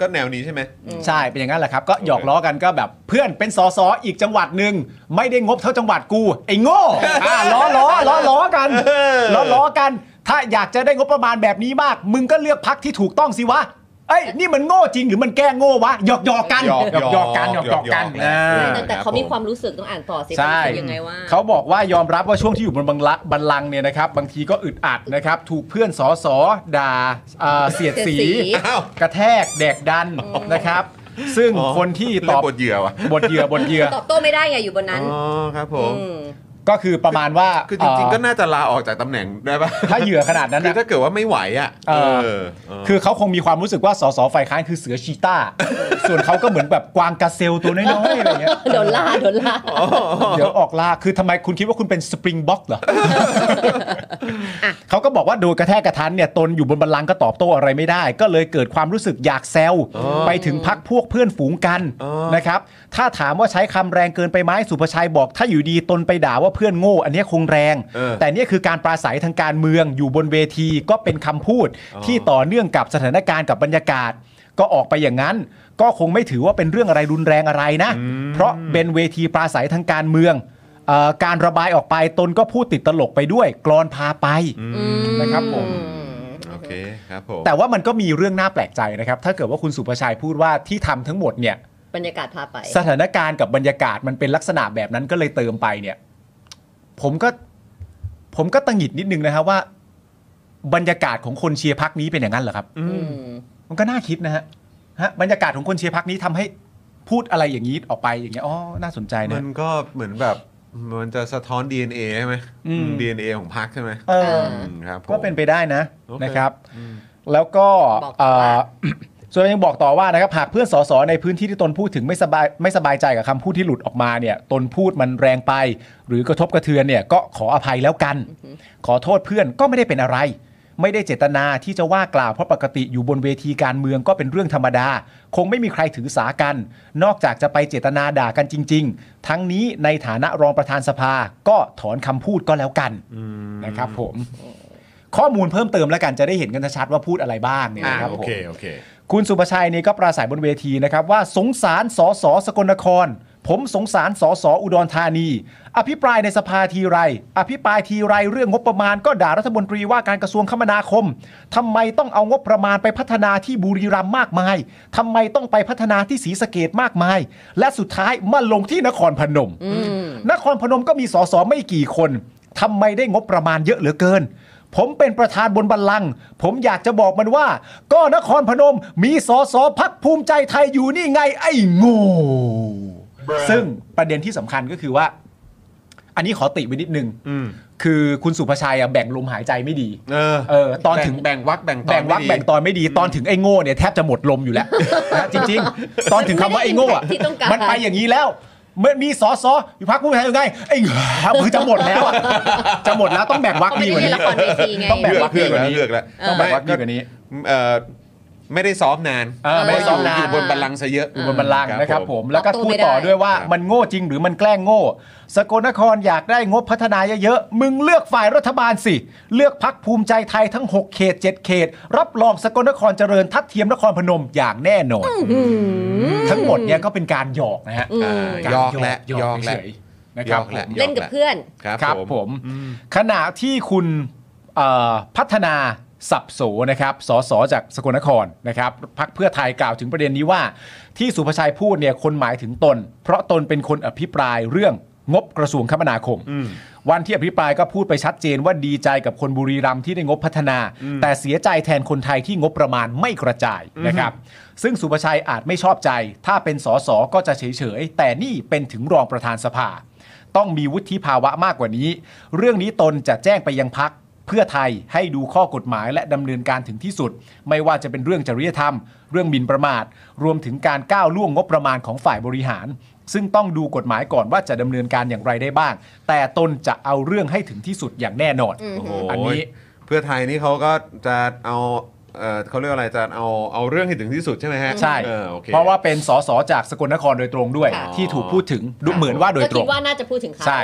B: ก็แนวนี้ใช่ไหม
C: ใช่เป็นอย่างนั้นแหละครับ ก็หยอกล้อกันก็แบบเพื่อนเป็นสสอีกจังหวัดหนึ่งไม่ได้งบเท่าจังหวัดกูไอ้โง่ [laughs] อ่าล้อล้อล้อล้อกัน
B: เออ
C: ล้อล้อกัน ถ้าอยากจะได้งบประมาณแบบนี้มาก มึงก็เลือกพักที่ถูกต้องสิวะเอ้ยนี่มันโง่จริงหรือมันแกล้งโง่วะหยอกหยอกกันหยอกกันหยอกหยอกกัน
B: หยอ
C: อ่า
B: หยอก
D: แต่แต่เขามีความรู้สึกต้องอ่านต่อสิ
C: ใช่
D: เขารู้สึกยังไงว่า
C: เขาบอกว่ายอมรับว่าช่วงที่อยู่บนบังละบันลังก์เนี่ยนะครับบางทีก็อึดอัดนะครับถูกเพื่อนสอสอด่าเอ่อเสียดสี
D: เสียดสี
B: อ้าว
C: กระแทกแดกดันนะครับ ซึ่งคนที่
B: เล่
C: ต
B: น
C: อบบ
B: ทเหยื่อวะ
C: บทเหยื่อบทเหยื่อ
D: ตอบโต้ไม่ได้ไงอยู่บนนั้น
B: อ๋อครับผม
D: อืม
C: ก็คือประมาณว่า
B: คือจริงๆ ก็
C: เอ่อ
B: น่าจะลาออกจากตำแหน่งได้ปะ
C: ถ้าเหยื่อขนาดนั้น
B: คือ
C: นะ
B: ถ้าเกิดว่าไม่ไหวอ่ะ
C: เออ
B: เออเออ
C: คือเขาคงมีความรู้สึกว่าสสฝ่ายค้านคือเสือชีต้า ส่วนเขาก็เหมือนแบบกวางกาเซลตัวน้อยๆอะไรเงี้ย
D: โดนล่าโดนล่า
C: เดี๋ยวออกล่าคือทำไมคุณคิดว่าคุณเป็นสปริงบ็อกเหรอเขาก็บอกว่าโดยกระแทกกระทันเนี่ยตนอยู่บนบัลลังก์ก็ตอบโต้อะไรไม่ได้ ก็เลยเกิดความรู้สึกอยากแซว
B: อ๋อ
C: ไปถึงพักพวกเพื่อนฝูงกัน
B: อ๋อ
C: นะครับ ถ้าถามว่าใช้คำแรงเกินไปไหมสุภชัยบอก ถ้าอยู่ดีตนไปด่าว่าเพื่อนโง่ อันเนี้ยคงแรง
B: เออ
C: แต่เนี่ยคือการปราศัยทางการเมืองอยู่บนเวทีก็เป็นคำพูด
B: อ๋อ
C: ที่ต่อเนื่องกับสถานการณ์กับบรรยากาศ ก็ออกไปอย่างนั้น ก็คงไม่ถือว่าเป็นเรื่องอะไรรุนแรงอะไรนะ เพราะเป็นเวทีปราศัยทางการเมืองเออการระบายออกไปตนก็พูดติดตลกไปด้วยกรอนพาไป นะครับผม
B: โอเคครับผม
C: แต่ว่ามันก็มีเรื่องน่าแปลกใจนะครับ ถ้าเกิดว่าคุณสุภชัยพูดว่าที่ทำทั้งหมดเนี่ย
D: บรรยากาศพาไป
C: สถานการณ์กับบรรยากาศมันเป็นลักษณะแบบนั้นก็เลยเติมไปเนี่ย ผมก็ ผมก็ตังหงิดนิดนึงนะครับว่า บรรยากาศของคนเชียร์พักนี้เป็นอย่างนั้นเหรอครับ
D: อืม
C: มันก็น่าคิดนะฮะฮะบรรยากาศของคนเชียร์พักนี้ทำให้พูดอะไรอย่างนี้ออกไปอย่างเงี้ยอ๋อน่าสนใจนะ
B: มันก็เหมือนแบบมันจะสะท้อน DNA ใช่ไหม
C: อืม
B: อืม DNA ของพรรคใช่ไหม
C: เออ
B: อืมครับผม
C: ก็เป็นไปได้นะ
B: โอเค
C: นะครับ แล้วก็
D: บอก
C: เอ่อ [coughs]
D: ว่า
C: ส่วนยังบอกต่อว่านะครับหากเพื่อนสสในพื้นที่ที่ตนพูดถึงไม่สบายไม่สบายใจกับคำพูดที่หลุดออกมาเนี่ยตนพูดมันแรงไป หรือกระทบกระเทือนเนี่ยก็ขออภัยแล้วกัน ขอโทษเพื่อนก็ไม่ได้เป็นอะไร ไม่ได้เจตนาที่จะว่ากล่าวเพราะปกติอยู่บนเวทีการเมืองก็เป็นเรื่องธรรมดา คงไม่มีใครถือสากัน นอกจากจะไปเจตนาด่ากันจริง ๆ ทั้งนี้ในฐานะรองประธานสภาก็ถอนคำพูดก็แล้วกันนะครับผม ข้อมูลเพิ่มเติมแล้วกันจะได้เห็นกันชัดๆว่าพูดอะไรบ้างเนี่ย
B: อ่า
C: นะครับ
B: โอ
C: ผม
B: เคโอเค
C: คุณสุภชัยเนี่ยก็ปราศัยบนเวทีนะครับ ว่าสงสารสอสอสกลนคร ผมสงสารสอสออุดรธานี อภิปรายในสภาทีไร อภิปรายทีไรเรื่องงบประมาณก็ด่ารัฐมนตรีว่าการกระทรวงคมนาคมทำไมต้องเอางบประมาณไปพัฒนาที่บุรีรัมย์มากมายทำไมต้องไปพัฒนาที่ศรีสะเกดมากมาย และสุดท้ายมาลงที่นครพนม นครพนมก็มีสสไม่กี่คนทำไมได้งบประมาณเยอะเหลือเกิน ผมเป็นประธานบนบัลลังก์ผมอยากจะบอกมันว่า ก็นครพนมมีสอสอพักภูมิใจไทยอยู่นี่ไงไอ้โง่ซึ่งประเด็นที่สำคัญก็คือว่า อันนี้ขอติไว้นิดนึง
B: อืม
C: คือคุณสุภชัยอะแบ่งลมหายใจไม่ดี
B: เออ
C: เออ ตอนถึง
B: แบ่งแบ่งวักแบ่งตอน
C: แบ่งวัก
B: ไม่ดี
C: แบ่งตอนไม่ดีตอนถึงไอ้โง่เนี่ยแทบจะหมดลมอยู่แล้ว นะจริง
D: [laughs]
C: ๆ ตอนถึงคำว่าไอ้โง่อะ
D: มันไม่ได้ impact ที่ต้องการ
C: มันไปอย่างนี้แล้วเมื่อมีสอสออยู่พักผู้แทนยังไงไอ้เหงาคือจะหมดแล้วอะจะหมดแล้วต้องแบ่งวัก
D: เขาไม่
C: ดีก
D: ได้
C: ว่า
D: เล่น
C: นี้
D: ละครเวทีไง
C: ต้องแบ่ง
B: เลือก
C: วั
B: เลือกแล้ว
C: ดีกว่านี้
B: เลือกแล้ว
D: ต้
C: ต้องแบ่งวักดีกว่านี้
B: เอ่อไม่ได้ซ้อมนาน
C: เออไม่ได้ซ้อมนาน
B: ยู่บนบัลลังก์ซะเยอะ
C: อยู่บนบัลลังก์นะครับผมแล้วก็
D: ปรับตัว
C: พูด
D: ไม่ได้
C: ต่อด้วยว่า
B: ครับ
C: มันโง่จริงหรือมันแกล้งโง่ สกลนครอยากได้งบพัฒนาเยอะๆมึงเลือกฝ่ายรัฐบาลสิ เลือกพักภูมิใจไทยทั้ง 6 เขต 7 เขต รับรองสกลนครเจริญทัดเทียมนครพนมอย่างแน่นอน
D: อืม
C: ทั้งหมดเนี่ยก็เป็นการหยอกนะฮะ
D: อืม
B: อ่า ยอกและยอกและ
C: เฉยๆนะครับ
B: ยอกและ
C: ผม
D: เล่นกับเพื่อน
B: ครับ
C: ครับ
B: ผ
C: ผม ม ขณะที่คุณเอ่อพัฒนาสับโสนะครับสสจากสกลนครนะครับพักเพื่อไทยกล่าวถึงประเด็นนี้ว่า ที่สุภชัยพูดเนี่ยคนหมายถึงตน เพราะตนเป็นคนอภิปรายเรื่องงบกระทรวงคมนาคม วันที่อภิปรายก็พูดไปชัดเจนว่าดีใจกับคนบุรีรัมย์ที่ได้งบพัฒนา แต่เสียใจแทนคนไทยที่งบประมาณไม่กระจายนะครับ ซึ่งสุภชัยอาจไม่ชอบใจ ถ้าเป็นสสก็จะเฉยๆแต่นี่เป็นถึงรองประธานสภา ต้องมีวุฒิภาวะมากกว่านี้ เรื่องนี้ตนจะแจ้งไปยังพักเพื่อไทยให้ดูข้อกฎหมายและดำเนินการถึงที่สุด ไม่ว่าจะเป็นเรื่องจริยธรรม เรื่องหมิ่นประมาท รวมถึงการก้าวล่วงงบประมาณของฝ่ายบริหาร ซึ่งต้องดูกฎหมายก่อนว่าจะดำเนินการอย่างไรได้บ้าง แต่ตนจะเอาเรื่องให้ถึงที่สุดอย่างแน่นอน
B: โอ้โห
C: อันนี้
B: เพื่อไทยนี่เขาก็จะเอาเอ่อเขาเรียกว่าอะไรจะเอาเอาเรื่องให้ถึงที่สุดใช่ไหมฮะ
C: ใช่
B: เออโอค
C: เพราะว่าเป็นสสจากสกลนครโดยตรงด้วย
D: ค่ะ
C: ที่ถูกพูดถึงดูเหมือนว่าโดย
D: ก็
C: ตร
D: คิด
C: ง
D: ว่าน่าจะพูดถึงเขา
C: ใช่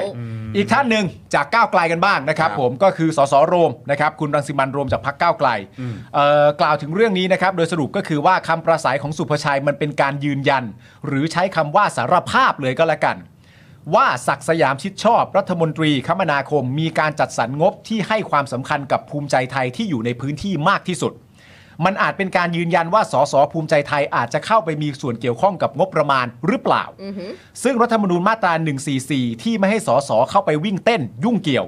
C: อีกท่านหนึ่งจากก้าวไกลกันบ้างนะครับ
B: ครับ
C: ผมก็คือสสโรมนะครับคุณรังสิมันต์โรมจากพรรคก้าวไกลเอ่อกล่าวถึงเรื่องนี้นะครับโดยสรุปก็คือว่าคำประสัยของสุภชัยมันเป็นการยืนยัน หรือใช้คำว่าสารภาพเลยก็แล้วกัน ว่าศักดิ์สยามชิดชอบ รัฐมนตรีคมนาคม มีการจัดสรรงบที่ให้ความสำคัญกับภูมิใจไทยที่อยู่ในพื้นที่มากที่สุด มันอาจเป็นการยืนยันว่าสสภูมิใจไทยอาจจะเข้าไปมีส่วนเกี่ยวข้องกับงบประมาณหรือเปล่า ซึ่งรัฐธรรมนูญมาตรา 144 ที่ไม่ให้สสเข้าไปวิ่งเต้นยุ่งเกี่ยว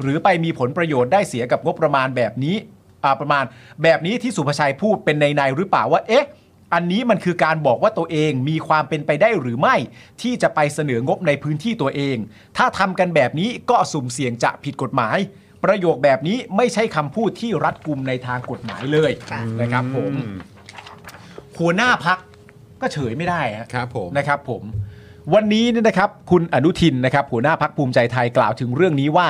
C: หรือไปมีผลประโยชน์ได้เสียกับงบประมาณแบบนี้อ่าประมาณ แบบนี้ที่สุภชัยพูดเป็นในในๆหรือเปล่าว่า เอ๊ะ อันนี้มันคือการบอกว่าตัวเองมีความเป็นไปได้หรือไม่ ที่จะไปเสนองบในพื้นที่ตัวเอง ถ้าทำกันแบบนี้ก็สุ่มเสี่ยงจะผิดกฎหมาย ประโยคแบบนี้ไม่ใช่คำพูดที่รัดกุมในทางกฎหมายเลย
D: ค่ะ
C: นะครับผม
B: อืม
C: หัวหน้าพักก็เฉยไม่ได้ฮะ
B: ครับผม
C: นะครับผมวันนี้เนี่ยนะครับคุณอนุทินนะครับหัวหน้าพักภูมิใจไทยกล่าวถึงเรื่องนี้ว่า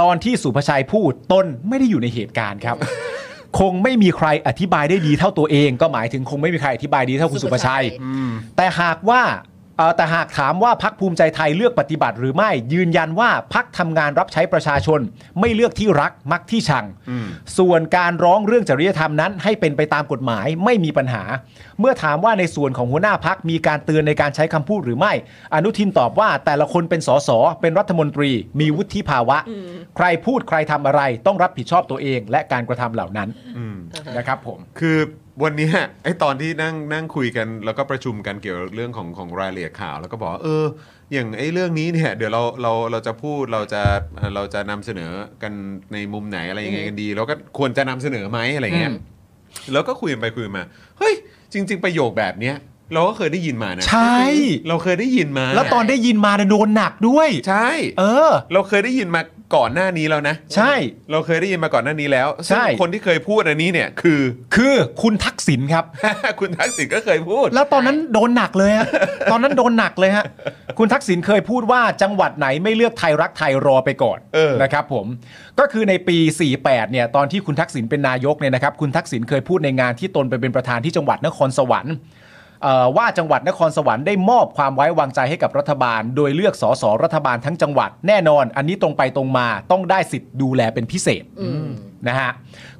C: ตอนที่สุภชัยพูดตนไม่ได้อยู่ในเหตุการณ์
B: [laughs]
C: ครับ คงไม่มีใครอธิบายได้ดีเท่าตัวเอง ก็หมายถึงคงไม่มีใครอธิบายดีเท่าคุณสุภชัย แต่หากว่าเอ่อแต่หากถามว่าพักภูมิใจไทยเลือกปฏิบัติหรือไม่ ยืนยันว่าพักทำงานรับใช้ประชาชน ไม่เลือกที่รักมักที่ชัง ส่วนการร้องเรื่องจริยธรรมนั้น ให้เป็นไปตามกฎหมายไม่มีปัญหา เมื่อถามว่าในส่วนของหัวหน้าพักมีการเตือนในการใช้คำพูดหรือไม่ อนุทินตอบว่าแต่ละคนเป็นสสเป็นรัฐมนตรี มีวุฒิภาวะ ใครพูดใครทำอะไร ต้องรับผิดชอบตัวเอง และการกระทำเหล่านั้นนะครับผม
B: คือวันเนี้ย [laughs] ไอ้ตอนที่นั่งนั่งคุยกันแล้วก็ประชุมกันเกี่ยวกับเรื่องของของรายละเอียดข่าว แล้วก็บอกว่าเออ อย่างไอ้เรื่องนี้เนี่ยเดี๋ยวเราเราเราจะพูดเราจะเอ่อเราจะนำเสนอกันในมุมไหนอะไรยังไงกันดี แล้วก็ควรจะนำเสนอไหมอะไรเงี้ย
C: อืม
B: แล้วก็คุยกันไปคุยกันมาเฮ้ยจริง ๆ ประโยคแบบเนี้ยเราก็เคยได้ยินมานะ
C: ใช่
B: เราเคยได้ยินมา
C: แล้วตอนได้ยินมาเนี่ยโดนหนักด้วย
B: ใช่
C: เออ
B: เราเคยได้ยินมาก่อนหน้านี้แล้วนะ
C: ใช่
B: เราเคยได้ยินมาก่อนหน้านี้แล้วซึ่ง
C: ใช่
B: คนที่เคยพูดอันนี้เนี่ยคือ [laughs]
C: คือคุณทักษิณครับ
B: คุณทักษิณก็เคยพูด
C: แล้วตอนนั้นโดนหนักเลยฮะ ตอนนั้นโดนหนักเลยฮะ คุณทักษิณเคยพูดว่าจังหวัดไหนไม่เลือกไทยรักไทยรอไปก่อน
B: เออ
C: นะครับผม ก็คือในปี 48 เนี่ยตอนที่คุณทักษิณเป็นนายกเนี่ยนะครับคุณทักษิณเคยพูดในงานที่ตนไปเป็นประธานที่จังหวัดนครสวรรค์เอ่อว่าจังหวัดนครสวรรค์ได้มอบความไว้วางใจให้กับรัฐบาล โดยเลือกสสรัฐบาลทั้งจังหวัดแน่นอน อันนี้ตรงไปตรงมาต้องได้สิทธิ์ดูแลเป็นพิเศษ
D: อืม
C: นะฮะ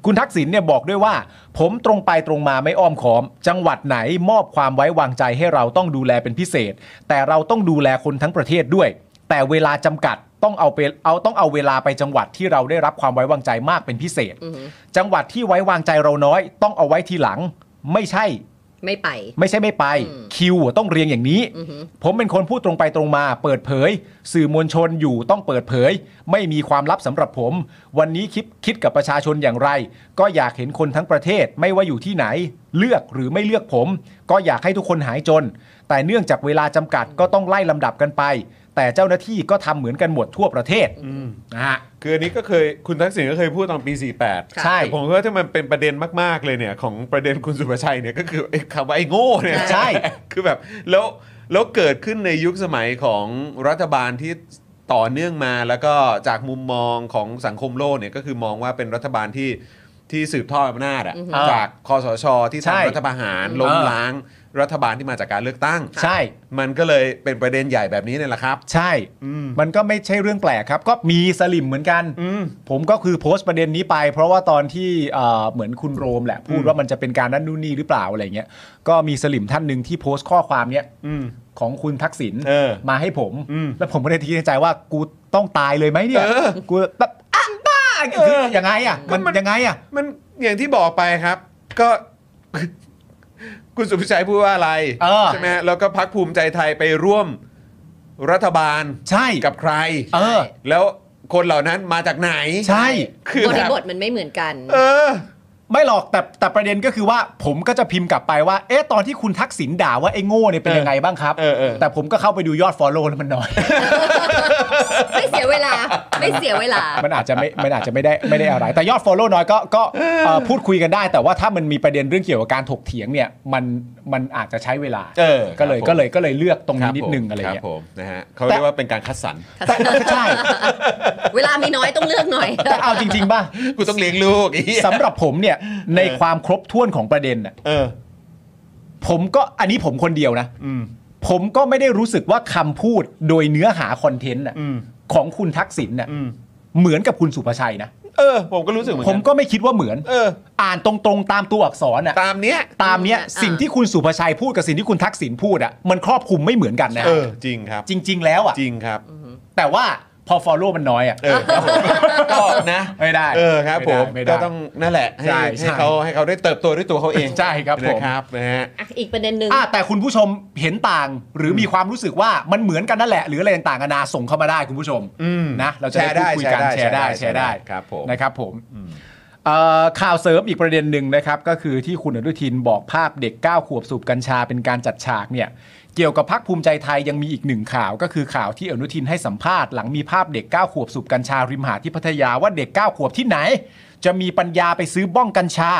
C: คุณทักษิณเนี่ยบอกด้วยว่า ผมตรงไปตรงมาไม่อ้อมค้อม จังหวัดไหนมอบความไว้วางใจให้เราต้องดูแลเป็นพิเศษ แต่เราต้องดูแลคนทั้งประเทศด้วย แต่เวลาจำกัดต้องเอาไปเอาต้องเอาเวลาไปจังหวัดที่เราได้รับความไว้วางใจมากเป็นพิเศษ จังหวัดที่ไว้วางใจเราน้อย ต้องเอาไว้ทีหลัง ไม่ใช่
D: ไม่ไป
C: ไม่ใช่ไม่ไป
D: อืม
C: คิวต้องเรียงอย่างนี้
D: อือหือ
C: ผมเป็นคนพูดตรงไปตรงมา เปิดเผย สื่อมวลชนอยู่ต้องเปิดเผย ไม่มีความลับสำหรับผม วันนี้คิดคิดกับประชาชนอย่างไร ก็อยากเห็นคนทั้งประเทศไม่ว่าอยู่ที่ไหน เลือกหรือไม่เลือกผม ก็อยากให้ทุกคนหายจน แต่เนื่องจากเวลาจำกัดก็ต้องไล่ลำดับกันไป แต่เจ้าหน้าที่ก็ทำเหมือนกันหมดทั่วประเทศนะฮะ
B: คืออันนี้ก็เคยคุณทักษิณก็เคยพูดตอนปี 48
C: ใช่
B: แต่ผมว่าที่มันเป็นประเด็นมาก ๆ เลยเนี่ย ของประเด็นคุณสุประชัยเนี่ยก็คือ [laughs] ไอ้คำว่าไอ้โง่เนี่ย
C: ใช่
B: คือแบบแล้วแล้วเกิดขึ้นในยุคสมัยของรัฐบาลที่ต่อเนื่องมาแล้วก็จากมุมมองของสังคมโลกเนี่ยก็คือมองว่าเป็นรัฐบาลที่ที่สืบทอดอำนาจอะ
D: อือฮึ
B: จากคอสชที่
C: ใช่
B: ทำรัฐประหารล้มล้าง รัฐบาลที่มาจากการเลือกตั้ง
C: ใช่
B: มันก็เลยเป็นประเด็นใหญ่แบบนี้เนี่ยแหละครับ
C: ใช่ มันก็ไม่ใช่เรื่องแปลกครับ ก็มีสลิมเหมือนกัน
B: อืม
C: ผมก็คือโพสต์ประเด็นนี้ไป เพราะว่าตอนที่เอ่อเหมือนคุณโรมแหละ พูดว่ามันจะเป็นการนั่นนู่นนี่หรือเปล่าอะไรเงี้ย ก็มีสลิมท่านหนึ่งที่โพสต์ข้อความเนี้ย
B: อืม
C: ของคุณทักษิณ
B: เออ
C: มาให้ผม
B: อืม
C: แล้วผมก็ได้ทีในใจว่ากูต้องตายเลยไหมเนี่ย
B: เออ
C: กูแบบอ่ะบ้าคือยังไงอ่ะมัน
B: ก็มัน
C: ยังไงอ่ะ
B: มันอย่างที่บอกไปครับ ก็ [laughs] คุณสุพิชัยพูดว่าอะไร
C: เออ
B: ใช่ไหมแล้วก็พักภูมิใจไทยไปร่วมรัฐบาล
C: ใช่
B: กับใคร
C: เออ
B: แล้วคนเหล่านั้นมาจากไหน
C: ใช่
B: คือแบบ
D: ริ
B: บบ
D: ทมันไม่เหมือนกัน
B: เออ
C: ไม่หรอกแต่แต่ประเด็นก็คือว่าผมก็จะพิมพ์กลับไปว่า เอ๊ะตอนที่คุณทักษิณด่าว่าไอ้โง่เนี่ยเป็นยังไงบ้างครับ
B: เออเออ
C: แต่ผมก็เข้าไปดูยอด Follow แล้วมันน้อย
D: ไม่เสียเวลา ไม่เสียเวลา
C: มันอาจจะไม่ มันอาจจะไม่ได้ไม่ได้อะไร แต่ยอด Follow น้อยก็ก็เอ่อพูดคุยกันได้ แต่ว่าถ้ามันมีประเด็นเรื่องเกี่ยวกับการถกเถียงเนี่ย มันมันอาจจะใช้เวลา
B: เออ
C: ก็เลย
B: ครับผม
C: ก็เลยก็เลยเลือกตรงนี้นิดนึง
B: คบผม
C: อะไร
B: ค
C: เงี้
B: บ
C: ย
B: ผมนะฮะเขาเรียกว่าเป็นการคัดสร [laughs] ร
C: แต่ใช่
D: เวลามีน้อยต้องเลือกหน่อย
C: แต่เอาจริง ๆ ป่ะ
B: กูต้องเลี้ยงลูกไอ้ [laughs] เหี้ย
C: สำหรับผมเนี่ยในความครบถ้วนของประเด็นน่ะ
B: เออ
C: ผมก็อันนี้ผมคนเดียวนะ
B: อืม
C: ผมก็ไม่ได้รู้สึกว่าคำพูดโดยเนื้อหาคอนเทนต์น่ะ
B: อืม
C: ของคุณทักษิณน่ะ
B: อืม
C: เหมือนกับคุณสุภชัยนะ
B: เออ ผมก็รู้สึกเหมือน
C: ผ
B: กั
C: ม
B: น
C: ก็ไม่คิดว่าเหมือน
B: เออ
C: อ่านตรงๆตามตัวอักษรน่ะ
B: ตามเนี้ย
C: ตามเนี้ย
D: อ่า
C: สิ่งที่คุณสุภชัยพูดกับสิ่งที่คุณทักษิณพูดอ่ะมันครอบคลุมไม่เหมือนกันนะ
B: เออ จริงครับ
C: จริง ๆ แล้วอ่ะ
B: จริงครับ
C: แต่ว่าพอ follow มันน้อยอ่ะ
B: เออครับผมก็นะ
C: ไม่ได้
B: เออครับผ
C: ไม่ได้
B: ม
C: ไม่ได้
B: ก็ต้องนั่นแหละให้
C: ใช่ใช่
B: ให้เขาให้เขาได้เติบโตด้วยตัวเขาเอง
C: ใช่ครับผม
B: นะครับนะฮะ
D: อ่ะอีกประเด็นหนึ่ง
C: อ่ะแต่คุณผู้ชมเห็นต่างหรือมีความรู้สึกว่ามันเหมือนกันนั่นแหละ หรืออะไรต่างกันานาส่งเข้ามาได้คุณผู้ชมนะเราจะได้พูดคุยกันแชร์ได้แชร์ได้
B: ครับผม
C: นะครับผมเอ่อข่าวเสริมอีกประเด็นหนึ่งนะครับ ก็คือที่คุณอนุทินบอกภาพเด็ก 9 ขวบสูบกัญชาเป็นการจัดฉากเนี่ย เกี่ยวกับพักภูมิใจไทยยังมีอีกหนึ่งข่าว ก็คือข่าวที่อนุทินให้สัมภาษณ์หลังมีภาพเด็ก 9 ขวบสูบกัญชาริมหาดที่พัทยาว่าเด็ก 9 ขวบที่ไหน จะมีปัญญาไปซื้อบ้องกัญชา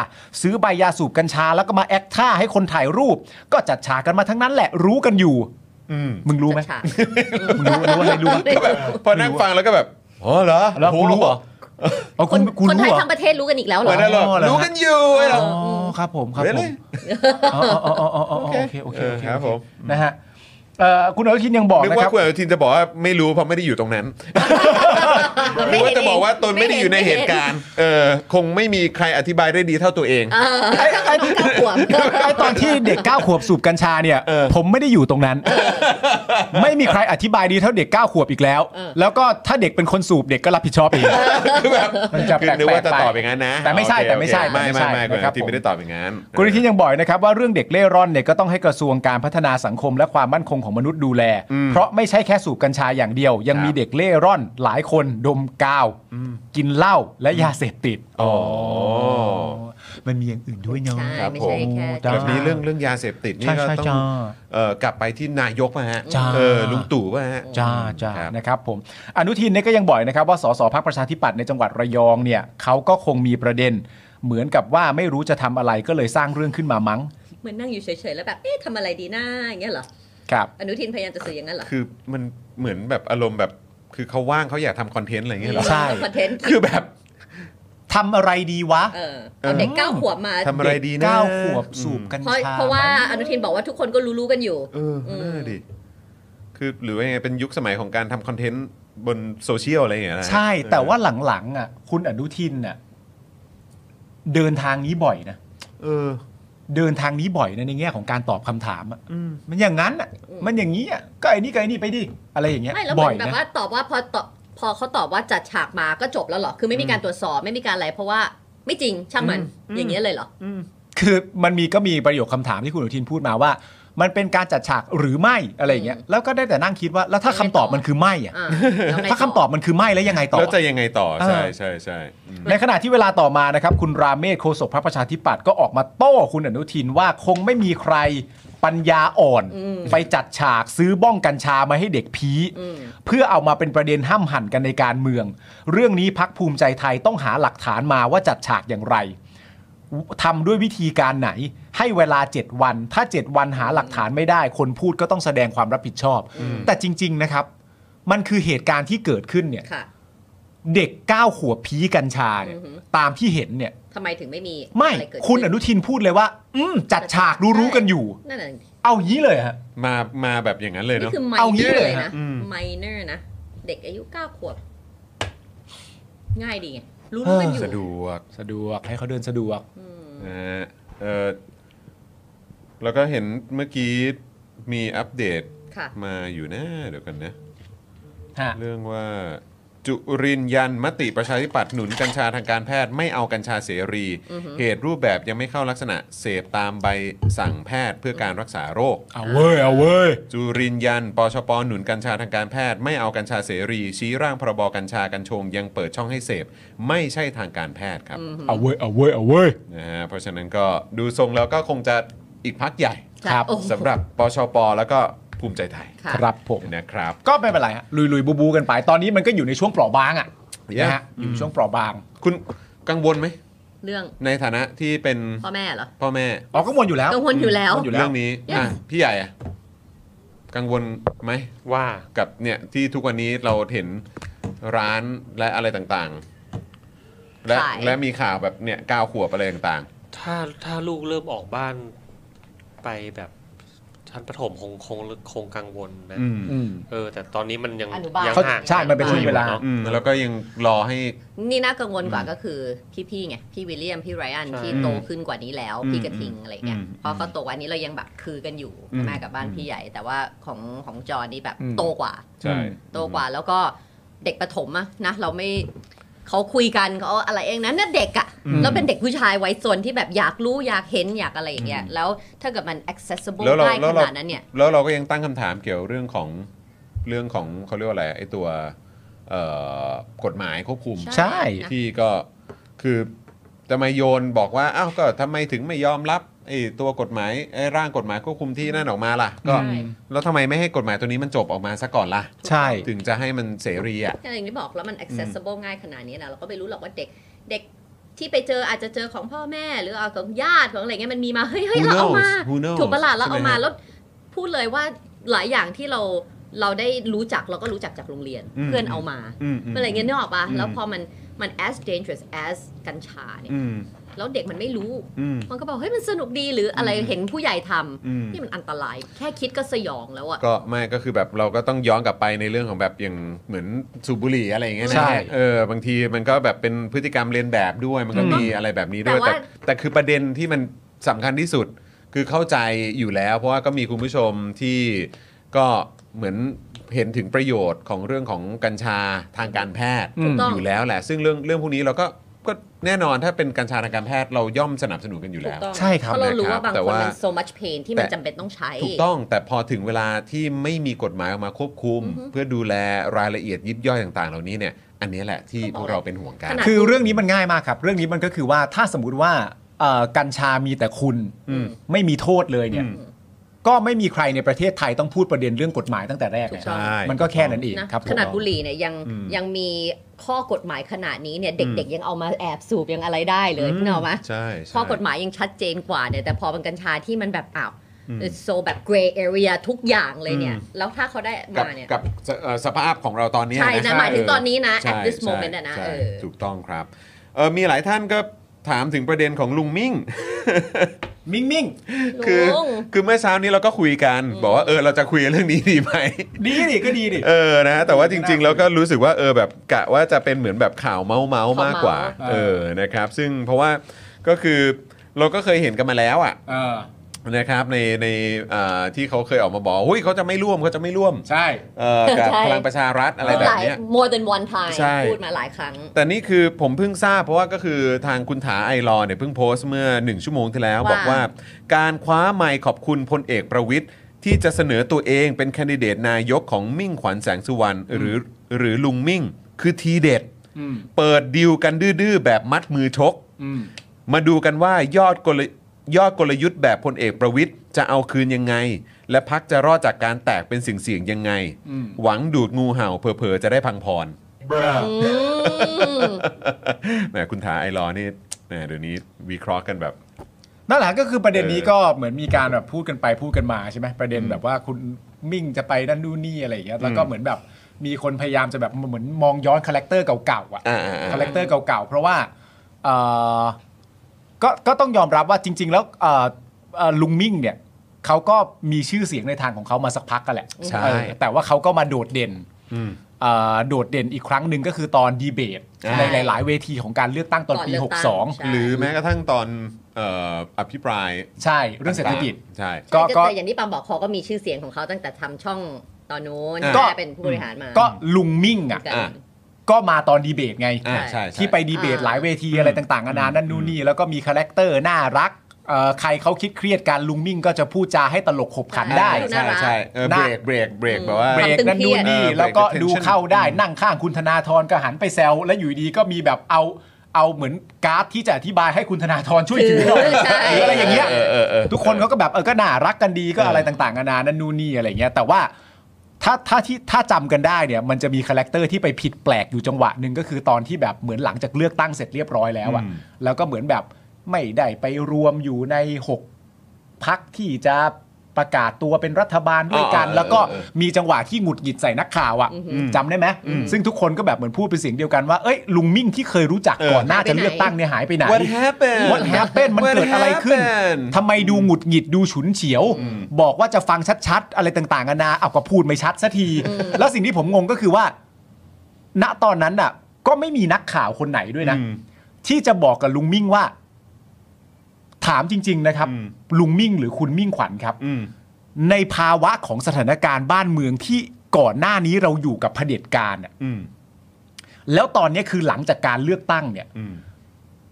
C: ซื้อใบยาสูบกัญชาแล้วก็มาแอคท่าให้คนถ่ายรูป ก็จัดฉากกันมาทั้งนั้นแหละรู้กันอยู่มึงรู้ไหม
D: จัดฉาก
C: มึงรู้รู้อะไรรู้ไหม
B: ก็แบบพอนั่งฟังแล้วก็แบบอ๋อเหรอ
C: แล้วกูรู้เหรอ เอา
D: คน
C: ณกู
D: คน
C: รู้
D: ไทย
C: เหรอ
D: ทั้งประเทศรู้กันอีกแล้วเหร
B: เหมื
D: อ
B: อนนั่นเหรอ
C: อ๋อเหรอ
B: รู้กันอยู่ไอ้เหรอ
C: อ๋อครับผมครับผม
B: Really?
C: อ๋ออ๋ออ๋ออ๋ออ๋อโอเคโอเค
B: เออ
C: โอเค
B: ครับผม
C: นะฮะเอ่อคุณอนุทินยังบอก
B: นึก
C: นะค
B: ว่า
C: รับ
B: คุณอนุทินจะบอกว่าไม่รู้เพราะไม่ได้อยู่ตรงนั้นห
D: ไม่
B: รือ
D: เห็น
B: ว่าจะบอกว่าตนไม่ได้อยู่ใน
D: ไม่
B: เห
D: เห็น
B: ตุการณ์เออคงไม่มีใครอธิบายได้ดีเท่าตัวเอง
D: ไอ้ไอ้ที่ขวบ
C: ไอตอนที่เด็ก 9 ขวบสูบกัญชาเนี่ย
B: เออ
C: ผมไม่ได้อยู่ตรงนั้น ไม่มีใครอธิบายดีเท่าเด็ก 9 ขวบอีกแล้ว
D: เออ
C: แล้วก็ถ้าเด็กเป็นคนสูบเด็กก็รับผิดชอบเอง
B: คือแบบ
C: มันจะ
B: คือนึกว่าจะตอบอย่างนั้นนะ
C: แต่ไม่ใช่
B: โอเค
C: แต่ไม่ใช่
B: โอเคไม่
C: แต่ไม่
B: ไม่
C: ใช่
B: ไม่คุณอ
C: นะครับ
B: นุทิน
C: ผม
B: ไม่ได้ตอบอย่างนั้น
C: คุณอนุทินยังบอกอีกนะครับว่าเรื่องเด็กเล่ร่อนเนี่ยก็ต้องให้กระทรวงการพัฒนาสังคมและความมั่นคงของมนุษย์ดูแล เพราะไม่ใช่แค่สูบกัญชาอย่างเดียว ยัง
B: ครับ
C: มีเด็กเล่ร่อนหลายคนดมกาว กินเหล้าและยาเสพติด
B: อ๋อ
C: มันมีอย่างอื่นด้วยเนาะ
D: ใช่
B: ครับ
D: ไม่
B: ผม
D: ใช่แค่
C: จ้า
B: แบบนี้เรื่องเรื่องยาเสพติดนี่
C: ใช่
B: ก็
C: ใช่
B: ต้อง
C: จ้า
B: เอ่อกลับไปที่นายกมาฮะ
C: จ้า
B: เออลุงตู่ป่ะฮะ
C: จ้าจ้า
B: ครับ
C: นะครับผมอนุทินเนี่ยก็ยังบ่อยนะครับว่าสสพักประชาธิปัตย์ในจังหวัดระยองเนี่ยเขาก็คงมีประเด็น เหมือนกับว่าไม่รู้จะทำอะไรก็เลยสร้างเรื่องขึ้นมามั้ง
D: เหมือนนั่งอยู่เฉยๆแล้วแบบ เอ๊ะทำอะไรดีหน้าอย่างเงี้ยเหรอ
C: ครับ
D: อนุทินพยายามจะสื่ออย่างนั้นเหรอ
B: คือมันเหมือนแบบอารมณ์แบบคือเขาว่างเขาอยากทำคอนเทนต์อะไรอย่างเงี้ยเหรอ
C: ใช่
D: คอนเทนต์
B: คือแบบ
C: ทำอะไรดีวะ
D: เออเอาเด็กเก้าขวบมา
B: ทำอะไรดีนะ
C: เก้าขวบสูบกัญ
D: เพราะ
C: ชา
D: เพราะว่าอนุทินบอกว่าทุกคนก็รู้ๆกันอยู่
B: เออน่าดิคือหรือว่ายังไงเป็นยุคสมัยของการทำคอนเทนต์บนโซเชียลอะไรอย่างเงี้ยนะ
C: ใช่ แต่ว่าหลังๆอ่ะคุณอนุทินน่ะเดินทางนี้บ่อยนะ
B: เออ
C: เดินทางนี้บ่อยนะในแง่ของการตอบคำถามอ่ะมันอย่างนั้นอ่ะ
D: อืม
C: มันอย่างนี้อ่ะก็ไอ้นี่ก็ไอ้นี่ไปดิอะไรอย่างเงี้ย
D: ไม่แล้วเห
C: บ่
D: มื
C: อ
D: อย นแบ
C: นะ
D: บว่าตอบว่าพอตอบพอเขาตอบว่าจัดฉากมาก็จบแล้วเหรอ คือไม่มีการตรวจสอบไม่มีการอะไรเพราะว่าไม่จริงช่างมันอย่างเงี้ยเลยเหรอ
C: ค คือมันมีก็มีประโยคคำถามที่คุณอนุทินพูดมาว่า มันเป็นการจัดฉากหรือไม่อะไรอย่างเงี้ยแล้วก็ได้แต่นั่งคิดว่าแล้วถ้าคำตอบมันคือไม่อะ
D: อ่ะแล้วไง
C: ถ้าคำตอบมันคือไม่แล้วยังไงต่อ
B: แล้วจะยังไงต่อใช่
C: เออ
B: ใช่ใช่อืม
C: ในขณะที่เวลาต่อมานะครับ คุณราเมศโฆษกพรรคประชาธิปัตย์ก็ออกมาโต้คุณอนุทินว่าคงไม่มีใครปัญญาอ่อน ไปจัดฉากซื้อบ้องกัญชามาให้เด็กพีเพื่อเอามาเป็นประเด็นห้ามหันกันในการเมือง เรื่องนี้พักภูมิใจไทยต้องหาหลักฐานมาว่าจัดฉากอย่างไรทำด้วยวิธีการไหน ให้เวลา 7 วัน ถ้า 7 วันหาหลักฐานไม่ได้ คนพูดก็ต้องแสดงความรับผิดชอบ แต่จริง ๆนะครับ มันคือเหตุการณ์ที่เกิดขึ้นเนี่ย
D: ค่ะ
C: เด็กเก้าขวบผีกัญชาเนี่ย
D: อือหือ
C: ตามที่เห็นเนี่ย
D: ทำไมถึงไม่มี
C: ไม่
D: ะรเกิด
C: คุณอ
D: ขึ้
C: นุทินพูดเลยว่า อืมจัดฉากรู้ๆกันอยู่
D: นั่นน่ะ
C: เอางี้เลยฮะ
B: มามาแบบอย่างนั้นเลย
D: นี่
B: เนาะ
D: คือ
C: เอางี้
D: minor
C: เลย
D: เลย
C: ฮะ
D: นะ minor นะ เด็กอายุ 9 ขวบ ง่ายดีไงรู้ๆกันอยู่
B: สะดวก
C: สะดวกให้เขาเดินสะดวก
D: อืม
B: นะฮะเออแล้วก็เห็นเมื่อกี้มีอัปเดต
D: ค่ะ
B: มาอยู่นะ เดี๋ยวกันนะ
C: ฮะ
B: เรื่องว่าจุรินทร์ยันมติประชาธิปัตย์หนุนกัญชาทางการแพทย์ไม่เอากัญชาเสรี เหตุรูปแบบยังไม่เข้าลักษณะเสพตามใบสั่งแพทย์เพื่อการรักษาโรค
C: เอาเว้ย เอาเว้ย
B: จุรินทร์ยันปชปหนุนกัญชาทางการแพทย์ ไม่เอากัญชาเสรี ชี้ร่างพรบกัญชากัญชง ยังเปิดช่องให้เสพ ไม่ใช่ทางการแพทย์ครับ
C: เอาเว้ย เอาเว้ย เอาเว้ย
B: นะฮะเพราะฉะนั้นก็ดูทรงแล้วก็คงจะอีกพักใหญ่
D: ค่ะ
C: ครับ
D: โอ้โห
B: สำหรับปชปแล้วก็ภูมิใจไทย
D: ค่ะ
C: ครับผม
B: นะครับ
C: ก็ไม่เป็นไรฮะลุยลุยบูบูกันไป ตอนนี้มันก็อยู่ในช่วงเปราะบางอ่ะ
B: Yeah
C: นะฮะอยู่ช่วงเปราะบาง
B: คุณกังวลไหม
D: เรื่อง
B: ในฐานะที่เป็น
D: พ่อแม่เหรอ
B: พ่อแม่
C: อ๋อก็วนอยู่แล้ว
D: กังวลอยู่แล้ว
C: นอยู่แล้
B: เรื่
C: ว
B: องนี้
D: Yes
B: อ่ะพี่ใหญ่อะกังวลไหม
F: ว่า
B: กับเนี่ยที่ทุกวันนี้เราเห็นร้านและอะไรต่างๆ และ
D: ขาย
B: และมีข่าวแบบเนี่ยก้าวขวบอะไรต่าง
F: ถ้าถ้าลูกเริ่มออกบ้านไปแบบชั้นประถมคงคงคงกังวล
B: ๆ
F: นะ
B: อืม
C: อืม
F: เออ แต่ตอนนี้มันยัง
D: อนุบาล
F: ยัง
C: เขา
F: ห่าง
C: ใช่มันเป็นช่วงเวลา
F: อะ
B: อืม
F: เนอะ
B: แล้วก็ยังรอให้
D: นี่น่ากังวลกว่า
B: อืม
D: ก็คือพี่ๆไงพี่วิลเลียม พี่ไรอัน
F: ใช่
D: ที่โตขึ้นกว่านี้แล้ว
B: อืม
D: พี่กระทิงอะไรเงี้ย
B: อืม
D: เพราะเขาโตกว่านี้เรายังแบบคือกันอยู่
B: อืม
D: มากับบ้านพี่ใหญ่ แต่ว่าของของจอนี่แบบ
C: อืม
D: โตกว่า
B: ใช่
D: โตกว่าแล้วก็เด็กประถมอะนะ เราไม่เขาคุยกันเขาอะไรเองนะเนี่ยเด็กอะ
C: อืม
D: แล้วเป็นเด็กผู้ชายวัยส่วนที่แบบอยากรู้อยากเห็นอยากอะไรอย่างเงี้ยแล้วถ้าเกิดมัน accessible
B: แล้วเรา
D: ได้
B: แล้ว
D: ข
B: เรา
D: นาดนั้นเนี่ย
B: แล้วเราก็ยังตั้งคำถามเกี่ยวเรื่องของเรื่องของเขาเรียกว่าอะไรไอ้ตัวเอ่อกฎหมายควบคุม
C: ใช่
D: นะ
B: ที่ก็คือจะมาโยนบอกว่าอ้าวก็ทำไมถึงไม่ยอมรับไอ้ตัวกฎหมายไอ้ร่างกฎหมายควบคุมที่นั่นออกมาล่ะ ก็
D: ใช่
B: แล้วทำไมไม่ให้กฎหมายตัวนี้มันจบออกมาซะก่อนล่ะ
C: ใช่
B: ถึงจะให้มันเสรีอ่ะ
D: ก็อย่างที่บอกแล้วมัน accessible ง่ายขนาดนี้นะเราก็ไม่รู้หรอกว่าเด็กเด็กที่ไปเจออาจจะเจอของพ่อแม่ หรือเอาของญาติของอะไรเงี้ยมันมีมาเฮ้ยเฮ้ย
B: Who
D: เราเอามา
B: knows? Who knows?
D: ถูกปะล่ะเราเอา
B: ใช่
D: มา
B: ไหมฮะ
D: แล้วพูดเลยว่าหลายอย่างที่เราเราได้รู้จักเราก็รู้จักจากโรงเรียน เพื่อนเอามา
B: อืมม
D: อะไรเงี้ยนึกออกปะ
B: อืม
D: แล้วพอมันมัน as dangerous as กัญชาเนี่ย
B: อืม
D: แล้วเด็กมันไม่รู้
B: อืม
D: มันก็บอกเฮ้ยมันสนุกดีหรืออะไรเห็นผู้ใหญ่ท
B: อืม
D: ำนี่มันอันตราย แค่คิดก็สยองแล้วอะ
B: ก็ไม่ก็คือแบบเราก็ต้องย้อนกลับไปในเรื่องของแบบอย่างเหมือนสูบบุหรี่อะไรอย่างเงี้ยนะ
C: ใช่
B: เออบางทีมันก็แบบเป็นพฤติกรรมเลียนแบบด้วยมันก็มีอะไรแบบนี้ด้วย
D: แต่ว่า
B: แต่แต่คือประเด็นที่มันสำคัญที่สุดคือเข้าใจอยู่แล้ว เพราะว่าก็มีคุณผู้ชมที่ก็เหมือนเห็นถึงประโยชน์ของเรื่องของกัญชาทางการแพทย์
C: ถูกต้อง
B: อยู่แล้วแหละ ซึ่งเรื่องเรื่องพวกนี้เราก็ก็แน่นอนถ้าเป็นกัญชาทางการแพทย์เราย่อมสนับสนุนกันอยู่
D: ถู
B: แล้ว
D: กต้อง
C: ใช่ครับ
D: เพราะเรารู้ว่าบาง
B: แต่
D: คน
B: ว่ามั
D: มัน so much pain ที่มัน
B: แต่
D: จำเป็นต้องใช้
B: ถูกต้องแต่พอถึงเวลาที่ไม่มีกฎหมายออกมาควบคุม เพื่อดูแลรายละเอียดยิบย่อยต่างๆ เหล่านี้เนี่ย อันนี้แหละที่พวกเราเป็นห่วงกัน
D: ขนาด
C: คือเรื่องนี้มันง่ายมากครับ เรื่องนี้มันก็คือว่าถ้าสมมติว่าเอ่อกัญชามีแต่คุณ
B: อืม
C: ไม่มีโทษเลยเนี่ย
B: อืม
C: ก็ไม่มีใครในประเทศไทยต้องพูดประเด็นเรื่องกฎหมายตั้งแต่แรก
D: ถู
C: เล
D: ก
C: ย
D: ต้อง
C: มันก็แค่นั้นเอง
D: นะครับ
C: ผม
D: ขนาดบุหรี่เนี่ยยัง
B: อืม
D: ยังมีข้อกฎหมายขนาดนี้เนี่ยเด็กๆยังเอามาแอบสูบยังอะไรได้เลย
B: อืม
D: เนกอะมะ
B: ใช่ใช่
D: ข้อกฎหมายยังชัดเจนกว่าเนี่ยแต่พอเป็นกัญชาที่มันแบบอ้าวโซแบบ gray area ทุกอย่างเลยเนี่ย แล้วถ้าเขาได้
B: กับ
D: มาเนี่ย
B: กับสเอ่อสภาพของเราตอนเนี้ย
D: ใช่นะหมายถึง
B: เ
D: ตอนนี้นะ
B: ใช่
D: at this
B: ใช่
D: moment อะนะ
B: ใช่
D: เออ
B: ถูกต้องครับเออมีหลายท่านก็ถามถึงประเด็นของลุงมิ่ง
C: มิ่งมิ่ง
B: คือ
D: ลุง
B: คือเมื่อเช้านี้เราก็คุยกัน บอกว่าเออเราจะคุยเรื่องนี้ดีไหม
C: ดีดิก็ดีดิ
B: เออ นะ แต่ว่าจริง ๆ แล้วก็รู้สึกว่า เออ แบบกะว่าจะเป็นเหมือนแบบข่าวเมาส์เมาส์มากกว่า
C: ข่าวเมาส์
B: เออ นะครับ ซึ่งเพราะว่าก็คือเราก็เคยเห็นกันมาแล้วอ่ะ
C: เออ
B: นะครับในในเอ่อที่เขาเคยออกมาบอกหุ้ยเขาจะไม่ร่วมเขาจะไม่ร่วม
C: ใช่
B: เอ่ [laughs] อกับ
D: ใช่
B: พลังประชารัฐอะไรแบ
D: ห
B: บ
D: ลาย
B: เนี้ย
D: more than one time
B: ใช่
D: พูดมาหลายค
B: [laughs]
D: รั้ง
B: แต่นี่คือผมเพิ่งทราบเพราะว่าก็คือทางคุณถาไอรอว์เนี่ยเพิ่งโพสต์เมื่อ 1 ชั่วโมงที่แล้ว
D: ว่า
B: บอกว่า การคว้าไมค์ขอบคุณพลเอกประวิทย์ที่จะเสนอตัวเองเป็นแคนดิเดตนายกของมิ่งขวัญแสงสุวรรณหรือหรือลุงมิ่ง คือทีเด็ด
C: อืม
B: เปิดดิวกันดื้อๆแบบมัดมือชก
C: อืม
B: มาดูกันว่ายอดกลยอดกลยุทธ์แบบพลเอกประวิทย์จะเอาคืนยังไง และพักจะรอดจากการแตกเป็นสิ่งเสี่ยงๆยังไง
C: อืม
B: หวังดูดงูเห่าเผลอๆจะได้พังพร
D: อืม
B: แหมคุณถาไอรอว์นี่แหมเดี๋ยวนี้วิเคราะห์กันแบบ
C: นั่นแหละก็คือประเด็นนี้
B: เออ
C: ก็เหมือนมีการแบบพูดกันไปพูดกันมาใช่ไหมประเด็นแบบว่าคุณมิ่งจะไปนั่นนู่นนี่อะไรอย่างเงี้ยแล้วก็เหมือนแบบมีคนพยายามจะแบบเหมือนมองย้อนคาแรคเตอร์เก่าๆอ่ะ
B: อ่าๆๆ
C: คาแรคเตอร์เก่าๆ เพราะว่าเอ่อก็ก็ต้องยอมรับว่าจริง ๆ แล้วเอ่อเอ่อลุงมิ่งเนี่ยเขาก็มีชื่อเสียงในทางของเขามาสักพักกันแหละ
B: ใช่
C: เออแต่ว่าเขาก็มาโดดเด่น
B: อืม
C: เอ่อโดดเด่นอีกครั้งหนึ่งก็คือตอนดีเบต
B: อ่า
C: ในหลาย ๆ เวทีของการเลือกตั้งตอนปี
D: ก่อนเลือกตั้ง
C: 62
D: ใช่
B: หรือแม้กระทั่งตอนเอ่ออภิปราย
C: ใช่ เรื่องเศรษฐกิจ
B: ใช่
C: ก็ก็
D: แต่อย่างที่ปาล์มบอกเขาก็มีชื่อเสียงของเขาตั้งแต่ทำช่องตอนนู้น
B: อ่ะ
D: แม่เป็นผู้บริหารมา
C: ก็ลุงมิ่งอ่ะ
D: แต่
B: อ่ะ
C: ก็มาตอนดีเบตไง
B: อ่าใช่ใช่
C: ที่ไปดีเบต
D: อ่า
C: หลายเวทีอะไรต่างๆนานานั่นนู่นนี่แล้วก็มีคาแรคเตอร์น่ารักเอ่อใครเขาคิดเครียดการลุงมิ่งก็จะพูดจาให้ตลกขบขันได้
D: ดูน่ารัก
B: ใช่เออเบรกเบรกเบรกแบบว่า
C: เบรก
D: ความตึง
C: นั่น
D: เครี
C: นู่
D: ย
C: น
D: ด
C: นี่
B: เออ
C: แล้วก็
B: break the
C: ดู
B: tension
C: เข้าได้นั่งข้างคุณธนาธรก็หันไปแซวและอยู่ดีก็มีแบบเอาเอาเหมือนการ์ดที่จะอธิบายให้คุณธนาธรช่วยถือหน่อย
D: ใช่
C: หรืออะไรอย่างเงี้ย
B: เออเออเออ
C: ทุกคนเขาก็แบบเออก็น่ารักกันดีก็อะไรต่างๆนานานั่นนู่นนี่อะไรเงี้ยแต่ว่าถ้าถ้าที่ถ้าจำกันได้เนี่ยมันจะมีคาแรคเตอร์ที่ไปผิดแปลกอยู่จังหวะหนึ่งก็คือตอนที่แบบเหมือนหลังจากเลือกตั้งเสร็จเรียบร้อยแล้วอะ
B: อืม
C: แล้วก็เหมือนแบบไม่ได้ไปรวมอยู่ในหก พักที่จะประกาศตัวเป็นรัฐบาลด้วยกัน
B: อ๋อเออ
C: แล้วก็
B: เออ
C: มีจังหวะที่หงุดหงิดใส่นักข่าวอ่ะ
D: อือหือ
C: จำได้ไหมซึ่งทุกคนก็แบบเหมือนพูดเป็นเสียงเดียวกันว่าเอ้ยลุงมิ่งที่เคยรู้จัก
B: เออ
C: ก่อนหน้าจะ
D: หายไป
C: เลื
D: ไหน
C: อกตั้งเนี่ยหายไปไหน
B: What happened
C: What happened มัน
B: What
C: เกิดอะไรขึ้น
B: happened?
C: ทำไมดูหงุดหงิดดูฉุนเฉียว บอกว่าจะฟังชัดๆ อะไรต่างๆนานาเอาก็พูดไม่ชัดสักที แล้วสิ่งที่ผมงงก็คือว่า ณตอนนั้นอ่ะ ก็ไม่มีนักข่าวคนไหนด้วยนะ
B: อืม
C: ที่จะบอกกับลุงมิ่งว่า ถามจริง ๆ นะครับ
B: อืม
C: ลุงมิ่งหรือคุณมิ่งขวัญครับ
B: อืม
C: ในภาวะของสถานการณ์บ้านเมืองที่ก่อนหน้านี้เราอยู่กับเผด็จการอะ
B: อืม
C: แล้วตอนนี้คือหลังจากการเลือกตั้งเนี่ย
B: อืม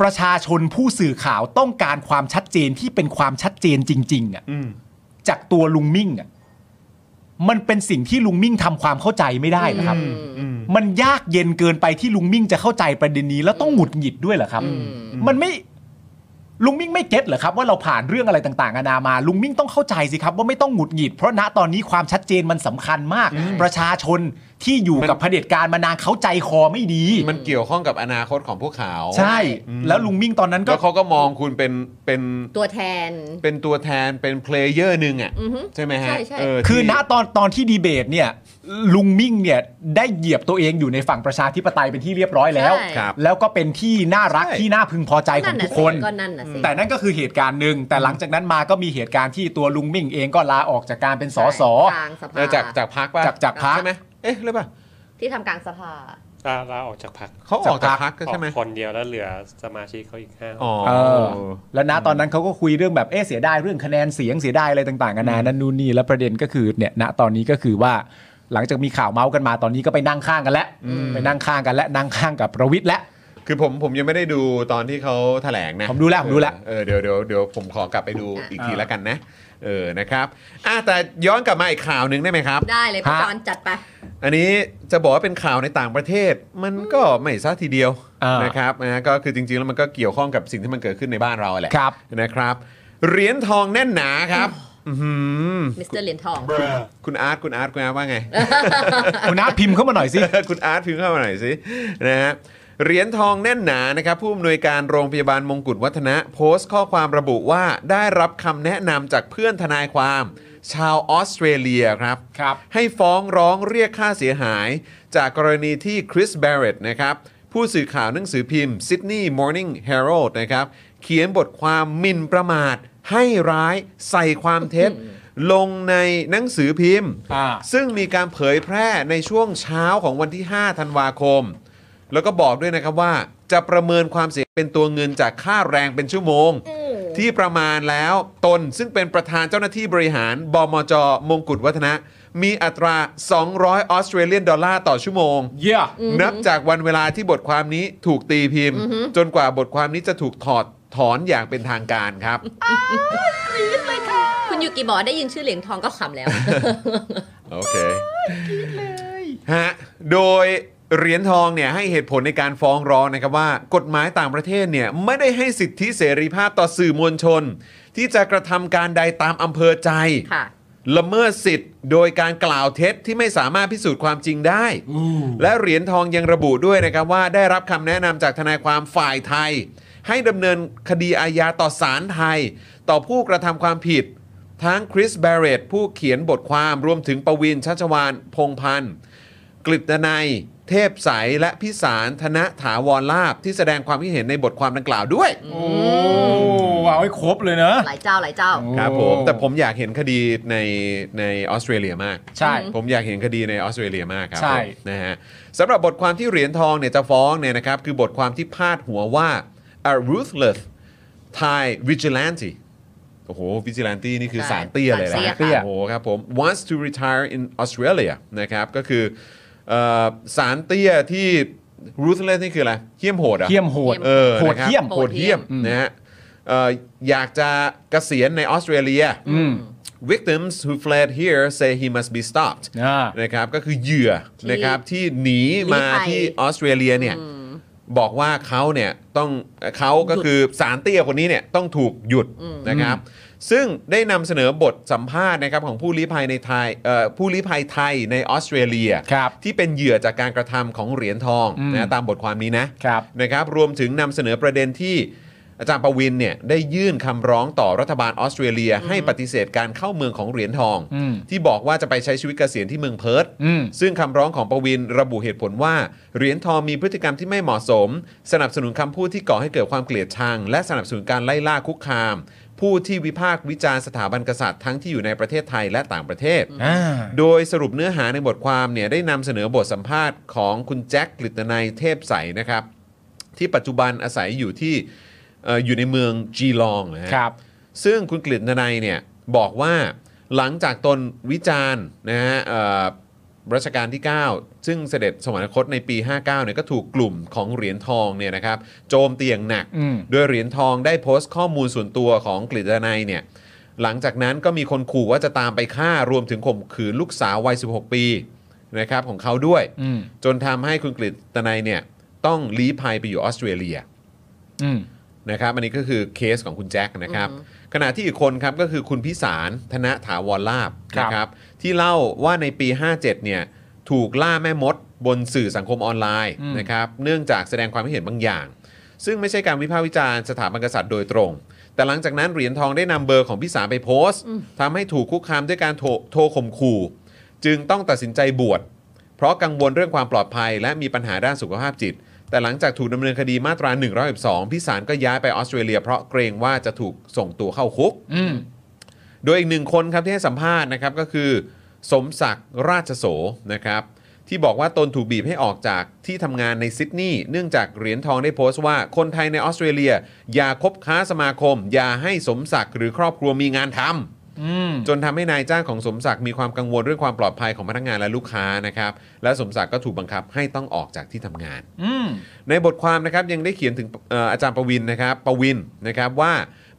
C: ประชาชนผู้สื่อข่าวต้องการความชัดเจนที่เป็นความชัดเจนจริง ๆอะ
B: อืม
C: จากตัวลุงมิ่งอะมันเป็นสิ่งที่ลุงมิ่งทำความเข้าใจไม่ได้นะครับ
D: อืม
B: อืม
C: มันยากเย็นเกินไปที่ลุงมิ่งจะเข้าใจประเด็นนี้แล้วต้องหงุดหงิดด้วยเหรอครับ
D: อืม
C: มันไม่ลุงมิ่งไม่เก็ตเหรอครับว่าเราผ่านเรื่องอะไรต่างๆนานามา ลุงมิ่งต้องเข้าใจสิครับว่าไม่ต้องหงุดหงิด เพราะณตอนนี้ความชัดเจนมันสำคัญมาก ประชาชนที่อยู่กับเผด็จการมานานเขาใจคอไม่ดี
B: มันเกี่ยวข้องกับอนาคตของพวกเขา
C: ใช่ แล้วลุงมิ่งตอนนั้นก็
B: แล้วเขาก็มองคุณเป็นเป็น
D: ตัวแทน
B: เป็นตัวแทนเป็นเพลเยอร์หนึ่งอ่ะ
D: อือฮึ
B: ใช่ไหมฮะ
D: ใช่ใช่
B: เที่
C: คือณตอนตอนที่ดีเบตเนี่ย ลุงมิ่งเนี่ยได้เหยียบตัวเองอยู่ในฝั่งประชาธิปไตยเป็นที่เรียบร้อยแล้ว
D: ใช่
B: ครับ
C: แล้วก็เป็นที่น่ารัก
B: ใช่
C: ที่น่าพึงพอใจของทุกคน
D: ก็นั่นน่ะสิ
C: แต่นั่นก็คือเหตุการณ์หนึ่งแต่หลังจากนั้นมาก็มีเหตุการณ์ที่ตัวลุงมิ่งเองก็ลาออกจากการเป็นสส
D: กลางสภา
B: เออจากจากพักป่ะ
C: จากจากพรรค
B: ใช่ไหมเอ๊ะหรือเปล่า
D: ที่ทำกลางสภา
F: ลาลาออกจากพัก
B: เขาออกจากพัก
F: ออ
B: ใช่ไหม
F: กคนเดียวแล้วเหลือสมาชิกเขาอีกห้า
B: อ๋อ
C: เออแล้วนะตอนนั้นเขาก็คุยเรื่องแบบเอ๊ะเสียดายเรื่องคะแนนเสียงเสียดายอะไรต่างๆกันานานั่นนู่นนี่แล้วประเด็นก็คือเนี่ยณตอนนี้ก็คือว่า หลังจากมีข่าวเมาส์กันมาตอนนี้ก็ไปนั่งข้างกันแล้วไปนั่งข้างกันและนั่งข้างกับประวิทย์และ [laughs]
B: คือผมผมยังไม่ได้ดูตอนที่เขาแถลงนะ
C: ผมดูแล้วผมดูแล้ว
B: เออเดี๋ยวเดี๋ยวเดี๋ยวผมขอกลับไปดู
D: อ่ะ
B: อีกทีแล้วกันนะ เออนะครับอ่ะแต่ย้อนกลับมาอีกข่าวหนึ่งได้ไหมครับ
D: ได้เลยพี่
C: ฮะ
D: จอนจัดไป
B: อันนี้จะบอกว่าเป็นข่าวในต่างประเทศ มันก็ไม่ซะทีเดียว
C: อ่าน
B: นะครับนะฮะก็คือจริงๆแล้วมันก็เกี่ยวข้องกับสิ่งที่มันเกิดขึ้นในบ้านเราแหละ
C: ครับ
B: นะครับเหรียญทองแน่นหนาครับอื้อหือ
D: มิสเตอร์เหรียญทอง
B: คุณอาร์ตคุณอาร์ตคุณอาร์ตว่าไง
C: คุณน้าพิมพ์เข้ามาหน่อยสิ
B: เออคุณอาร์ตพิมพ์เข้ามาหน่อยสินะฮะเหรียญทองแน่นหนานะครับ ผู้อำนวยการโรงพยาบาลมงกุฎวัฒนะโพสต์ข้อความระบุว่าได้รับคำแนะนำจากเพื่อนทนายความ ชาวออสเตรเลียครับ
C: ครับ
B: ให้ฟ้องร้องเรียกค่าเสียหาย จากกรณีที่คริสเบรเรตนะครับ ผู้สื่อข่าวหนังสือพิมพ์ Sydney Morning Herald นะครับ เขียนบทความหมิ่นประมาท ให้ร้ายใส่ความเท็จ ลงในหนังสือพิมพ์
C: อ่า
B: ซึ่งมีการเผยแพร่ในช่วงเช้าของวันที่ 5 ธันวาคม แล้วก็บอกด้วยนะครับว่าจะประเมินความเสี่ยงเป็นตัวเงินจากค่าแรงเป็นชั่วโมง
D: อืม
B: ที่ประมาณแล้วตนซึ่งเป็นประธานเจ้าหน้าที่บริหารบมจ มงกุฎวัฒนะ มีอัตรา 200 ออสเตรเลียนดอลลาร์ต่อชั่วโมง
C: เยี่ย
B: นับจากวันเวลาที่บทความนี้ถูกตีพิมพ์ จนกว่าบทความนี้จะถูกถอดถอนอย่างเป็นทางการครับ
D: คุณยูกิบอกได้ยินชื่อเหรียญทองก็ขำแล้ว
B: โอเคฮะ โดยเหรียญทองเนี่ยให้เหตุผลในการฟ้องร้องนะครับว่า กฎหมายต่างประเทศเนี่ยไม่ได้ให้สิทธิเสรีภาพต่อสื่อมวลชน ที่จะกระทำการใดตามอำเภอใจ
D: ค่ะ
B: ละเมิดสิทธิ์โดยการกล่าวเท็จที่ไม่สามารถพิสูจน์ความจริงได้ และเหรียญทองยังระบุด้วยนะครับว่าได้รับคำแนะนำจากทนายความฝ่ายไทย ให้ดำเนินคดีอาญาต่อศาลไทย ต่อผู้กระทำความผิด ทั้งคริสแบรเรตผู้เขียนบทความรวมถึงประวินชัชวานพงษ์พันธ์ กฤตนัย เทพใสและพิสารธนถาวรลาบที่แสดงความคิดเห็นในบทความดังกล่าวด้วย
C: โอ้เอาให้ครบเลยเนอะ
D: หลายเจ้าหลายเจ้า
B: ครับผม
C: โอ้
B: แต่ผมอยากเห็นคดีในในออสเตรเลียมาก
C: ใช่
B: ผมอยากเห็นคดีในออสเตรเลียมากครั
C: ใช่
B: ผมนะฮะสำหรับบทความที่เหรียญทองเนี่ยจะฟ้องเนี่ยนะครับ คือบทความที่พาดหัวว่า a ruthless Thai vigilante โอ้โห vigilante นี่คือ
D: ใช่
B: สารเตี้ยเลยนะ
D: สารเตี้ย
B: โอ้โหครับผม wants to retire in Australia นะครับ ก็คือเอ่อสารเตี้ยที่ ruthless นี่คืออะไรเหี้ยมโหดเหรอ่ะ
C: เที่ยมโหด
B: เออ
C: โหด
B: นะครับ
C: เหี้ยม
B: โหดเยี่ยม
C: อืม
B: นะฮะเอ่ออยากจะเกษียณในออสเตรเลีย victims who fled here say he must be stopped
C: อ่า
B: นะครับก็คือเหยื่อ
D: ที่
B: นะครับที่หนีมา
D: หนีไป
B: ที่ออสเตรเลียเนี่ยบอกว่าเขาเนี่ยต้องเขาก็คือสารเตี้ยคนนี้เนี่ยต้องถูกหยุดนะครับ ซึ่งได้นำเสนอบทสัมภาษณ์นะครับของผู้ลี้ภัยในไทยเอ่อผู้ลี้ภัยไทยในออสเตรเลีย
C: ครับ
B: ที่เป็นเหยื่อจากการกระทำของเหรียญทอง
C: อืม
B: นะตามบทความนี้นะ
C: ครับ
B: นะครับรวมถึงนำเสนอประเด็นที่อาจารย์ประวินเนี่ยได้ยื่นคำร้องต่อรัฐบาลออสเตรเลีย ให้ปฏิเสธการเข้าเมืองของเหรียญทอง
C: อืม
B: ที่บอกว่าจะไปใช้ชีวิตเกษียณที่เมืองเพิร์ต
C: อืม
B: ซึ่งคำร้องของประวินระบุเหตุผลว่าเหรียญทองมีพฤติกรรมที่ไม่เหมาะสม สนับสนุนคำพูดที่ก่อให้เกิดความเกลียดชัง และสนับสนุนการไล่ล่าคุกคาม ผู้ที่วิพากษ์วิจารณ์สถาบันกษัตริย์ทั้งที่อยู่ในประเทศไทยและต่างประเทศ
C: อ่า
B: โดยสรุปเนื้อหาในบทความเนี่ยได้นำเสนอบทสัมภาษณ์ของคุณแจ็คกฤตนัยเทพใสนะครับ ที่ปัจจุบันอาศัยอยู่ที่เอ่ออยู่ในเมืองจีลองนะฮะ
C: ครับ
B: ซึ่งคุณกฤษนัยเนี่ยบอกว่าหลังจากตนวิจารณ์นะฮะเอ่อรัชกาลที่ 9 ซึ่งเสด็จสวรรคตในปี 59เนี่ยก็ถูกกลุ่มของเหรียญทองเนี่ยนะครับโจมตีอย่างหนัก
C: อืม
B: โดยเหรียญทองได้โพสต์ข้อมูลส่วนตัวของกฤษนัยเนี่ยหลังจากนั้นก็มีคนขู่ว่าจะตามไปฆ่ารวมถึงข่มขืนลูกสาววัย 16 ปีนะครับของเขาด้วย
C: อืม
B: จนทำให้คุณกฤษนัยเนี่ยต้องลี้ภัยไปอยู่ออสเตรเลีย
C: อืม
B: นะครับอันนี้ก็คือเคสของคุณแจ็คนะครับ ขณะที่อีกคนครับก็คือคุณพิสารธนถาวรลาบ
C: ครับ
B: นะครับ ที่เล่าว่าในปี 57 เนี่ยถูกล่าแม่มดบนสื่อสังคมออนไลน์นะครับ เนื่องจากแสดงความคิดเห็นบางอย่าง ซึ่งไม่ใช่การวิพากษ์วิจารณ์สถาบันกษัตริย์โดยตรง แต่หลังจากนั้นเหรียญทองได้นำเบอร์ของพิสารไปโพสต์ทำให้ถูกคุกคามด้วยการโทรโทรข่มขู่ จึงต้องตัดสินใจบวช เพราะกังวลเรื่องความปลอดภัย และมีปัญหาด้านสุขภาพจิต แต่หลังจากถูกดำเนินคดีมาตรา 112 พี่สารก็ย้ายไปออสเตรเลีย เพราะเกรงว่าจะถูกส่งตัวเข้าคุก
C: อืม
B: โดยอีกหนึ่งคนครับที่ให้สัมภาษณ์นะครับก็คือ สมศักดิ์ราชโสนะครับที่บอกว่าตนถูกบีบให้ออกจากที่ทำงานในซิดนีย์เนื่องจากเหรียญทองได้โพสต์ว่าคนไทยในออสเตรเลีย อย่าคบค้าสมาคม อย่าให้สมศักดิ์หรือครอบครัวมีงานทำ
C: อืม
B: จนทำให้นายจ้างของสมศักดิ์มีความกังวลเรื่องความปลอดภัยของพนักงานและลูกค้านะครับ และสมศักดิ์ก็ถูกบังคับให้ต้องออกจากที่ทำงาน
C: อืม
B: ในบทความนะครับยังได้เขียนถึงเอ่ออาจารย์ประวินนะครับประวินนะครับว่า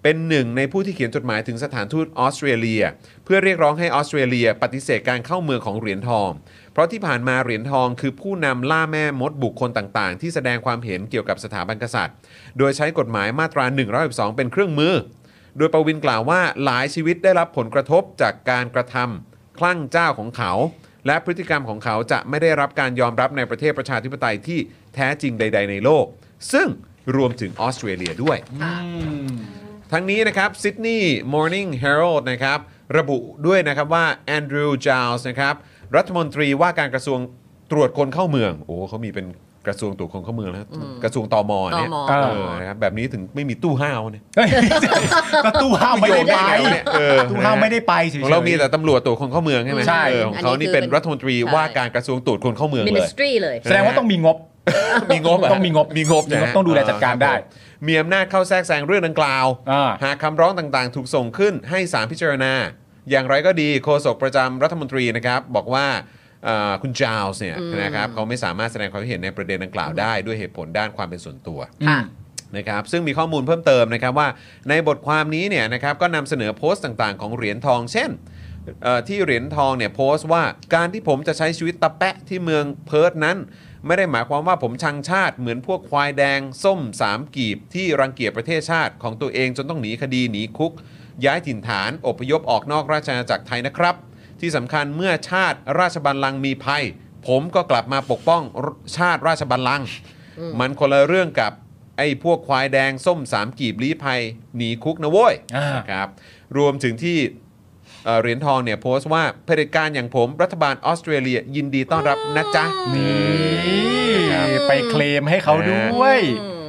B: เป็นหนึ่งในผู้ที่เขียนจดหมายถึงสถานทูตออสเตรเลีย เพื่อเรียกร้องให้ออสเตรเลีย ปฏิเสธการเข้าเมืองของเหรียญทอง เพราะที่ผ่านมาเหรียญทองคือผู้นำล่าแม่มดบุคคลต่างๆ ที่แสดงความเห็นเกี่ยวกับสถาบันกษัตริย์ โดยใช้กฎหมายมาตรา112 เป็นเครื่องมือ โดยประวินกล่าวว่าหลายชีวิตได้รับผลกระทบจากการกระทำคลั่งเจ้าของเขา และพฤติกรรมของเขาจะไม่ได้รับการยอมรับในประเทศประชาธิปไตยที่แท้จริงใด ๆ ในโลก ซึ่งรวมถึงออสเตรเลียด้วย ทั้งนี้นะครับซิดนีย์มอร์นิ่งเฮโรดนะครับระบุด้วยนะครับว่าแอนดรูว์จาวส์นะครับรัฐมนตรีว่าการกระทรวงตรวจคนเข้าเมือง โอ้เขามีเป็นกระทรวงตรวจคนเข้าเมืองแล้วกระทรวงตมเนี่ย
D: ตม
B: เออนะครับแบบนี้ถึงไม่มีตู้ห้าวเนี่ย
C: เฮ้ยก็ตู้ห้าวไม่ได้
B: โยน
C: ไป
B: ได้ไงวะเนี่ยเออ
C: ตู้ห้าวไม่ได้ไปเฉย
B: ของ
C: ๆ
B: เรามีแต่ตำรวจตรวจคนเข้าเมืองใช่ไหม
C: ใช่
B: เออของเขานี่เป็นรัฐมนตรีว่าการกระทรวงตรวจคนเข้าเมืองเลย
D: ministry เลย
C: แสดงว่าต้องมีงบ
B: มีงบเหร
C: ต้องมีงบ
B: มีงบ
C: มีงบ
B: นะฮะ
C: ต้องดูแลจัดการได้
B: ครับผมมีอำนาจเข้าแทรกแซงเรื่องดังกล่าว
C: อ่า
B: หากคำร้องต่างๆ ถูกส่งขึ้นให้ศาลพิจารณา อย่างไรก็ดีโฆษกประจำรัฐมนตรีนะครับ บอกว่าเอ่อคุณจาวส์เนี่ยนะครับเขาไม่สามารถแสดงความเห็นในประเด็นดังกล่าวได้ด้วยเหตุผลด้านความเป็นส่วนตัว
D: ค่ะ
B: นะครับซึ่งมีข้อมูลเพิ่มเติมนะครับว่าในบทความนี้เนี่ยนะครับก็นำเสนอโพสต์ต่างๆ ของเหรียญทอง เช่นเอ่อที่เหรียญทองเนี่ยโพสต์ว่าการที่ผมจะใช้ชีวิตตะแปะที่เมืองเพิร์ทนั้น ไม่ได้หมายความว่าผมชังชาติเหมือนพวกควายแดง ส้มสามกีบ ที่รังเกียจประเทศชาติของตัวเองจนต้องหนีคดีหนีคุก ย้ายถิ่นฐานอพยพออกนอกราชอาณาจักรไทยนะครับ ที่สำคัญเมื่อชาติราชบัลลังก์มีภัย ผมก็กลับมาปกป้องชาติราชบัลลังก์มันคนละเรื่องกับไอ้พวกควายแดงส้มสามกีบลี้ภัยหนีคุกนะโว้ย
C: อ่าน
B: นะครับรวมถึงที่เอ่อเหรียญทองเนี่ยโพสต์ว่าเผด็จการอย่างผมรัฐบาลออสเตรเลียยินดีต้อนรับนะจ๊ะ
C: นี่ไปเคลมให้เขาด้วย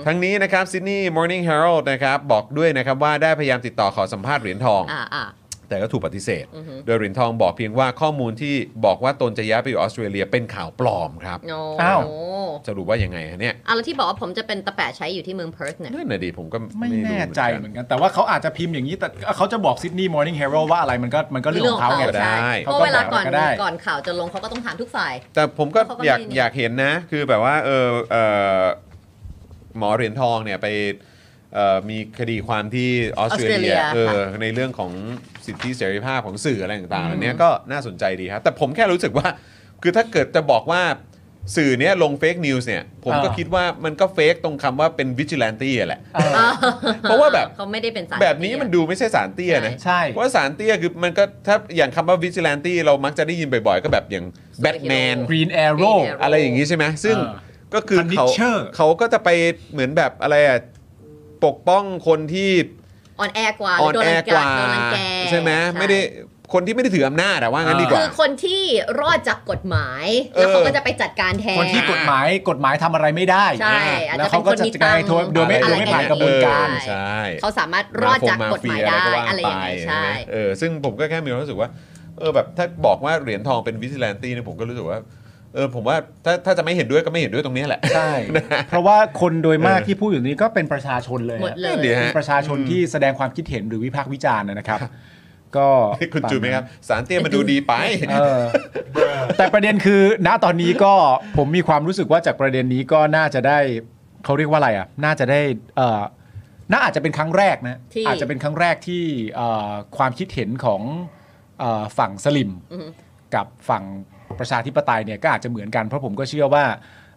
B: ทั้งนี้นะครับซิดนีย์มอร์นิ่งเฮร l d นะครับบอกด้วยนะครับว่าได้พยายามติดต่อขอสัมภาษณ์เหรียญทอง
D: อ่าอ่า
B: แต่ก็ถูกปฏิเสธ
D: อือฮึ
B: โดยเหรียญทองบอกเพียงว่าข้อมูลที่บอกว่าตนจะย้ายไปอยู่ออสเตรเลียเป็นข่าวปลอมครับ
D: โน
C: อ้าว
B: สรุปว่ายังไงฮะเนี่ย
D: อ่ะแล้วที่บอกว่าผมจะเป็นตะแปะใช้อยู่ที่เมืองเพิร์ธเนี่ย
B: นั่นน่ะดิผมก็
C: ไม่
B: รู้
C: แน่
B: เอน
C: ใจ
B: กัน
C: เหมือนกัน แต่ว่าเขาอาจจะพิมพ์อย่างนี้แต่เขาจะบอกซิดนีย์มอร์นิ่งเฮโรว่าอะไรมันก็มันก็เรื่องของเขาไง
D: เรื่องของเขา เพ
C: เขา
D: ราะ
C: ก็
D: เวลาก่อน
C: ก็ได้
D: ก่อนข่าวจะลงเขาก็ต้องถามทุกฝ่าย
B: แต่ผมก็
D: เขาก็
B: อยาก
D: ไม่นี่
B: อยากเห็นนะ คือแบบว่าเออเอ่อหมอเหรียญทองเนี่ยไปเอ่อมีคดีความที่ออสเตรเลียเออในเรื่องของสิทธิเสรีภาพของสื่ออะไรต่างๆเหล่านี้ก็น่าสนใจดีครับ แต่ผมแค่รู้สึกว่า คือถ้าเกิดจะบอกว่าสื่อเนี้ยลงเฟกนิวส์เนี่ย ผมก็
C: อ่า
B: คิดว่ามันก็เฟกตรงคำว่าเป็นวิจิลันตี้แหละ
C: เออ
B: เพราะว่าแบบ
D: เขาไม่ได้เป็นสาย
B: แบบนี้มันดูไม่ใช่สารเตี้ยนะ
C: ใช่
B: เพราะสารเตี้ยคือมันก็ถ้าอย่างคำว่า vigilante เรามักจะได้ยินบ่อยๆ ก็แบบอย่างแบทแมน
C: กรีนแอโร่
D: Green Arrow
B: อะไรอย่างนี้ใช่ไหมซึ่ง
C: เออ
B: ก็คือเขา
C: Punisher
B: เขาก็จะไปเหมือนแบบอะไรอะปกป้องคนที่
D: ออนแอร์กว่า
B: อ่อน
D: โดน
B: แอ
D: รัง
B: กว่า
D: โดนรังแก
B: ใช่ไหมไม่ได้คนที่ไม่ได้ถืออำนาจอะว่างั้นดีก
D: คื
B: ว่า
D: อคนที่รอดจากกฎหมาย แล้วเขาก็จะไปจัดการแทน
C: คนที่กฎหมายกฎหมายทำอะไรไม่ได้
D: ใช่อาจ
C: แล้ว
D: จะ
C: เขา
D: เป็น
C: ก็
D: คน
C: จัด
D: มี
C: กา
D: ตั
C: รง
D: ค์
C: โดยโดยไม่
D: อะ
C: โดยไม่ผ่านกระบวนการ
B: เออใช่
D: เขาสามารถรอดจากกฎหมายได้อะไรอย่างนี้ใช่
B: เออซึ่งผมก็แค่มีความรู้สึกว่าเออแบบถ้าบอกว่าเหรียญทองเป็นวิ g ิลันตี้เนี่ยผมก็รู้สึกว่าเออผมว่าถ้าถ้าจะไม่เห็นด้วยก็ไม่เห็นด้วยตรงนี้แหละ [laughs]
C: ใช่ เพราะว่าคนโดยมากที่พูดอยู่นี้ก็เป็นประชาชนเลย
D: หมดเลย
B: นั่นดิฮะ
C: เป็นประชาชนที่แสดงความคิดเห็นหรือวิพากษ์วิจารณ์นะครับ ก็
B: คุณจูนไหมครับสารเตี้ยมันดูดีไป
C: เออแต่ประเด็นคือ ณตอนนี้ก็ผมมีความรู้สึกว่าจากประเด็นนี้ก็น่าจะได้เขาเรียกว่าอะไรอ่ะ น่าจะได้เออน่าอาจจะเป็นครั้งแรกนะ
D: ที่
C: อาจจะเป็นครั้งแรกที่เอ่อความคิดเห็นของเอ่อฝั่งสลิม
D: อืม
C: กับฝั่งประชาธิปไตยเนี่ยก็อาจจะเหมือนกัน เพราะผมก็เชื่อว่า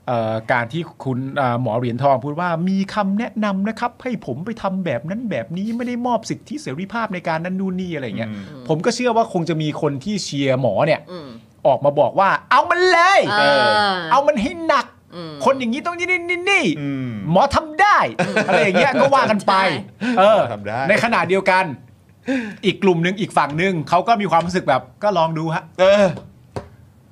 C: เอ่อการที่คุณเอ่อหมอเหรียญทองพูดว่ามีคำแนะนำนะครับ ให้ผมไปทำแบบนั้นแบบนี้ไม่ได้มอบสิทธิเสรีภาพในการนั่นนู่นนี่อะไรเงี้ย
B: อืม
C: ผมก็เชื่อว่าคงจะมีคนที่เชียร์หมอเนี่ย
D: อืม
C: ออกมาบอกว่า เอามันเลย
D: เออ
C: เอามันให้หนัก
D: อืม
C: คนอย่างนี้ต้องนี่นี่นี่นี่
B: อืม
C: หมอทำได้อะไรอย่างเงี้ยก็ว่ากันไป เออ
B: ทำได้
C: ในขณะเดียวกัน อีกกลุ่มหนึ่งอีกฝั่งหนึ่งเขาก็มีความรู้สึกแบบก็ลองดูฮะ
B: เออ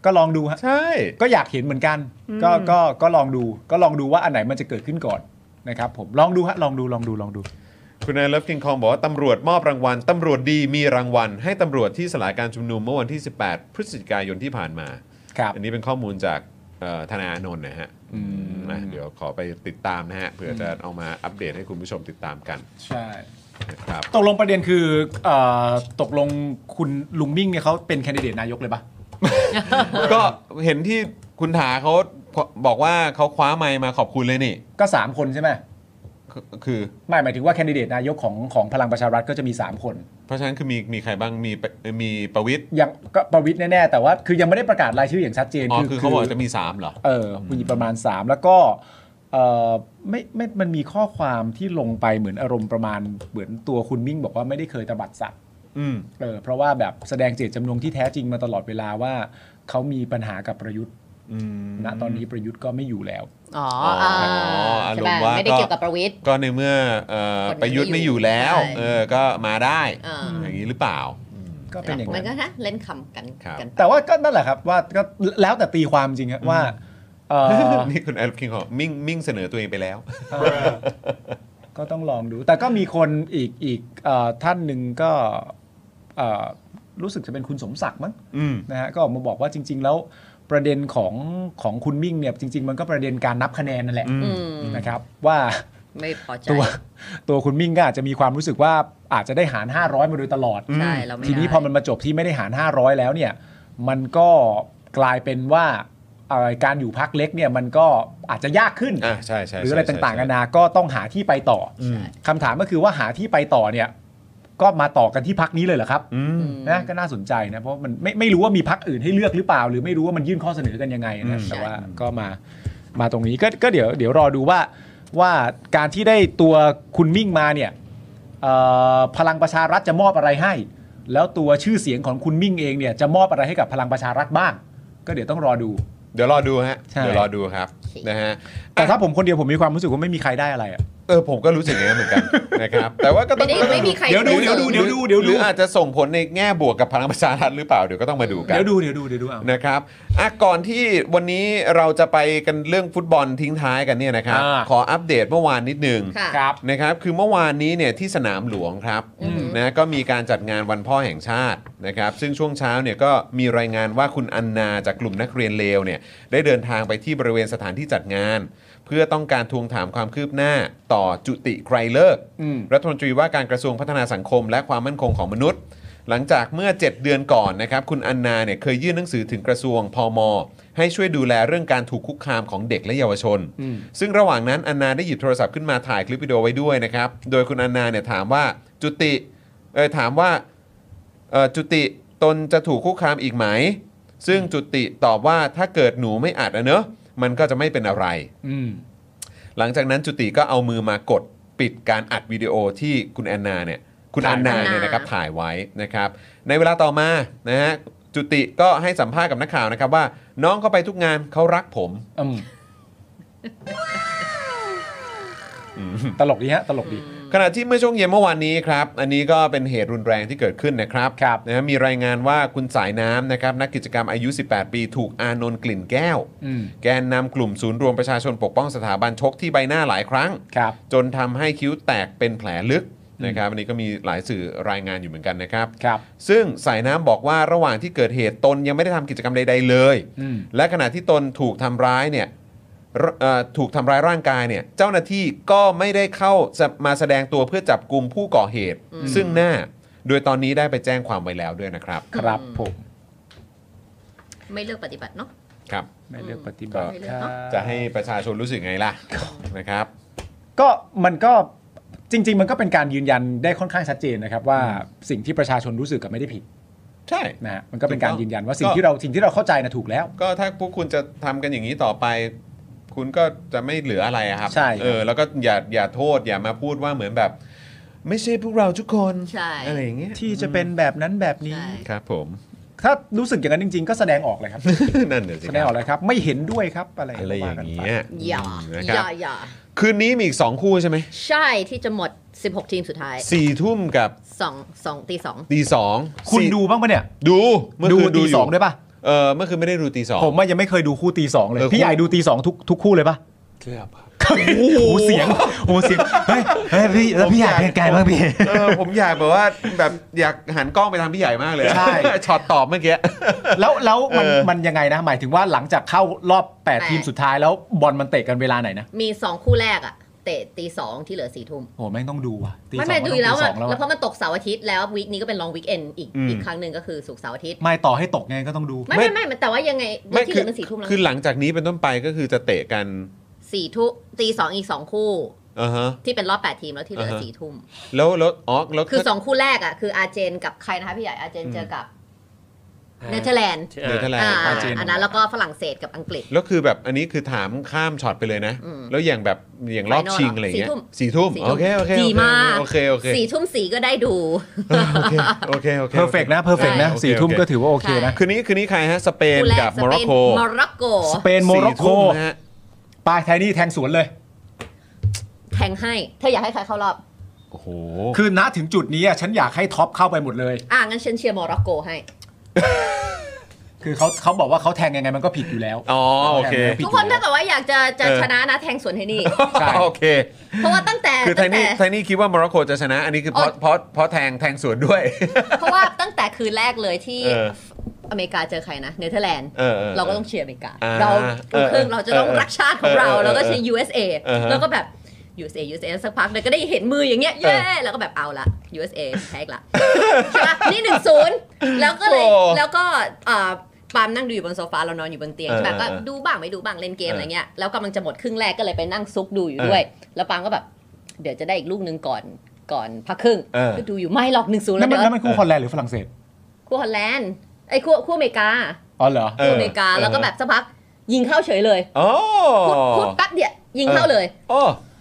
C: ก็ลองดูฮะ
B: ใช่
C: ก็อยากเห็นเหมือนกัน ก็ ก็ ก็ลองดู ก็ลองดูว่าอันไหนมันจะเกิดขึ้นก่อนนะครับผม ลองดูฮะ ลองดู ลองดู ลองดู
B: คุณนายเลิฟกิงคองบอกว่าตำรวจมอบรางวัลตำรวจดีมีรางวัล ให้ตำรวจที่สลายการชุมนุมเมื่อวันที่ 18 พฤศจิกายนที่ผ่านมา
C: ครับ
B: อันนี้เป็นข้อมูลจากเอ่อธนาอานนท์นะฮะ
C: อืม
B: นะเดี๋ยวขอไปติดตามนะฮะเผื่อจะเอามาอัปเดตให้คุณผู้ชมติดตามกัน
C: ใช่
B: นะครับ [laughs]
C: ตกลงประเด็นคือเอ่อตกลงคุณลุงมิ่งเนี่ยเขาเป็นแคนดิเดตนายกเลยปะ
B: ก็เห็นที่คุณถาเขาบอกว่าเขาคว้าไมค์มาขอบคุณเลยนี่
C: ก็ 3 คนใช่ไหม
B: คือคือ
C: ไม่หมายถึงว่าแคนดิเดตนายกของของพลังประชารัฐก็จะมี 3 คน
B: เพราะฉะนั้นคือมีมีใครบ้างมีปมีประวิทย์
C: ยังก็ประวิทย์แน่ๆ แต่ว่าคือยังไม่ได้ประกาศรายชื่ออย่างชัดเจน
B: อ๋อคือเขาบอกจะมี 3 เหรอ
C: เออมีประมาณ 3 แล้วก็เออไม่ไม่มันมีข้อความที่ลงไปเหมือนอารมณ์ประมาณเหมือนตัวคุณมิ่งบอกว่าไม่ได้เคยตบัดสัตว์
B: อืม
C: เออเพราะว่าแบบแสดงเจตจำนงที่แท้จริงมาตลอดเวลาว่าเขามีปัญหากับประยุทธ์
B: อืม
C: ณตอนนี้ประยุทธ์ก็ไม่อยู่แล้ว
D: อ๋อ
B: อ๋
D: อ่า
B: ออาร
D: ใช่
B: มณ์
D: ปะ
B: ว่า
D: ไม่ได้
B: ก็
D: เกี่ยวกับประวิตร
B: ก็ในเมื่อเอ่อ
D: คนไม่
B: ประยุทธ์ไม่อยู่แล้ว
D: ใช่
B: เออ ก็มาได้
D: เออ
B: อย่างนี้หรือเปล่า
C: ก็เป็นอย่าง
D: มั
C: นั้น น
D: ก็นะเล่นคำกัน
B: ครับ
D: กัน
C: แต่ว่าก็นั่นแหละครับว่าก็แล้วแต่ตีความจริงครับว่าเอ่
B: [laughs]
C: อ
B: นี่คุณแอลคิงของมิ่งมิ่งเสนอตัวเองไปแล้ว
C: ก็ต้องลองดู แต่ก็มีคนอีกอีกเอ่อท่านหนึ่งก็เอ่อรู้สึกจะเป็นคุณสมศักดิ์มั้ง
B: อืม
C: นะฮะก็ออกมาบอกว่าจริง ๆ แล้ว ประเด็นของของคุณมิ่งเนี่ยจริง ๆ มันก็ประเด็นการนับคะแนนนั่นแหละ
D: อืม
C: นะครับ ว่า
D: ไม่พอใจ
C: ตัว [laughs] ตัวคุณมิ่งก็อาจจะมีความรู้สึกว่าอาจจะได้หาร 500 มาโดยตลอด
D: ใช่เราไม่
C: ทีนี้
D: ได้
C: พอมันมาจบที่ไม่ได้หาร 500 แล้วเนี่ย มันก็กลายเป็นว่าเอ่อการอยู่พักเล็กเนี่ยมันก็อาจจะยากขึ้น
B: อ่ะใช่ใช่
C: หรืออะไร
B: ใช่ใช่
C: ต่างๆนานาก็ต้องหาที่ไปต่ออ
B: ม
C: คำถามก็คือว่าหาที่ไปต่อเนี่ย ก็มาต่อกันที่พักนี้เลยเหรอครับ
B: อืม
C: นะก็น่าสนใจนะเพราะมันไม่ไม่รู้ว่ามีพักอื่นให้เลือกหรือเปล่า หรือไม่รู้ว่ามันยื่นข้อเสนอกันยังไงนะ
B: อืม
C: แต่ว่าก็มามาตรงนี้ก็ก็เดี๋ยวเดี๋ยวรอดูว่าว่าการที่ได้ตัวคุณมิ่งมาเนี่ยเอ่อพลังประชารัฐจะมอบอะไรให้ แล้วตัวชื่อเสียงของคุณมิ่งเองเนี่ยจะมอบอะไรให้กับพลังประชารัฐบ้าง ก็เดี๋ยวต้องรอดู
B: เดี๋ยวรอดูฮะ
C: ใช่
B: เดี๋ยวรอดูครับนะฮะ
C: แต่ถ้าผมคนเดียวผมมีความรู้สึกว่าไม่มีใครได้อะไรอะ
B: เออผมก็รู้สึกอย่างนั้นเหมือนกัน [laughs] นะครับแต่ว่าก็ต้อง
D: ไม่ได้ไม่มีใคร
B: เดี๋ยวดู
C: เดี๋
B: เดี๋ย
C: ยว วดู
B: ดู
C: เดี๋
B: เดี๋ยดูห
C: ยว วดูเดี๋ยวดู
B: รืออาจจะส่งผลในแง่บวกกับพลังประชารัฐหรือเปล่าเดี๋ยวก็ต้องมาดูกัน
C: เดี๋ยวดูเดี๋ยวดูเดี๋ยวดูเอา
B: นะครับอ่ะก่อนที่วันนี้เราจะไปกันเรื่องฟุตบอลทิ้งท้ายกันเนี่ยนะครับ
C: อ่า
B: ขออัปเดตเมื่อวานนิดนึง
D: ค่ะ
C: ครับ
B: นะครับคือเมื่อวานนี้เนี่ยที่สนามหลวงครับ
D: อืม
B: นะก็มีการจัดงานวันพ่อแห่งชาตินะครับซึ่งช่วงเช้าเนี่ยก็มีรายงานว่าคุณอันนาจากกลุ่มนักเรียนเลวเนี่ยได้เดินทางไปที่บริเวณสถานที่จัดงาน เพื่อต้องการทวงถามความคืบหน้าต่อจุติไกรเลิกษ์
C: อืม
B: รัฐมนตรีว่าการกระทรวงพัฒนาสังคมและความมั่นคงของมนุษย์ หลังจากเมื่อ 7 เดือนก่อนนะครับ คุณอันนาเนี่ยเคยยื่นหนังสือถึงกระทรวงพม ให้ช่วยดูแลเรื่องการถูกคุกคามของเด็กและเยาวชน
C: อืม
B: ซึ่งระหว่างนั้นอันนาได้หยิบโทรศัพท์ขึ้นมาถ่ายคลิปวิดีโอไว้ด้วยนะครับ โดยคุณอันนาเนี่ยถามว่าจุติเออถามว่าเออจุติตนจะถูกคุกคามอีกไหม ซึ่งจุติตอบว่าถ้าเกิดหนูไม่อัดอะเนอะมันก็จะไม่เป็นอะไร
C: อืม
B: หลังจากนั้นจุติก็เอามือมากดปิดการอัดวิดีโอที่คุณแอนนาเนี่ยคุณอันนา
D: ถ่ายไว้
B: เนี่ยนะครับถ่ายไว้นะครับ ในเวลาต่อมานะฮะจุติก็ให้สัมภาษณ์กับนักข่าวนะครับว่า น้องเขาไปทุกงานเขารักผม
C: อืม
B: อืม
C: ตลกดีฮะ ตลกดี
B: ขณะที่เมื่อช่วงเย็นเมื่อวานนี้ครับ อันนี้ก็เป็นเหตุรุนแรงที่เกิดขึ้นนะครับ
C: ครับ
B: นะฮะมีรายงานว่าคุณสายน้ำนะครับนักกิจกรรมอายุ 18 ปี ถูกอานนท์กลิ่นแก้ว
C: อืม
B: แกนนำกลุ่มศูนย์รวมประชาชนปกป้องสถาบันชกที่ใบหน้าหลายครั้ง
C: ครับ
B: จนทำให้คิ้วแตกเป็นแผลลึกนะครับอันนี้ก็มีหลายสื่อรายงานอยู่เหมือนกันนะครับ
C: ครับ
B: ซึ่งสายน้ำบอกว่าระหว่างที่เกิดเหตุตนยังไม่ได้ทำกิจกรรมใด ๆ เลย
C: อืม
B: และขณะที่ตนถูกทำร้ายเนี่ยรเอ่อถูกทำร้ายร่างกายเนี่ยเจ้าหน้าที่ก็ไม่ได้เข้าจะมาแสดงตัวเพื่อจับกลุ่มผู้ก่อเหตุ
D: อืม
B: ซึ่งหน้าโดยตอนนี้ได้ไปแจ้งความไว้แล้วด้วยนะครับ
C: ครับผม
D: ไม่เลือกปฏิบัติเนาะ
B: ครับ
C: ไม่เลือกปฏิบัติ
D: ไม่เลือกเนอะ
B: จะให้ประชาชนรู้สึกไงล่ะนะครับ
C: ก็มันก็จริง ๆ มันก็เป็นการยืนยันได้ค่อนข้างชัดเจนนะครับ ว่าสิ่งที่ประชาชนรู้สึกกับไม่ได้ผิด
B: ใช่
C: นะฮะมันก็เป็นการ
B: ถูกต้อง
C: ยืนยันว่าสิ่ง
B: ก็
C: ที่เราสิ่งที่เราเข้าใจนะถูกแล้ว
B: ก็ถ้าพวกคุณจะทำกันอย่างนี้ต่อไป คุณก็จะไม่เหลืออะไรอะครับ
C: ใช่ครับ
B: เออแล้วก็อย่าอย่าโทษอย่ามาพูดว่าเหมือนแบบ ไม่ใช่พวกเราทุกคน
D: ใช่
B: อะไรอย่างเงี้ย
C: ที่จะเป็นแบบนั้นแบบนี้
D: ใช่
B: ครับผม
D: [laughs]
C: ถ้ารู้สึกอย่างนั้นจริง ๆ ก็แสดงออกเลยครับ
B: นั่นเดี๋ยวสิ
C: แส
B: ค
C: ดง
B: รั
C: ออบ กเลยครับ ไม่เห็นด้วยครับอะไร
B: อะไรอย่าง
C: นี้
B: เงี้ย
D: อย่า
B: นะค
D: อ
B: รับ
D: ย่าอย่า
B: คืนนี้มีอีก 2 คู่ใช่ไหม
D: ใช่ที่จะหมด 16 ทีมสุดท้าย
B: สี่ทุ่มกับ
D: สองสองตีสอง
B: ตีสอง
C: คุณ
B: สี่
C: ดูบ้างปะเนี่ย
B: ดูเมื่อ
C: ดู
B: คืนดูอ
C: ตี
B: ยู่
C: สองด้วยปะ
B: เออเมื่อคืนไม่ได้ดูตีสอง
C: ผมว่ายังไม่เคยดูคู่ตีสองเลย
B: เออ
C: พี่
B: คู่
C: ใหญ่ดูตีสองทุกทุกคู่เลยปะ
F: เกือบครับ
C: โอ้โหเสียงโอ้โหเสียงเฮ้ยเฮ้ยพี่แล้วพี่อยากเห็นไกลบ้างพี่
B: เออผมอยากแบบว่าแบบอยากหันกล้องไปทางพี่ใหญ่มากเลย
C: ใช่
B: [laughs] ช็อตตอบเมื่อกี้
C: แล้วแล้วมัน
B: เออ
C: มันยังไงนะ หมายถึงว่าหลังจากเข้ารอบ 8 ทีมสุดท้ายแล้วบอลมันเตะกันเวลาไหนนะ
D: มี 2 คู่แรกอะเตะตีสองที่เหลือสี่ทุ่ม
C: โอ้โหแม่งต้องดูว่ะตีสอ
D: ไม่
C: ง
D: ไม่
C: ก็
D: ดู
C: ต้อง
D: แล้ว
C: ตีส
D: อะ
C: องแล้ว
D: แล้วเพ
C: อะ
D: ราะมันตกเสาร์อาทิตย์แล้ววีคนี้ก็เป็นลองวีคเอนอีก
B: อืม
D: อีกครั้งหนึ่งก็คือศุกร์เสาร์อาทิตย์
C: ไม่ต่อให้ตกไงก็ต้องดู
D: ไม่ไม่ไม่มันแต่ว่ายังไงวีคที่เหลือมันสี่ทุ่มแล้ว
B: คือหลังจากนี้เป็นต้นไปก็คือจะเตะกัน
D: สี่ทุ่มตีสองอีกสองคู่
B: อ่าฮะ
D: ที่เป็นรอบแปดทีมแล้วที่เหลือ
B: อ่าฮะ
D: สี่ทุ่ม
B: แล้วแล้วอ๋อแล้ว
D: คือสองคู่แรกอะคืออาร์เจนกับใครนะคะพี่ใหญ่อาร์เจนเจอกับเนเธอร์แลนด์
B: เดี๋ยวเท่าไหร่
D: อ่า
B: อาเจน
D: อันนั้นแล้วก็ฝรั่งเศสกับอังกฤษ
B: แล้วคือแบบอันนี้คือถามข้ามช็อตไปเลยนะ
D: อืม
B: แล้วอย่างแบบอย่างรอบชิงอะไรอย่างเงี้ยสี่ทุ่ม
D: สี่ทุ่ม
B: โอเคโอเคโอเค
D: ดีมาก
B: โอเคโอเค
D: สี่ทุ่มสี่ก็ได้ดู
B: โอเคโอเค
C: เพอร์เฟกนะเพอร์เฟกนะ
B: ใช่
C: สี่
B: โอเค
C: ทุ่มก็ถือว่าโอเคนะ
B: คืนนี้คืนนี้ใครฮะสเปน
D: คู่แร
B: กับ
D: ส
B: โม
D: เป
B: ร็อก
D: น
B: โก
D: โมร็อกโก
C: สเปนโมร็อก
B: สี่
C: โก
B: ทุ่นะฮะ
C: ไปไทนี่แทงสวนเลย
D: แทงให้ เธออยากให้ใครเข้ารอบ
B: โอ้โห
C: คือณถึงจุดนี้อะฉันอยากให้ท็อปเข้าไปหมดเลย
D: อ่ะ งั้นฉันเชียร์โมร็อกโกให้
C: คือเขาเขาบอกว่าเขาแทงยังไงมันก็ผิดอยู่แล้ว
B: อ๋อโอเค
C: ผิด
D: ทุกค
C: อ
D: น
C: ยู่แล้ว
D: ถ้าเกิดว่าอยากจะจะ
B: เออ
D: ชนะนะแทงสวนให้นี่
C: ใช่
B: โอเค
D: เพราะว่าตั้งแต่
B: คือไท
D: ตั้ง
B: นี่
D: แต่
B: ไทนี่คิดว่าโมร็อกโกจะชนะ อันนี้คือเพราะเพ
D: โอ๊ย
B: ราะเพราะแทงแทงสวนด้วย
D: เพราะว่าตั้งแต่คืนแรกเลยที่
B: เออ
D: อเมริกาเจอใครนะเนเธอร์แลนด์
B: เอออ
D: เราก็ต้องเชียร์อเมริกา
B: อ่า
D: เรา
B: เออ
D: เครื่องเราจะต้อง
B: เออ
D: รักชาติของเรา
B: เออเออ
D: แล้วก็เชียร์
B: เออ
D: USA
B: เออฮะ
D: แล้วก็แบบ USA USA สักพักเดี๋ยวก็ได้เห็นมืออย่างเงี้ย
B: เอ
D: เย้
B: อ
D: แล้วก็แบบเอาละ USA แพ้อีกละใช่ปะนี่หนึ่งศูนย์แล้วก็เลย
B: โอ้
D: แล้วก็อ่าปาล์มนั่งดูอยู่บนโซฟาเรานอนอยู่บนเตียง
B: เออ
D: ใช่ปะก็
B: เออเออ
D: ดูบ้างไม่ดูบ้างเล่นเก
B: เอ
D: ม
B: ออ
D: อะไรเงี้ยแล้วกำลังจะหมดครึ่งแรกก็เลยไปนั่งซุกดูอยู่
B: เออ
D: ด้วย แล้วปาล์มก็แบบเดี๋ยวจะได้อีกลูกหนึ่งก่อนก่อนพักครึ่ง
B: เออ
D: ก็ดูอยู่ไม่หรอกหนึ่งศูนย์แล้
C: นั่มั
D: วน
C: น
D: เดี๋ยว
C: นั่นมันคู่ฮอลแลนด์หรือฝรั่งเศส
D: คู่ฮอลแลนด์ไอ้คู่คู่อเมริกา
C: อ๋อเหรอ
B: เอ
D: คู่
B: อ
D: อเมริกา แล้วก็
B: เออ
D: แบบสักพักยิงเข้าเฉยเลย
B: โอ้
D: พูดพูดแป๊บเดียวยิงเข้าเลย
B: โอ้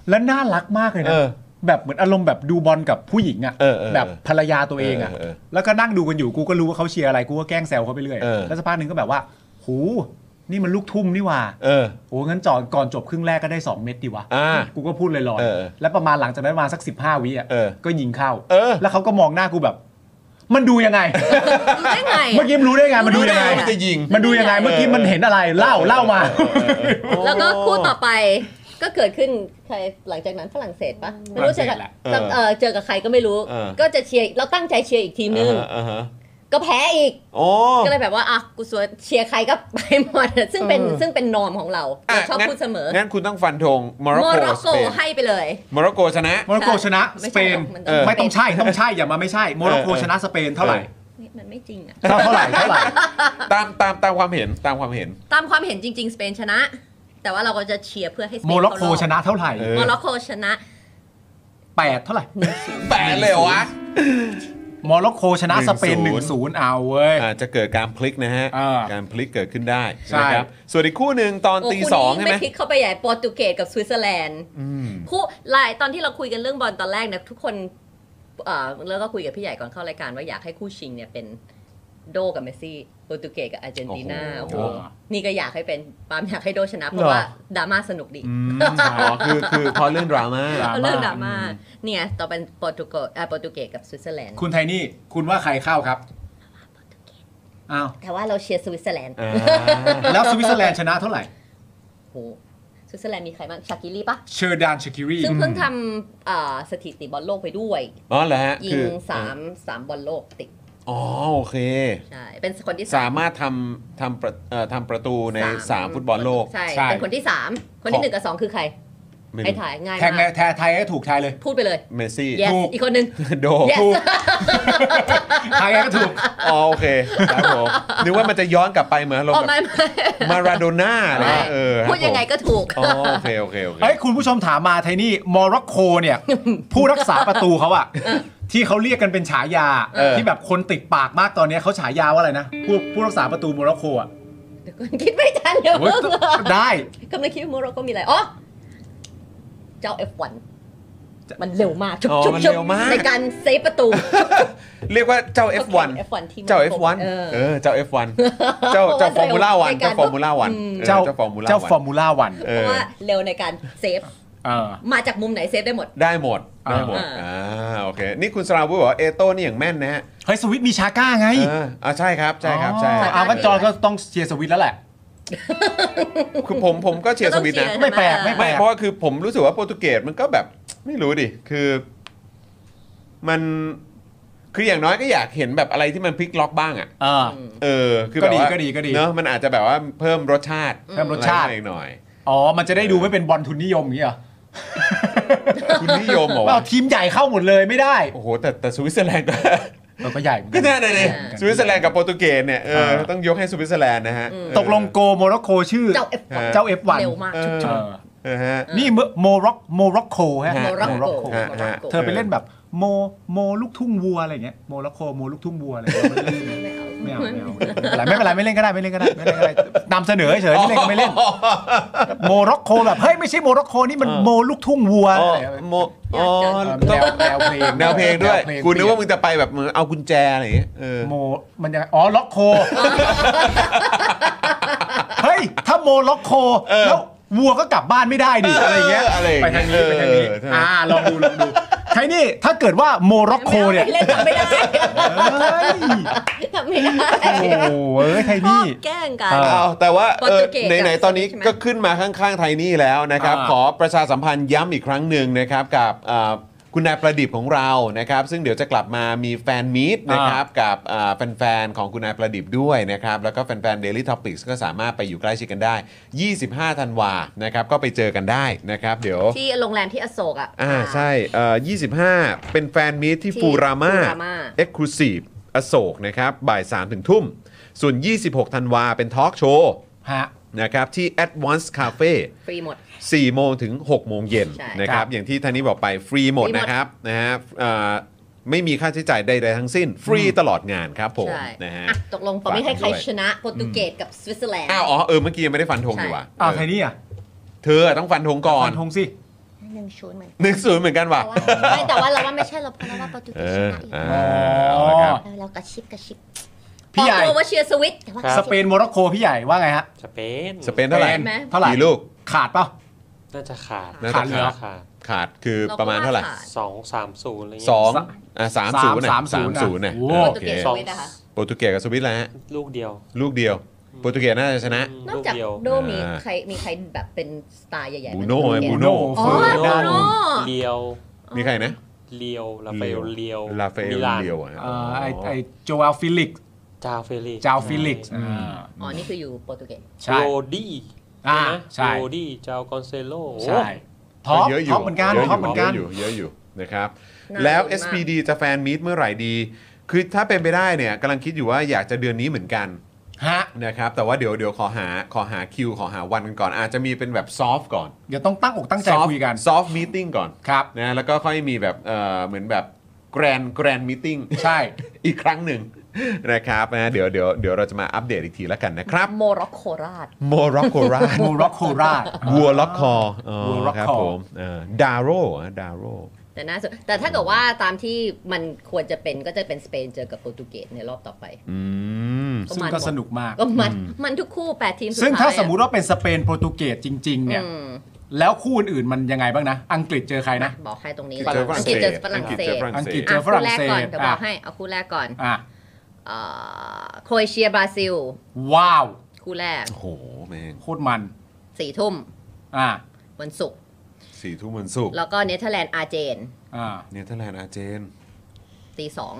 C: แล้วน่ารักมากเลย
B: เอ
C: นะ
B: อ
C: แบบเหมือนอารมณ์แบบดูบอลกับผู้หญิงอ่ะ
B: เออเออ
C: แบบภรรยาตัวเองอ่ะ
B: เออเออเออ
C: แล้วก็นั่งดูกันอยู่ กูก็รู้ว่าเขาเชียร์อะไร กูก็แกล้งแซวเขาไปเรื่อย
B: เออ
C: แล้วสักพักหนึ่งก็แบบว่า หู นี่มันลูกทุ่มนี่หว่า
B: เออ
C: โอ้งั้นจอดก่อนจบครึ่งแรกก็ได้ 2 เม็ดดีวะ
B: อ่า
C: กูก็พูดลอย
B: เออ
C: ๆแล้วประมาณหลังจากนั้นประมาณสัก 15 วิอ่ะ
B: เออ
C: ก็ยิงเข้า
B: เออ
C: แล้วเขาก็มองหน้ากูแบบ มันดูยังไง
D: ยิงได้ไง
C: เมื่อกี้มันรู้ได้ไง มันดูยังไง
B: มันจะยิง
C: มันดูยังไง เมื่อกี้มันเห็นอะไร เล่า เล่ามา
D: แล้วก็คู่ต่อไปก็เกิดขึ้นใครหลังจากนั้นฝรั่งเศสปะไม่รู้
C: ฝรั่งเศ
D: จะ
C: สแหละ
D: เออเออเจอกับใครก็ไม่รู้
B: เออ
D: ก็จะเชียร์เราตั้งใจเชียร์อีกทีมนึง
B: อ่าฮะ
D: ก็แพ้อีก
B: โอ้
D: ก็เลยแบบว่าอ่ะกูสวยเชียร์ใครก็ไปหมดซึ่งเป็น
B: เออ
D: ซึ่งเป็นนอมของเรา
B: อ่ะ
D: เราชอบ
B: งั้น
D: พูดเสมอ
B: งั้นคุณต้องฟันธงโมร็อก
D: โม
B: โก
D: ร็อก
B: ส
D: โก
B: เปน
D: ให้ไปเลย
B: โมร็อกโกชนะ
C: โมร็อกโกชนะ
D: ไม่
C: ส
D: ใช่
C: เปน
D: มันต้อง
C: ไม่ต้องใช่ ต้องใช่ อย่ามาไม่ใช่ โมร็อก
B: เอ
C: โก
B: อเออ
C: ชนะสเปนเท่าไหร่
D: นี่มันไม่จริงอะ
C: เท่าไหร่ เท่าไหร่
B: ตามตามตามความเห็นตามความเห็น
D: ตามความเห็นจริง ๆ สเปนชนะ แต่ว่าเราก็จะเชียร์เพื่อให้สเปน
C: โมร็อกโก
D: เข้ารอบ
C: ชนะเท่าไหร่
B: เอ
D: โมร็อกโกชนะ
C: แปดเท่าไหร่
B: แปดเลยเหรอวะ
C: โมร็อกโกชนะสเปน
B: ห
C: ห
B: นึ่
C: นึ่
B: ง
C: ง
B: ศู
C: ศู
B: น
C: น
B: ย์
C: ย์เอาเว้ย
B: อ่าจะเกิดการพลิกนะฮะ
C: อ่า
B: การพลิกเกิดขึ้นได้
C: ใช่
B: นะครับ ส่วนอีกคู่หนึ่งตอน
D: โอ้
B: ตี
D: คู่
B: สอง
D: นี้
B: ใช่ไหม
D: ไม่พลิกเข้าไปใหญ่โปรตุเกสกับสวิตเซอร์แลนด์
B: อืม
D: คู่หลายตอนที่เราคุยกันเรื่องบอลตอนแรกเนะทุกคนเอ่อแล้วก็คุยกับพี่ใหญ่ก่อนเข้ารายการว่าอยากให้คู่ชิงเนี่ยเป็นโดกับเมสซี่โปรตุเกสกับอาร์เจนตินา
B: โอ้
D: โอ้
B: โห
D: โหนี่ก็อยากให้เป็นปาล์มอยากให้โดชนะ เพราะว่าดราม่าสนุกดี
B: อืมอ๋อคือคือเพราะเรื่องดราม่า
C: ดราม่า
D: เรื่องดราม่าเนี่ยต่อเป็นโปรตุเกสเอ่อโปรตุเกสกับสวิตเซอร์แลนด์
C: คุณไทนี่ คุณว่าใครเข้าครับ อ้าว
D: แต่ว่าเราเชียร์สวิตเซอร์แลนด์
B: อ่า
C: แล้วสวิตเซอร์แลนด์ชนะเท่าไหร่
D: โอ้โหสวิตเซอร์แลนด์มีใครบ้างชากิลีปะ
C: เชอร์ดานชาคิรี
D: ซึ่งเพิ่งทำเอ่อสถิติบอลโลกไปด้วย
B: อ๋อเหรอฮะ
D: ยิ
B: คื
D: ง
B: อ
D: สามสามบอลโลกติด
B: อ๋อโอเค
D: ใช่เป็นคนที่
B: สามารถทำทำประเอ่อทำประตูในสามฟุตบอลโลก
D: ใช่
C: ใช่
D: เป็นคนที่สามคน
B: ของ
D: ที่หนึ่งกับสองคือใคร
B: ไม่
D: ไอ้
B: รู้
D: ถ่ายง่าย
C: แทงใน
D: มาก
C: แทนไทยให้ถูกทายเลย
D: พูดไปเลย
B: เมสซี่
D: yes
C: ถูก
D: อีกคนหนึ่ง
B: โด
D: yes
C: [laughs] ไทยก็ถูก
B: อ๋อโอเคครับผมนึกว่ามันจะย้อนกลับไปเหมือนลง
D: ออกมาไม่
B: มาราโดน่าอะไร
D: ไม่
B: เงี้ยเออครับ
D: พูดยังไง
B: ผม
D: ก็ถูก
B: อ๋อโอเคโอเคโอเค
C: เอ้ยคุณผู้ชมถามมาไทนี่โมร็อกโก
B: [laughs]
C: เนี่ย ผู้รักษาประตูเขาอะที่เขาเรียกกันเป็นฉายา
B: เออ
C: ที่แบบคนติดปากมากตอนเนี้ยเขาฉายาว่าอะไรนะผู้ผู้รักษาประตูโมร็อกโก
B: [laughs]
C: อะ
D: เดี๋ยวก่อนคิดไม่ทันเดี๋ยว
C: โอ้ยได้
D: กำลังคิดว่าโมร็อกโกมีอะไรอ๋อเจ้า F1 มันเร็วมากชุบ
B: อ๋อ
D: ชุบ
B: มัน
D: ชุบ
B: เร็วมาก
D: ในการเซฟประตู
B: เรียกว่าเจ้า F1
D: โอเค F1 ที่
B: เจ้า
D: โมร็อกโก
B: F1 เออเจ้า F1 เจ้าเจ้าฟ [laughs] อร์มูล่าวันเจ้าฟอร์มูล่าวันเจ้าฟอร์มูล่า
C: เจ้าฟอ
B: วัน
C: ร์มูล่าวัน
B: เอ
D: เพราะ
B: อ
D: ว่าเร็วในการเซฟ
C: เออ
D: มาจากมุมไหนเซฟได้หมด
B: ได้หมดได้หมด
D: อ่า
B: อ่าโอเคนี่คุณสราวุฒิบอกว่าเอโต้นี่อย่างแม่นนะฮะ
C: เฮ้ยสวิตมีชาก้าไง
B: เอออ่าใช่ครับใช่ครับใช่ค
C: อ๋อ
B: รั
C: อา
B: บ
C: วันจอก็ต้องเชียร์สวิตแล้วแหละ
B: คือผมผมก็เชียร์สวิตช์นะ
D: ก็ต้องเชียร์
C: ไม่แปลกไม่
D: ใช่ห
C: แปลก
B: ไม่เพราะว่าคือผมรู้สึกว่าโปรตุเกสมันก็แบบไม่รู้ดิคือมันคืออย่างน้อยก็อยากเห็นแบบอะไรที่มันพลิกล็อกบ้างอ่ะ
C: เออ
B: เออคือแบบว่า
C: ก็ดีก็ดีก็ดี
B: เนอะมันอาจจะแบบว่าเพิ่มรสชาติ
C: เพิ่มรสชาติ
B: อะไรหน่อย
C: อ๋อมันจะได้ดูไม่เป็นบอลทุนนิยมอย่างนี้เหร
B: [laughs]
C: อ
B: คุณนิยมเหรอ
C: เอา
B: วะ
C: ทีมใหญ่เข้าหมดเลยไม่ได้
B: โอ้โหแต่แต่สวิตเซอร์แลนด์ [laughs] ก็
C: เราก็ใหญ่เหมือน
B: ก็
C: กัน
B: น่าเลยสวิตเซอร์แลนด์กับโปรตุเกสเนี่ยเออ
C: เออ
B: ต้องยกให้สวิตเซอร์แลนด์นะฮะ
C: ตกลงโกโมร็อกโกชื่อ
D: เจ้า F1
C: เจ้า F1
D: เร็วมาก
B: เออ
C: เออ
B: เออฮะ
C: นี่เมื่อโมร็อกโมร็อกโกฮะ
B: ฮะ
D: โมร็อกโก
B: ฮะฮะ
C: เธอไปเล่นแบบโมโมลูกทุ่งวัวอะไรอย่างเงี้ยโมร็อกโกโมลูกทุ่งวัวอะไรอย่างเงี้ยไม่เอาไม่เอาไม่เป็นไรไม่เป็นไรไม่เล่นก็ได้ไม่เล่นก็ได้ไม่เล่นก็ได้นำเสนอเฉยไม่เล่นก็ไม่เล่นโมร็อกโกแบบเฮ้ยไม่ใช่โมร็อกโกนี่มันโมลูกทุ่งวัว
B: อ๋อ
C: อะไร
B: โมอ๋อ
C: เออ
B: ต้อง
C: แนวเพลง
B: แนวเพลงด้วย
C: แน
B: กูนึกว่ามึงจะไปแบบเหมือนเอากุญแจอะไรอย่างเงี้ยเออ
C: โมมันยังอ๋อล็อกโค [laughs] เฮ้ยถ้าโมล็อกโค
B: เออ
C: แล้ววัวก็กลับบ้านไม่ได้ดิอะไรอย่างเงี้ย
B: อะไรอย่
C: ไปทางนี้ไปทางนี้
B: เออใช่ไหม
C: อ่าลองดูลองดูใช่นี่ถ้าเกิดว่าโมร็อกโกเนี่ย
D: เล่นกับไม่ได้
C: เอ้ย
D: ทำไม่ได้
C: โอ้โหเอ้ยไท
D: ชอ
C: นี่
D: บแกล้งกัน
C: เอ
B: อ้าวแต่ว่า
D: โปร
B: เอ
D: ตุ
B: อ
D: เกส
B: ไหน
D: กับ
B: ๆตอนนี้
D: ใช่ไหม
B: ก็ขึ้นมาข้างๆไทยนี่แล้วนะครับ
C: อ่า
B: ขอประชาสัมพันธ์ย้ำอีกครั้งหนึ่งนะครับกับอ่า คุณนายประดิษฐ์ของเรานะครับ ซึ่งเดี๋ยวจะกลับมามีแฟนมีตนะครับกับอ่าแฟนๆของคุณนายประดิษฐ์ด้วยนะครับ แล้วก็แฟนๆ Daily Topics ก็สามารถไปอยู่ใกล้ชิดกันได้ 25ธันวานะครับก็ไปเจอกันได้นะครับเดี๋ยว
D: ที่โรงแรมที่อโศกอ่ะ
B: อ่าใช่เอ่อ25 เป็นแฟนมีตที่
D: ที่
B: ฟูรามา
D: Furama
B: เอ็กซ์คลูซีฟอโศกนะครับ บ่าย 3 ถึงทุ่ม ส่วน 26 ธันวาเป็นทอล์กโชว์
C: ฮะ
B: นะครับ ที่ Advance Cafe
D: ฟรีหมด
B: 4 โมงถึง 6 โมงเย็น
D: ใช่
B: นะครับ
C: ครับ
B: อย่างที่ท่านนี้บอกไปฟรีหมด
D: ฟรีหมด
B: นะครับนะฮะเอ่อไม่มีค่าใช้จ่ายใด ๆ ทั้งสิ้น ฟรีตลอดงานครับผม
D: ใช่
B: นะฮะ
D: อ่ะตกลงผมไม่ให้ใคร
B: ฝากด้วย
D: ชนะโปรตุเกสกับสวิตเซอร์แลนด์
B: อ้าวอ๋อเออเมื่อกี้ยังไม่ได้ฟันธง
D: ใช่
B: ดีกว่า
C: อ้าว
B: เออ
C: ไทนี่อ่ะ
B: เธอต้องฟันธงก่อน
C: ฟันธงสิ
D: ยังชวนเหมือนกัน
B: หนึ่งศูนย์เหมือนกันว่ะ
D: แต่ว่าไม่แต่ว่าเราว่าไม่ใช่เราเพราะเราว่าโปรตุเก
B: เอ
D: สช
B: อ
D: นะอยู่
B: อ่าเอาละครับ
D: แล้วเรากระชิบกระชิบ
C: พี่ใหญ่
D: บอกตัวว่าเชียร์สวิตแต่ว่า
F: ครับ
C: สเปนโมร็อกโกพี่ใหญ่ว่าไงฮะ
F: สเปน
B: สเปนเท่าไหร่
C: สเปนเท่าไหร่
B: กี่ลูก
C: ขาดเปล่า
F: น่าจะขาด
B: น่าจะ
C: ขาดเหรอ
F: ขาด
B: ขาดคือประมาณเท่าไหร่
F: สองสามศูนย์อะไรเงี้ย
B: สองอ่ะสามศูนย์น่ะ
C: สาม
B: สา
C: สาม มศู
B: ศูน
C: นย์
B: ย์
C: น่ะ
B: น่ะ
C: โอ้โห
B: อ่ะโอ
D: โปรตุ
B: เค
D: เกสสวิตนะคะ
B: โปรตุเกสกับสวิตแล้วฮะ
F: ลูกเดียว
B: ลูกเดียวโปรตุเกสน่าจะชนะ
D: นอกจาก
F: ลูเดียว
D: โดมี
B: อ่า
D: ใครมีใครแบบเป็นสตาร์ใหญ่ๆ
B: บูโน่
D: ไหม
B: ไงบู
C: โน
D: อ๋อ
C: เฟอร์นัน
D: โน่
C: โด
F: เลียว
B: มีใครนะ
F: เลียวลาเฟลเลียว
B: ลาเฟล
F: มิน
B: เลียวอ่ะ
C: เอ่อไอไอโจอาฟิลิกซ์
F: จาเฟลิกซ์
C: จาวฟิลิกซ์อ่า
D: อ๋อ นี่คืออยู่โปรตุเกส
C: ใช่
F: โรดี้
C: อ่าใช่
F: โรดี้จาวกอนเซโล
C: ใช่ท็อป
B: เยะยู่
C: ท็อปเหมือนกัน
B: ยะยู่
C: ท็อปเหมือนกัน
B: ยะยู่เยอะอยู่นะครับ
D: น่า
B: แล้ว
D: เห็นมาก
B: SPD จะแฟนมีตเมื่อไหร่ดี คือถ้าเป็นไปได้เนี่ยกำลังคิดอยู่ว่าอยากจะเดือนนี้เหมือนกัน
C: ฮะ
B: นะครับ แต่ว่าเดี๋ยวเดี๋ยวขอหาขอหาคิวขอหาวันกันก่อน อาจจะมีเป็นแบบซอฟก่อน
C: เดี๋ยวต้องตั้งอกตั้งใจ
B: ซอฟ
C: คุยกัน
B: ซอฟมีติ้งก่อน
C: ครับ
B: นะแล้วก็ค่อยมีแบบเอ่อเหมือนแบบแกรนแกรนมิ g
C: ใช่
B: [laughs] อีกครั้งหนึ่ง นะครับนะเดี๋ยวเดี๋ยวเดี๋ยวเราจะมาอัปเดตอีกทีแล้วกันนะครับ
D: โมร็อกโคราช
B: โมร็อกโก
C: [laughs]
B: ราช
C: โมร็อกโคราช
B: วัวล็อกคออ๋อ
C: Warlock
B: ครับ
C: Call
B: ผมเอ่อดาโร่อะดาโร่
D: แต่น่าสนแต่ถ้าเกิดว่าตามที่มันควรจะเป็นก็จะเป็นสเปนเจอกับโปรตุเกสในรอบต่อไป
B: อืม
D: ประ
C: ซึ่ง
D: มาณ
C: ก็สนุกมาก
D: ก็มันมันทุกคู่ 8 ทีมสุดท้าย
C: ซึ่งถ้า
D: อะ
C: สมมุติว่าเป็นสเปนโปรตุเกสจริง ๆ เนี่ย
D: อืม
C: แล้วคู่อื่นๆมันยังไงบ้างนะ อังกฤษเจอใครนะ
D: บอกให้ตรงนี้
B: เจอฝรั่ง
D: กฤษ
B: เศ
D: เจ
B: ส
D: อฝรั่งเศส
B: อังกฤษเจอ
D: อ่ะ
C: ฝรั่ง
D: คู่แรก
C: เศส
D: ก่อนเดี๋ยวบอ
C: อ่ะ
D: กให้เอาคู่แรกก่อน
C: อ่ะ
D: เอ่อโครเอเชียบราซิล
C: ว้าว
D: คู่แรก
B: โอ้โหแม่ง
C: โคตรมัน
D: สี่ทุ่ม
C: อ่ะ
D: วันศุกร์
B: สี่ทุ่มวันศุกร์
D: แล้วก็เนเธอร์แลนด์อาร์เจน
C: อ่ะ
B: เนเธอร์แลนด์อาร์เจน
D: ตีสอง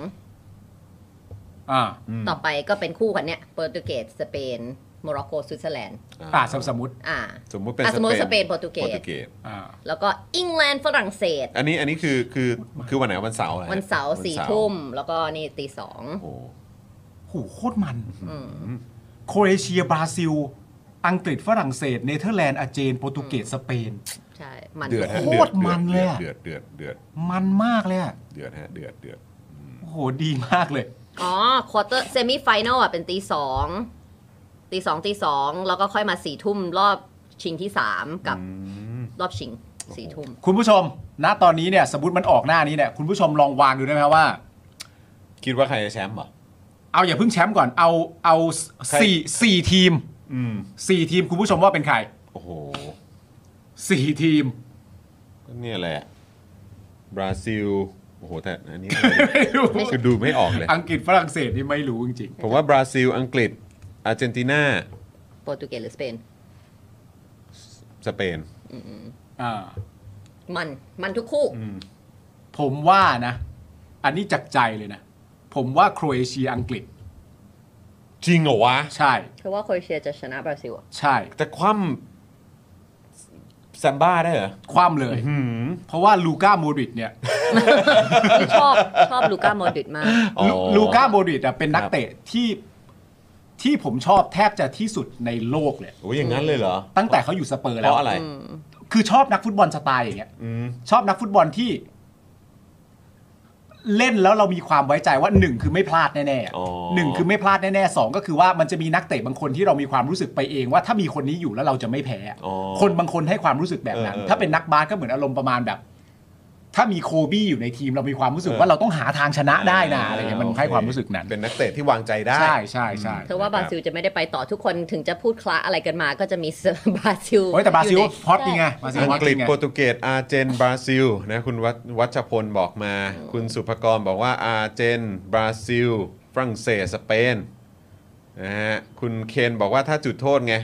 C: อ่ะ
B: อืม
D: ต่อไปก็เป็นคู่กันเนี่ยโปรตุเกสสเปนโมร็อกโกสวิตเซอร์แลนด์
C: อ่ะ
B: อ่า
C: สมสมมติ
D: อ่า
B: สมมติเป็น
D: อ่ะสมมุติสเปนโปรตุเกส
B: โปรตุเกส
C: อ่ะ
D: แล้วก็อังกฤษฝรั่งเศส
B: อันนี้อันนี้คือคือคือวันไหนวันเสาร์หอฮะ
D: วันเสาร์สี่ทุ่ม แล้วก็นี่ตีสอง
B: โอ้โห
C: โหโคตรมัน
D: อืม
C: โครเอเชียบราซิล อังกฤษฝรั่งเศสเนเธอร์แลนด์อาร์เจนโปรตุเกสสเปน
D: ใช่ มัน
B: เดือดฮะ
C: โคตรมันเลยอะ
B: เดือดเดือดเดือด
C: มันมากเลยอะ
B: เดือดเดือดฮะเดือดเดือด
C: โอ้โหดีมากเลย
D: อ๋อควอเตอร์เซมิไฟแนลอ่ะ เป็นตีสองตีสองตีสองแล้วก็ค่อยมาสี่ทุ่มรอบชิงที่สามกับรอบชิงสี่ทุ่ม
C: คุณผู้ชม ณตอนนี้เนี่ยสมมติมันออกหน้านี้เนี่ยคุณผู้ชมลองวางดูได้ไหมว่า
B: คิดว่าใครจะแชมป์เหรอ
C: เอาอย่าเพิ่งแชมป์ก่อนเอาเอา
B: ใคร
C: สี่สี่ทีม
B: อืม
C: สี่ทีมคุณผู้ชมว่าเป็นใคร
B: โอ้โห
C: สี่ทีม
B: ก็เนี่ยแหละ บราซิล โอ้โห แต่อัน
D: [laughs]
B: นี้ คือดูไม่ออกเลย
C: อังกฤษฝรั่งเศสนี่ไม่รู้จริง
B: ผมว่าบราซิล อังกฤษ อาร์เจนตินา
D: โปรตุเกสหรือสเปน
B: สเปน
C: ๆอ่า
D: มันมันทุกคู่
C: ผมว่านะ อันนี้จากใจเลยนะ ผมว่าโครเอเชียอังกฤษ
B: จริงเหรอวะ
C: ใช่
D: เพราะว่าโครเอเชียจะชนะบราซิลอะ
C: ใช่
B: จะคว่ำแซมบ้าได้เหรอ
C: คว่ำเลย เพราะว่าลูก้าโมดริตเนี่ย
D: ช
C: [laughs]
D: อบชอบลูก้าโมดริตมาก
B: อ๋อ
C: ลูลูก้าโมดริตอะเป็นนัก
B: ครับ
C: เตะที่ที่ผมชอบแทบจะที่สุดในโลกเลย
B: โอ้ยอย่างนั้นเลยเหรอ
C: ตั้งแต่เขาอยู่สเปอร์
B: เพ
C: แล้ว
B: ราะอะไร
C: คือชอบนักฟุตบอลสไตล์อย่างเงี้ย
B: อืม
C: ชอบนักฟุตบอลที่ เล่นแล้วเรามีความไว้ใจว่าหนึ่งคือไม่พลาดแน่
B: อ๋อ
C: ๆหนึ่งคือไม่พลาดแน่ๆสองก็คือว่ามันจะมีนักเตะบางคนที่เรามีความรู้สึกไปเองว่าถ้ามีคนนี้อยู่แล้วเราจะไม่แพ้อะ
B: อ๋อ
C: คนบางคนให้ความรู้สึกแบบนั้น
B: เออเออ
C: ถ้าเป็นนักบาสก็เหมือนอารมณ์ประมาณแบบ ถ้ามีโคบี้อยู่ในทีมเรามีความรู้สึกว่า
B: เออ
C: เราต้องหาทางชนะได้นะอะไรเงี้ยมันให้ความรู้สึกนั้น
B: เป็นนักเตะที่วางใจได้
C: ใช่ใช่ใช่
D: เธอว่าบราซิลจะไม่ได้ไปต่อทุกคนถึงจะพูดคละอะไรกันมาก็จะมี [laughs] บราซิล
C: โอ้ยแต่บราซิล
D: อยู่ใน
C: ฮอตจริงไงบราซิล
B: อัง
C: ฮอต
B: ก
C: จ
B: ฤ
C: ริ
B: ษ
C: งไง
B: โปรตุเกสอาร์เจนบราซิลนะคุณวัชวัชพลบอกมา คุณสุภกรบอกว่าอาร์เจนบราซิล ฝรั่งเศสสเปนนะฮะคุณเคนบอกว่าถ้าจุดโทษไง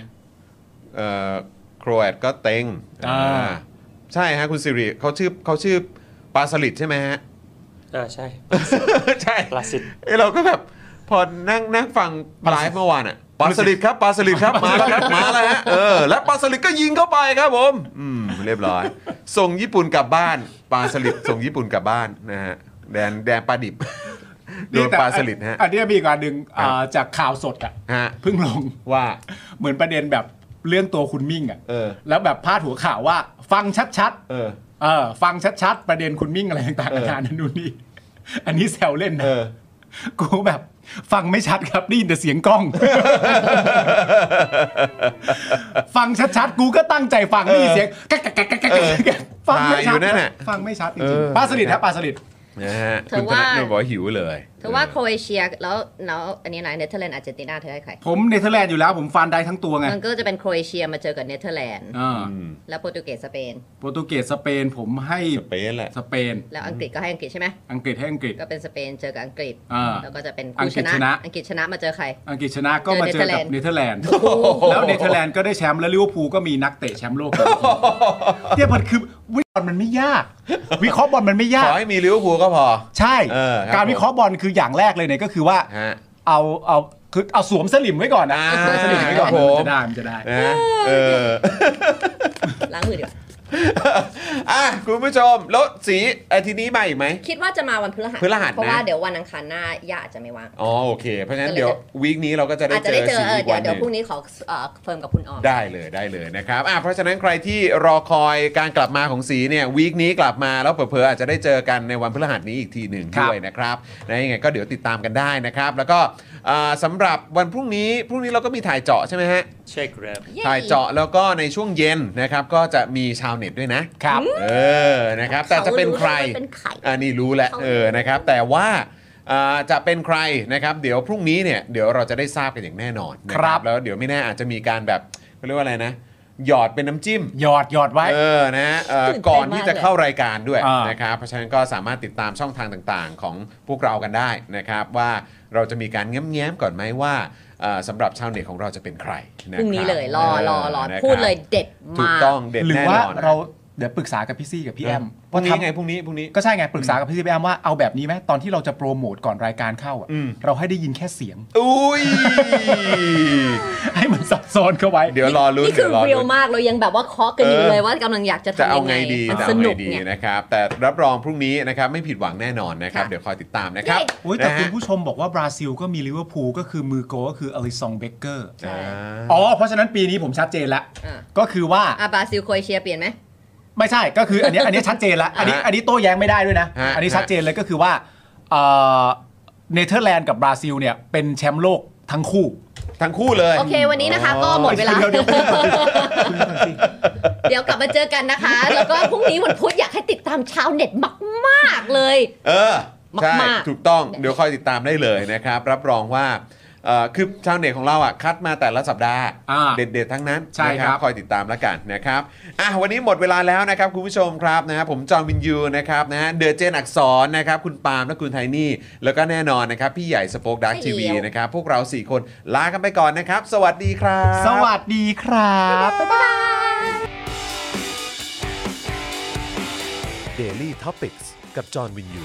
B: เอ่อโครแอตก็เต็ง
C: อ่า
B: ใช่ฮะคุณสิริเขาชื่อเขาชื่อ ปลาสลิดใช่ไหมฮะ
F: อ่าใช่
B: [laughs] ใช่
F: ปลาสิทธิ์
B: เอ้ยเราก็แบบพอนั่งนั่งฟังไลฟ์เมื่อวานอ่ะปลาสลิดครับปลาสลิดครับมาแล้วครับมา [laughs] แล้วฮะเออและปลาสลิดก็ยิงเข้าไปครับผมอืมเรียบร้อย ส่งญี่ปุ่นกลับบ้านปลาสลิดส่งญี่ปุ่นกลับบ้านนะฮะแดนแดนปลา [laughs] ดิบโดนปลาสลิดฮะ
C: อันนี้มีอีกอันหนึ่ง
B: ค
C: อ่า
B: รับ
C: จากข่าวสดอะ
B: ฮะ
C: เพิ่งลง
B: ว่า
C: เหมือนประเด็นแบบเรื่องตัวคุณมิ่งอะ
B: เออ
C: แล้วแบบพาดหัวข่าวว่า ฟังชัด
B: เออ
C: ๆเออฟังชัดๆ ประเด็นคุณมิ่งอะไรต่าง
B: เออ
C: ๆนานานั่นนู่นนี่ อันนี้แซวเล่น
B: เออ
C: นะกูแบบฟังไม่ชัดครับได้ยินแต่เสียงกล้อง ฟังชัดๆ กูก็ตั้งใจฟังได้ยินเสียงแกะแกะแกะแกะแกะ
B: เออ
C: แกะฟังไม่
B: หาอยู่
C: ชัด
B: นั่นน่ะ
C: ฟังไม่ชัดจ
B: เอ
C: ริง
B: อ
C: ๆปลาสลิดครับปลาสลิด
B: นะฮะ
D: เธอ
B: คุณธนา
D: ว่า
B: โนบอกว่าหิวเลย
D: เธอว่าโครเอเชียแล้วแล้วอันนี้นะเนเธอร์แลนด์อาร์เจนตินาเธอให้ใคร
C: ผมเนเธอร์แลนด์อยู่แล้วผมฟันได้ทั้งตัวไง
D: มันก็จะเป็นโครเอเชียมาเจอกับเนเธอร์แลนด์
C: อ่า
B: อืม
D: แล้วโปรตุเกสสเปน
C: โปรตุเกสสเปนผมให้
B: สเปนแหละ
C: สเปน
D: แล้วอังกฤษก็ให้อังกฤษใช่ไหม
C: อังกฤษให้อังกฤษ
D: ก็เป็นสเปนเจอกับอังกฤษ
C: อ่า
D: แล้วก็จะเป็นคู่
C: อังกฤษชนะ
D: อังกฤษชนะมาเจอใคร
C: อังกฤษชนะก็มาเจอกับเนเธอร์แลนด์
D: โอ้โห
C: แล้วเนเธอร์แลนด์ก็ได้แชมป์และลิเวอร์พูลก็มีนักเตะแชมป์โล
B: [laughs]
C: กเนี่ยมันคือวิเคราะห์บอลมันไม่ยาก วิเคราะห์บอลมันไม่ยา
B: ข
C: ก
B: อให้มีลิเวอร์พูลก็พอ
C: ใช่
B: เออครับ
C: การวิเคราะห์บอลคืออย่างแรกเลยเนี่ยก็คือว่า
B: ฮะ
C: เอาเอาคือเอาสวมสลิมไว้ก่อนนะ
B: อ่า
C: สวมสลิมไว้ก่อน
B: ครับผม
C: มันจะได้มันจะได้
B: นะเออ [laughs]
D: ล้างมือดีกว่า
B: อ่ะคุณผู้ชม แล้วสีอาทิตย์นี้มาอีกไหม
D: คิดว่าจะมาวันพฤหัส
B: พฤหัสนะ
D: เพราะว่าเดี๋ยววันอังคารหน้าย่าอาจจะไม่ว่าง
B: อ๋อโอเค เพราะฉะนั้นเดี๋ยววีคนี้เราก็จะได้
D: อาจ
B: เจ
D: จะได้
B: อ
D: เจอ
B: สี
D: เออ
B: อีก
D: เดี๋ย
B: วัห
D: วนเดี๋ยว
B: นึ่ง
D: พรุ่งนี้ขอเอ่อเฟิร์มกับคุณออม
B: ได้เลยได้เลยนะครับอ่ะเพราะฉะนั้นใครที่รอคอยการกลับมาของสีเนี่ยวีคนี้กลับมาแล้วเผลอๆอาจจะได้เจอกันในวันพฤหัสนี้อีกทีหนึ่ง
C: ครับ
B: ด้วยนะครับนะยังไงก็เดี๋ยวติดตามกันได้นะครับ แล้วก็อ่าสำหรับวันพรุ่งนี้พรุ่งนี้เราก็มีถ่ายเจาะใช่ไหมฮะ
F: เช็คแรบ
D: Yay
B: ถ่ายเจาะแล้วก็ในช่วงเย็นนะครับก็จะมีชาวเน็ตด้วยนะครับ เออนะครับแต่จะเป็นใคร
D: ขาด้วยว่าเป็นใคร
B: อันนี้รู้แหละ
D: เขารู้
B: เออนะครับ แต่ว่าอ่าจะเป็นใครนะครับ เดี๋ยวพรุ่งนี้เนี่ยเดี๋ยวเราจะได้ทราบกันอย่างแน่นอนนะครับ แล้วเดี๋ยวไม่แน่อาจจะมีการแบบเขาเรียกว่าอะไรนะ หยอดเป็นน้ำจิ้ม
C: หยอดหยอดไว้
B: เออนะเอ่อ
D: ตื่นเต้นมาก
B: ก่อนที่จะเข้ารายการด้วย
C: อ่าน
B: นะครับเพราะฉะนั้นก็สามารถติดตามช่องทางต่างๆ ของพวกเรากันได้นะครับ ว่าเราจะมีการแง้มๆก่อนไหมว่าเอ่อสำหรับชาวเน็ตของเราจะเป็นใครนะคบ
D: พรุ่งนี้เลยรอรอรอ
B: นะครับ
D: พูดเลยเด็ด
B: ถูก
D: มาก
B: ต้องเด็ด
C: หรือ
B: แน่
C: ว่าน
B: อน
C: เราเดี๋ยวปรึกษากับพี่ซี่กับพี่แอม
B: พรุ่งนี้
C: ทำ
B: ไงพรุ่งนี้พรุ่งนี้
C: ก็ใช่ไง ปรึกษากับพี่ซีแอมว่าเอาแบบนี้ไหมตอนที่เราจะโปรโมทก่อนรายการเข้าอ่ะ
B: อืม
C: เราให้ได้ยินแค่เสียง [laughs]
B: อุ้ย
C: ให้มันสับซ้อนเข้าไว้
B: เดี๋ยวรอลุ้น
D: นี่คื
B: เดี๋ยว
D: อ
B: รอ
D: เรีย
B: ลุ้
D: วน มากเรายังแบบว่าเคาะกันอยู่
B: เออ
D: เลยว่ากำลังอยากจะ
B: จะ
D: ทำ
B: เอา
D: ยัง
B: ไง
D: ไง
B: ดี
D: มัน
B: จะ
D: ส
B: เอาไง
D: นุก
B: ดี
D: เนี่ย
B: นะครับ แต่รับรองพรุ่งนี้นะครับไม่ผิดหวังแน่นอนนะครับ
D: ค่ะ
B: เดี๋ยวคอยติดตามนะครับ
C: โอ้ยแต่
B: นะฮะ
C: คุณผู้ชมบอกว่าบราซิลก็มีลิเวอร์พูลก็คือมือโกลก็คืออลิซองเบเกอร์
D: ใช่
C: อ๋อ เพราะฉะนั้นปีนี้ผมชัดเจนละ
D: อ่ะ
C: ก็คือว่า
D: อ่ะบราซิลโครเอเชียเปลี่ยนไหม
C: ไม่ใช่ก็คืออันเนี้ย [laughs] อันเนี้ยชัดเจนละอันนี้
B: ฮะ
C: อันนี้โต้แย้งไม่ได้ด้วยนะ
B: ฮะ
C: อันนี้ชัดเจนเลยก็คือว่าเอ่อเนเธอร์แลนด์กับบราซิลเนี่ยเป็นแชมป์โลกทั้งคู่
B: ทั้งคู่เลย
D: โอเค วันนี้นะคะก็หมดเวลา
C: เดี๋ยวเดี๋ยว
D: เดี๋ยวกลับมาเจอกันนะคะ แล้วก็พรุ่งนี้วันพุธอยากให้ติดตามชาวเน็ตมาก ๆ เลย
B: เออใช่
D: มากๆ
B: ถูกต้องเดี๋ยวคอยติดตามได้เลยนะครับ รับรองว่าเอ่อคือชาวเน็ตของเราอ่ะคัดมาแต่ละสัปดาห์
C: อ่า
B: เด็ดๆทั้งนั้น
C: ใช่
B: นะครับ คอยติดตามแล้วกันนะครับอ่ะวันนี้หมดเวลาแล้วนะครับ คุณผู้ชมครับนะฮะผมจอมวินยูนะครับนะฮะเดอะเจนอักษรนะครับ คุณปาล์มและคุณไทนี่ แล้วก็แน่นอนนะครับ พี่ใหญ่สป o อคดักทีวีนะครับ พวกเรา 4 คนลากันไปก่อนนะครับ สวัสดีครับ
C: สวัสดีครับ
G: Daily Topics กับจอห์นวินยู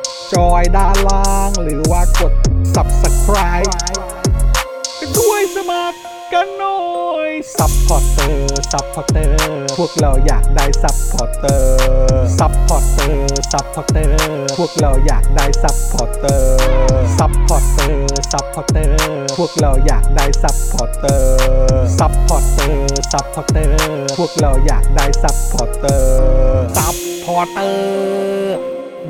A: จอยด้านล่าง หรือว่ากด subscribe ด้วยสมัครกันหน่อย ซัพพอร์เตอร์ ซัพพอร์เตอร์ พวกเราอยากได้ซัพพอร์เตอร์ ซัพพอร์เตอร์ ซัพพอร์เตอร์ พวกเราอยากได้ซัพพอร์เตอร์ ซัพพอร์เตอร์ ซัพพอร์เตอร์ พวกเราอยากได้ซัพพอร์เตอร์ ซัพพอร์เตอร์ ซัพพอร์เตอร์ พวกเราอยากได้ซัพพอร์เตอร์ ซัพพอร์เตอร์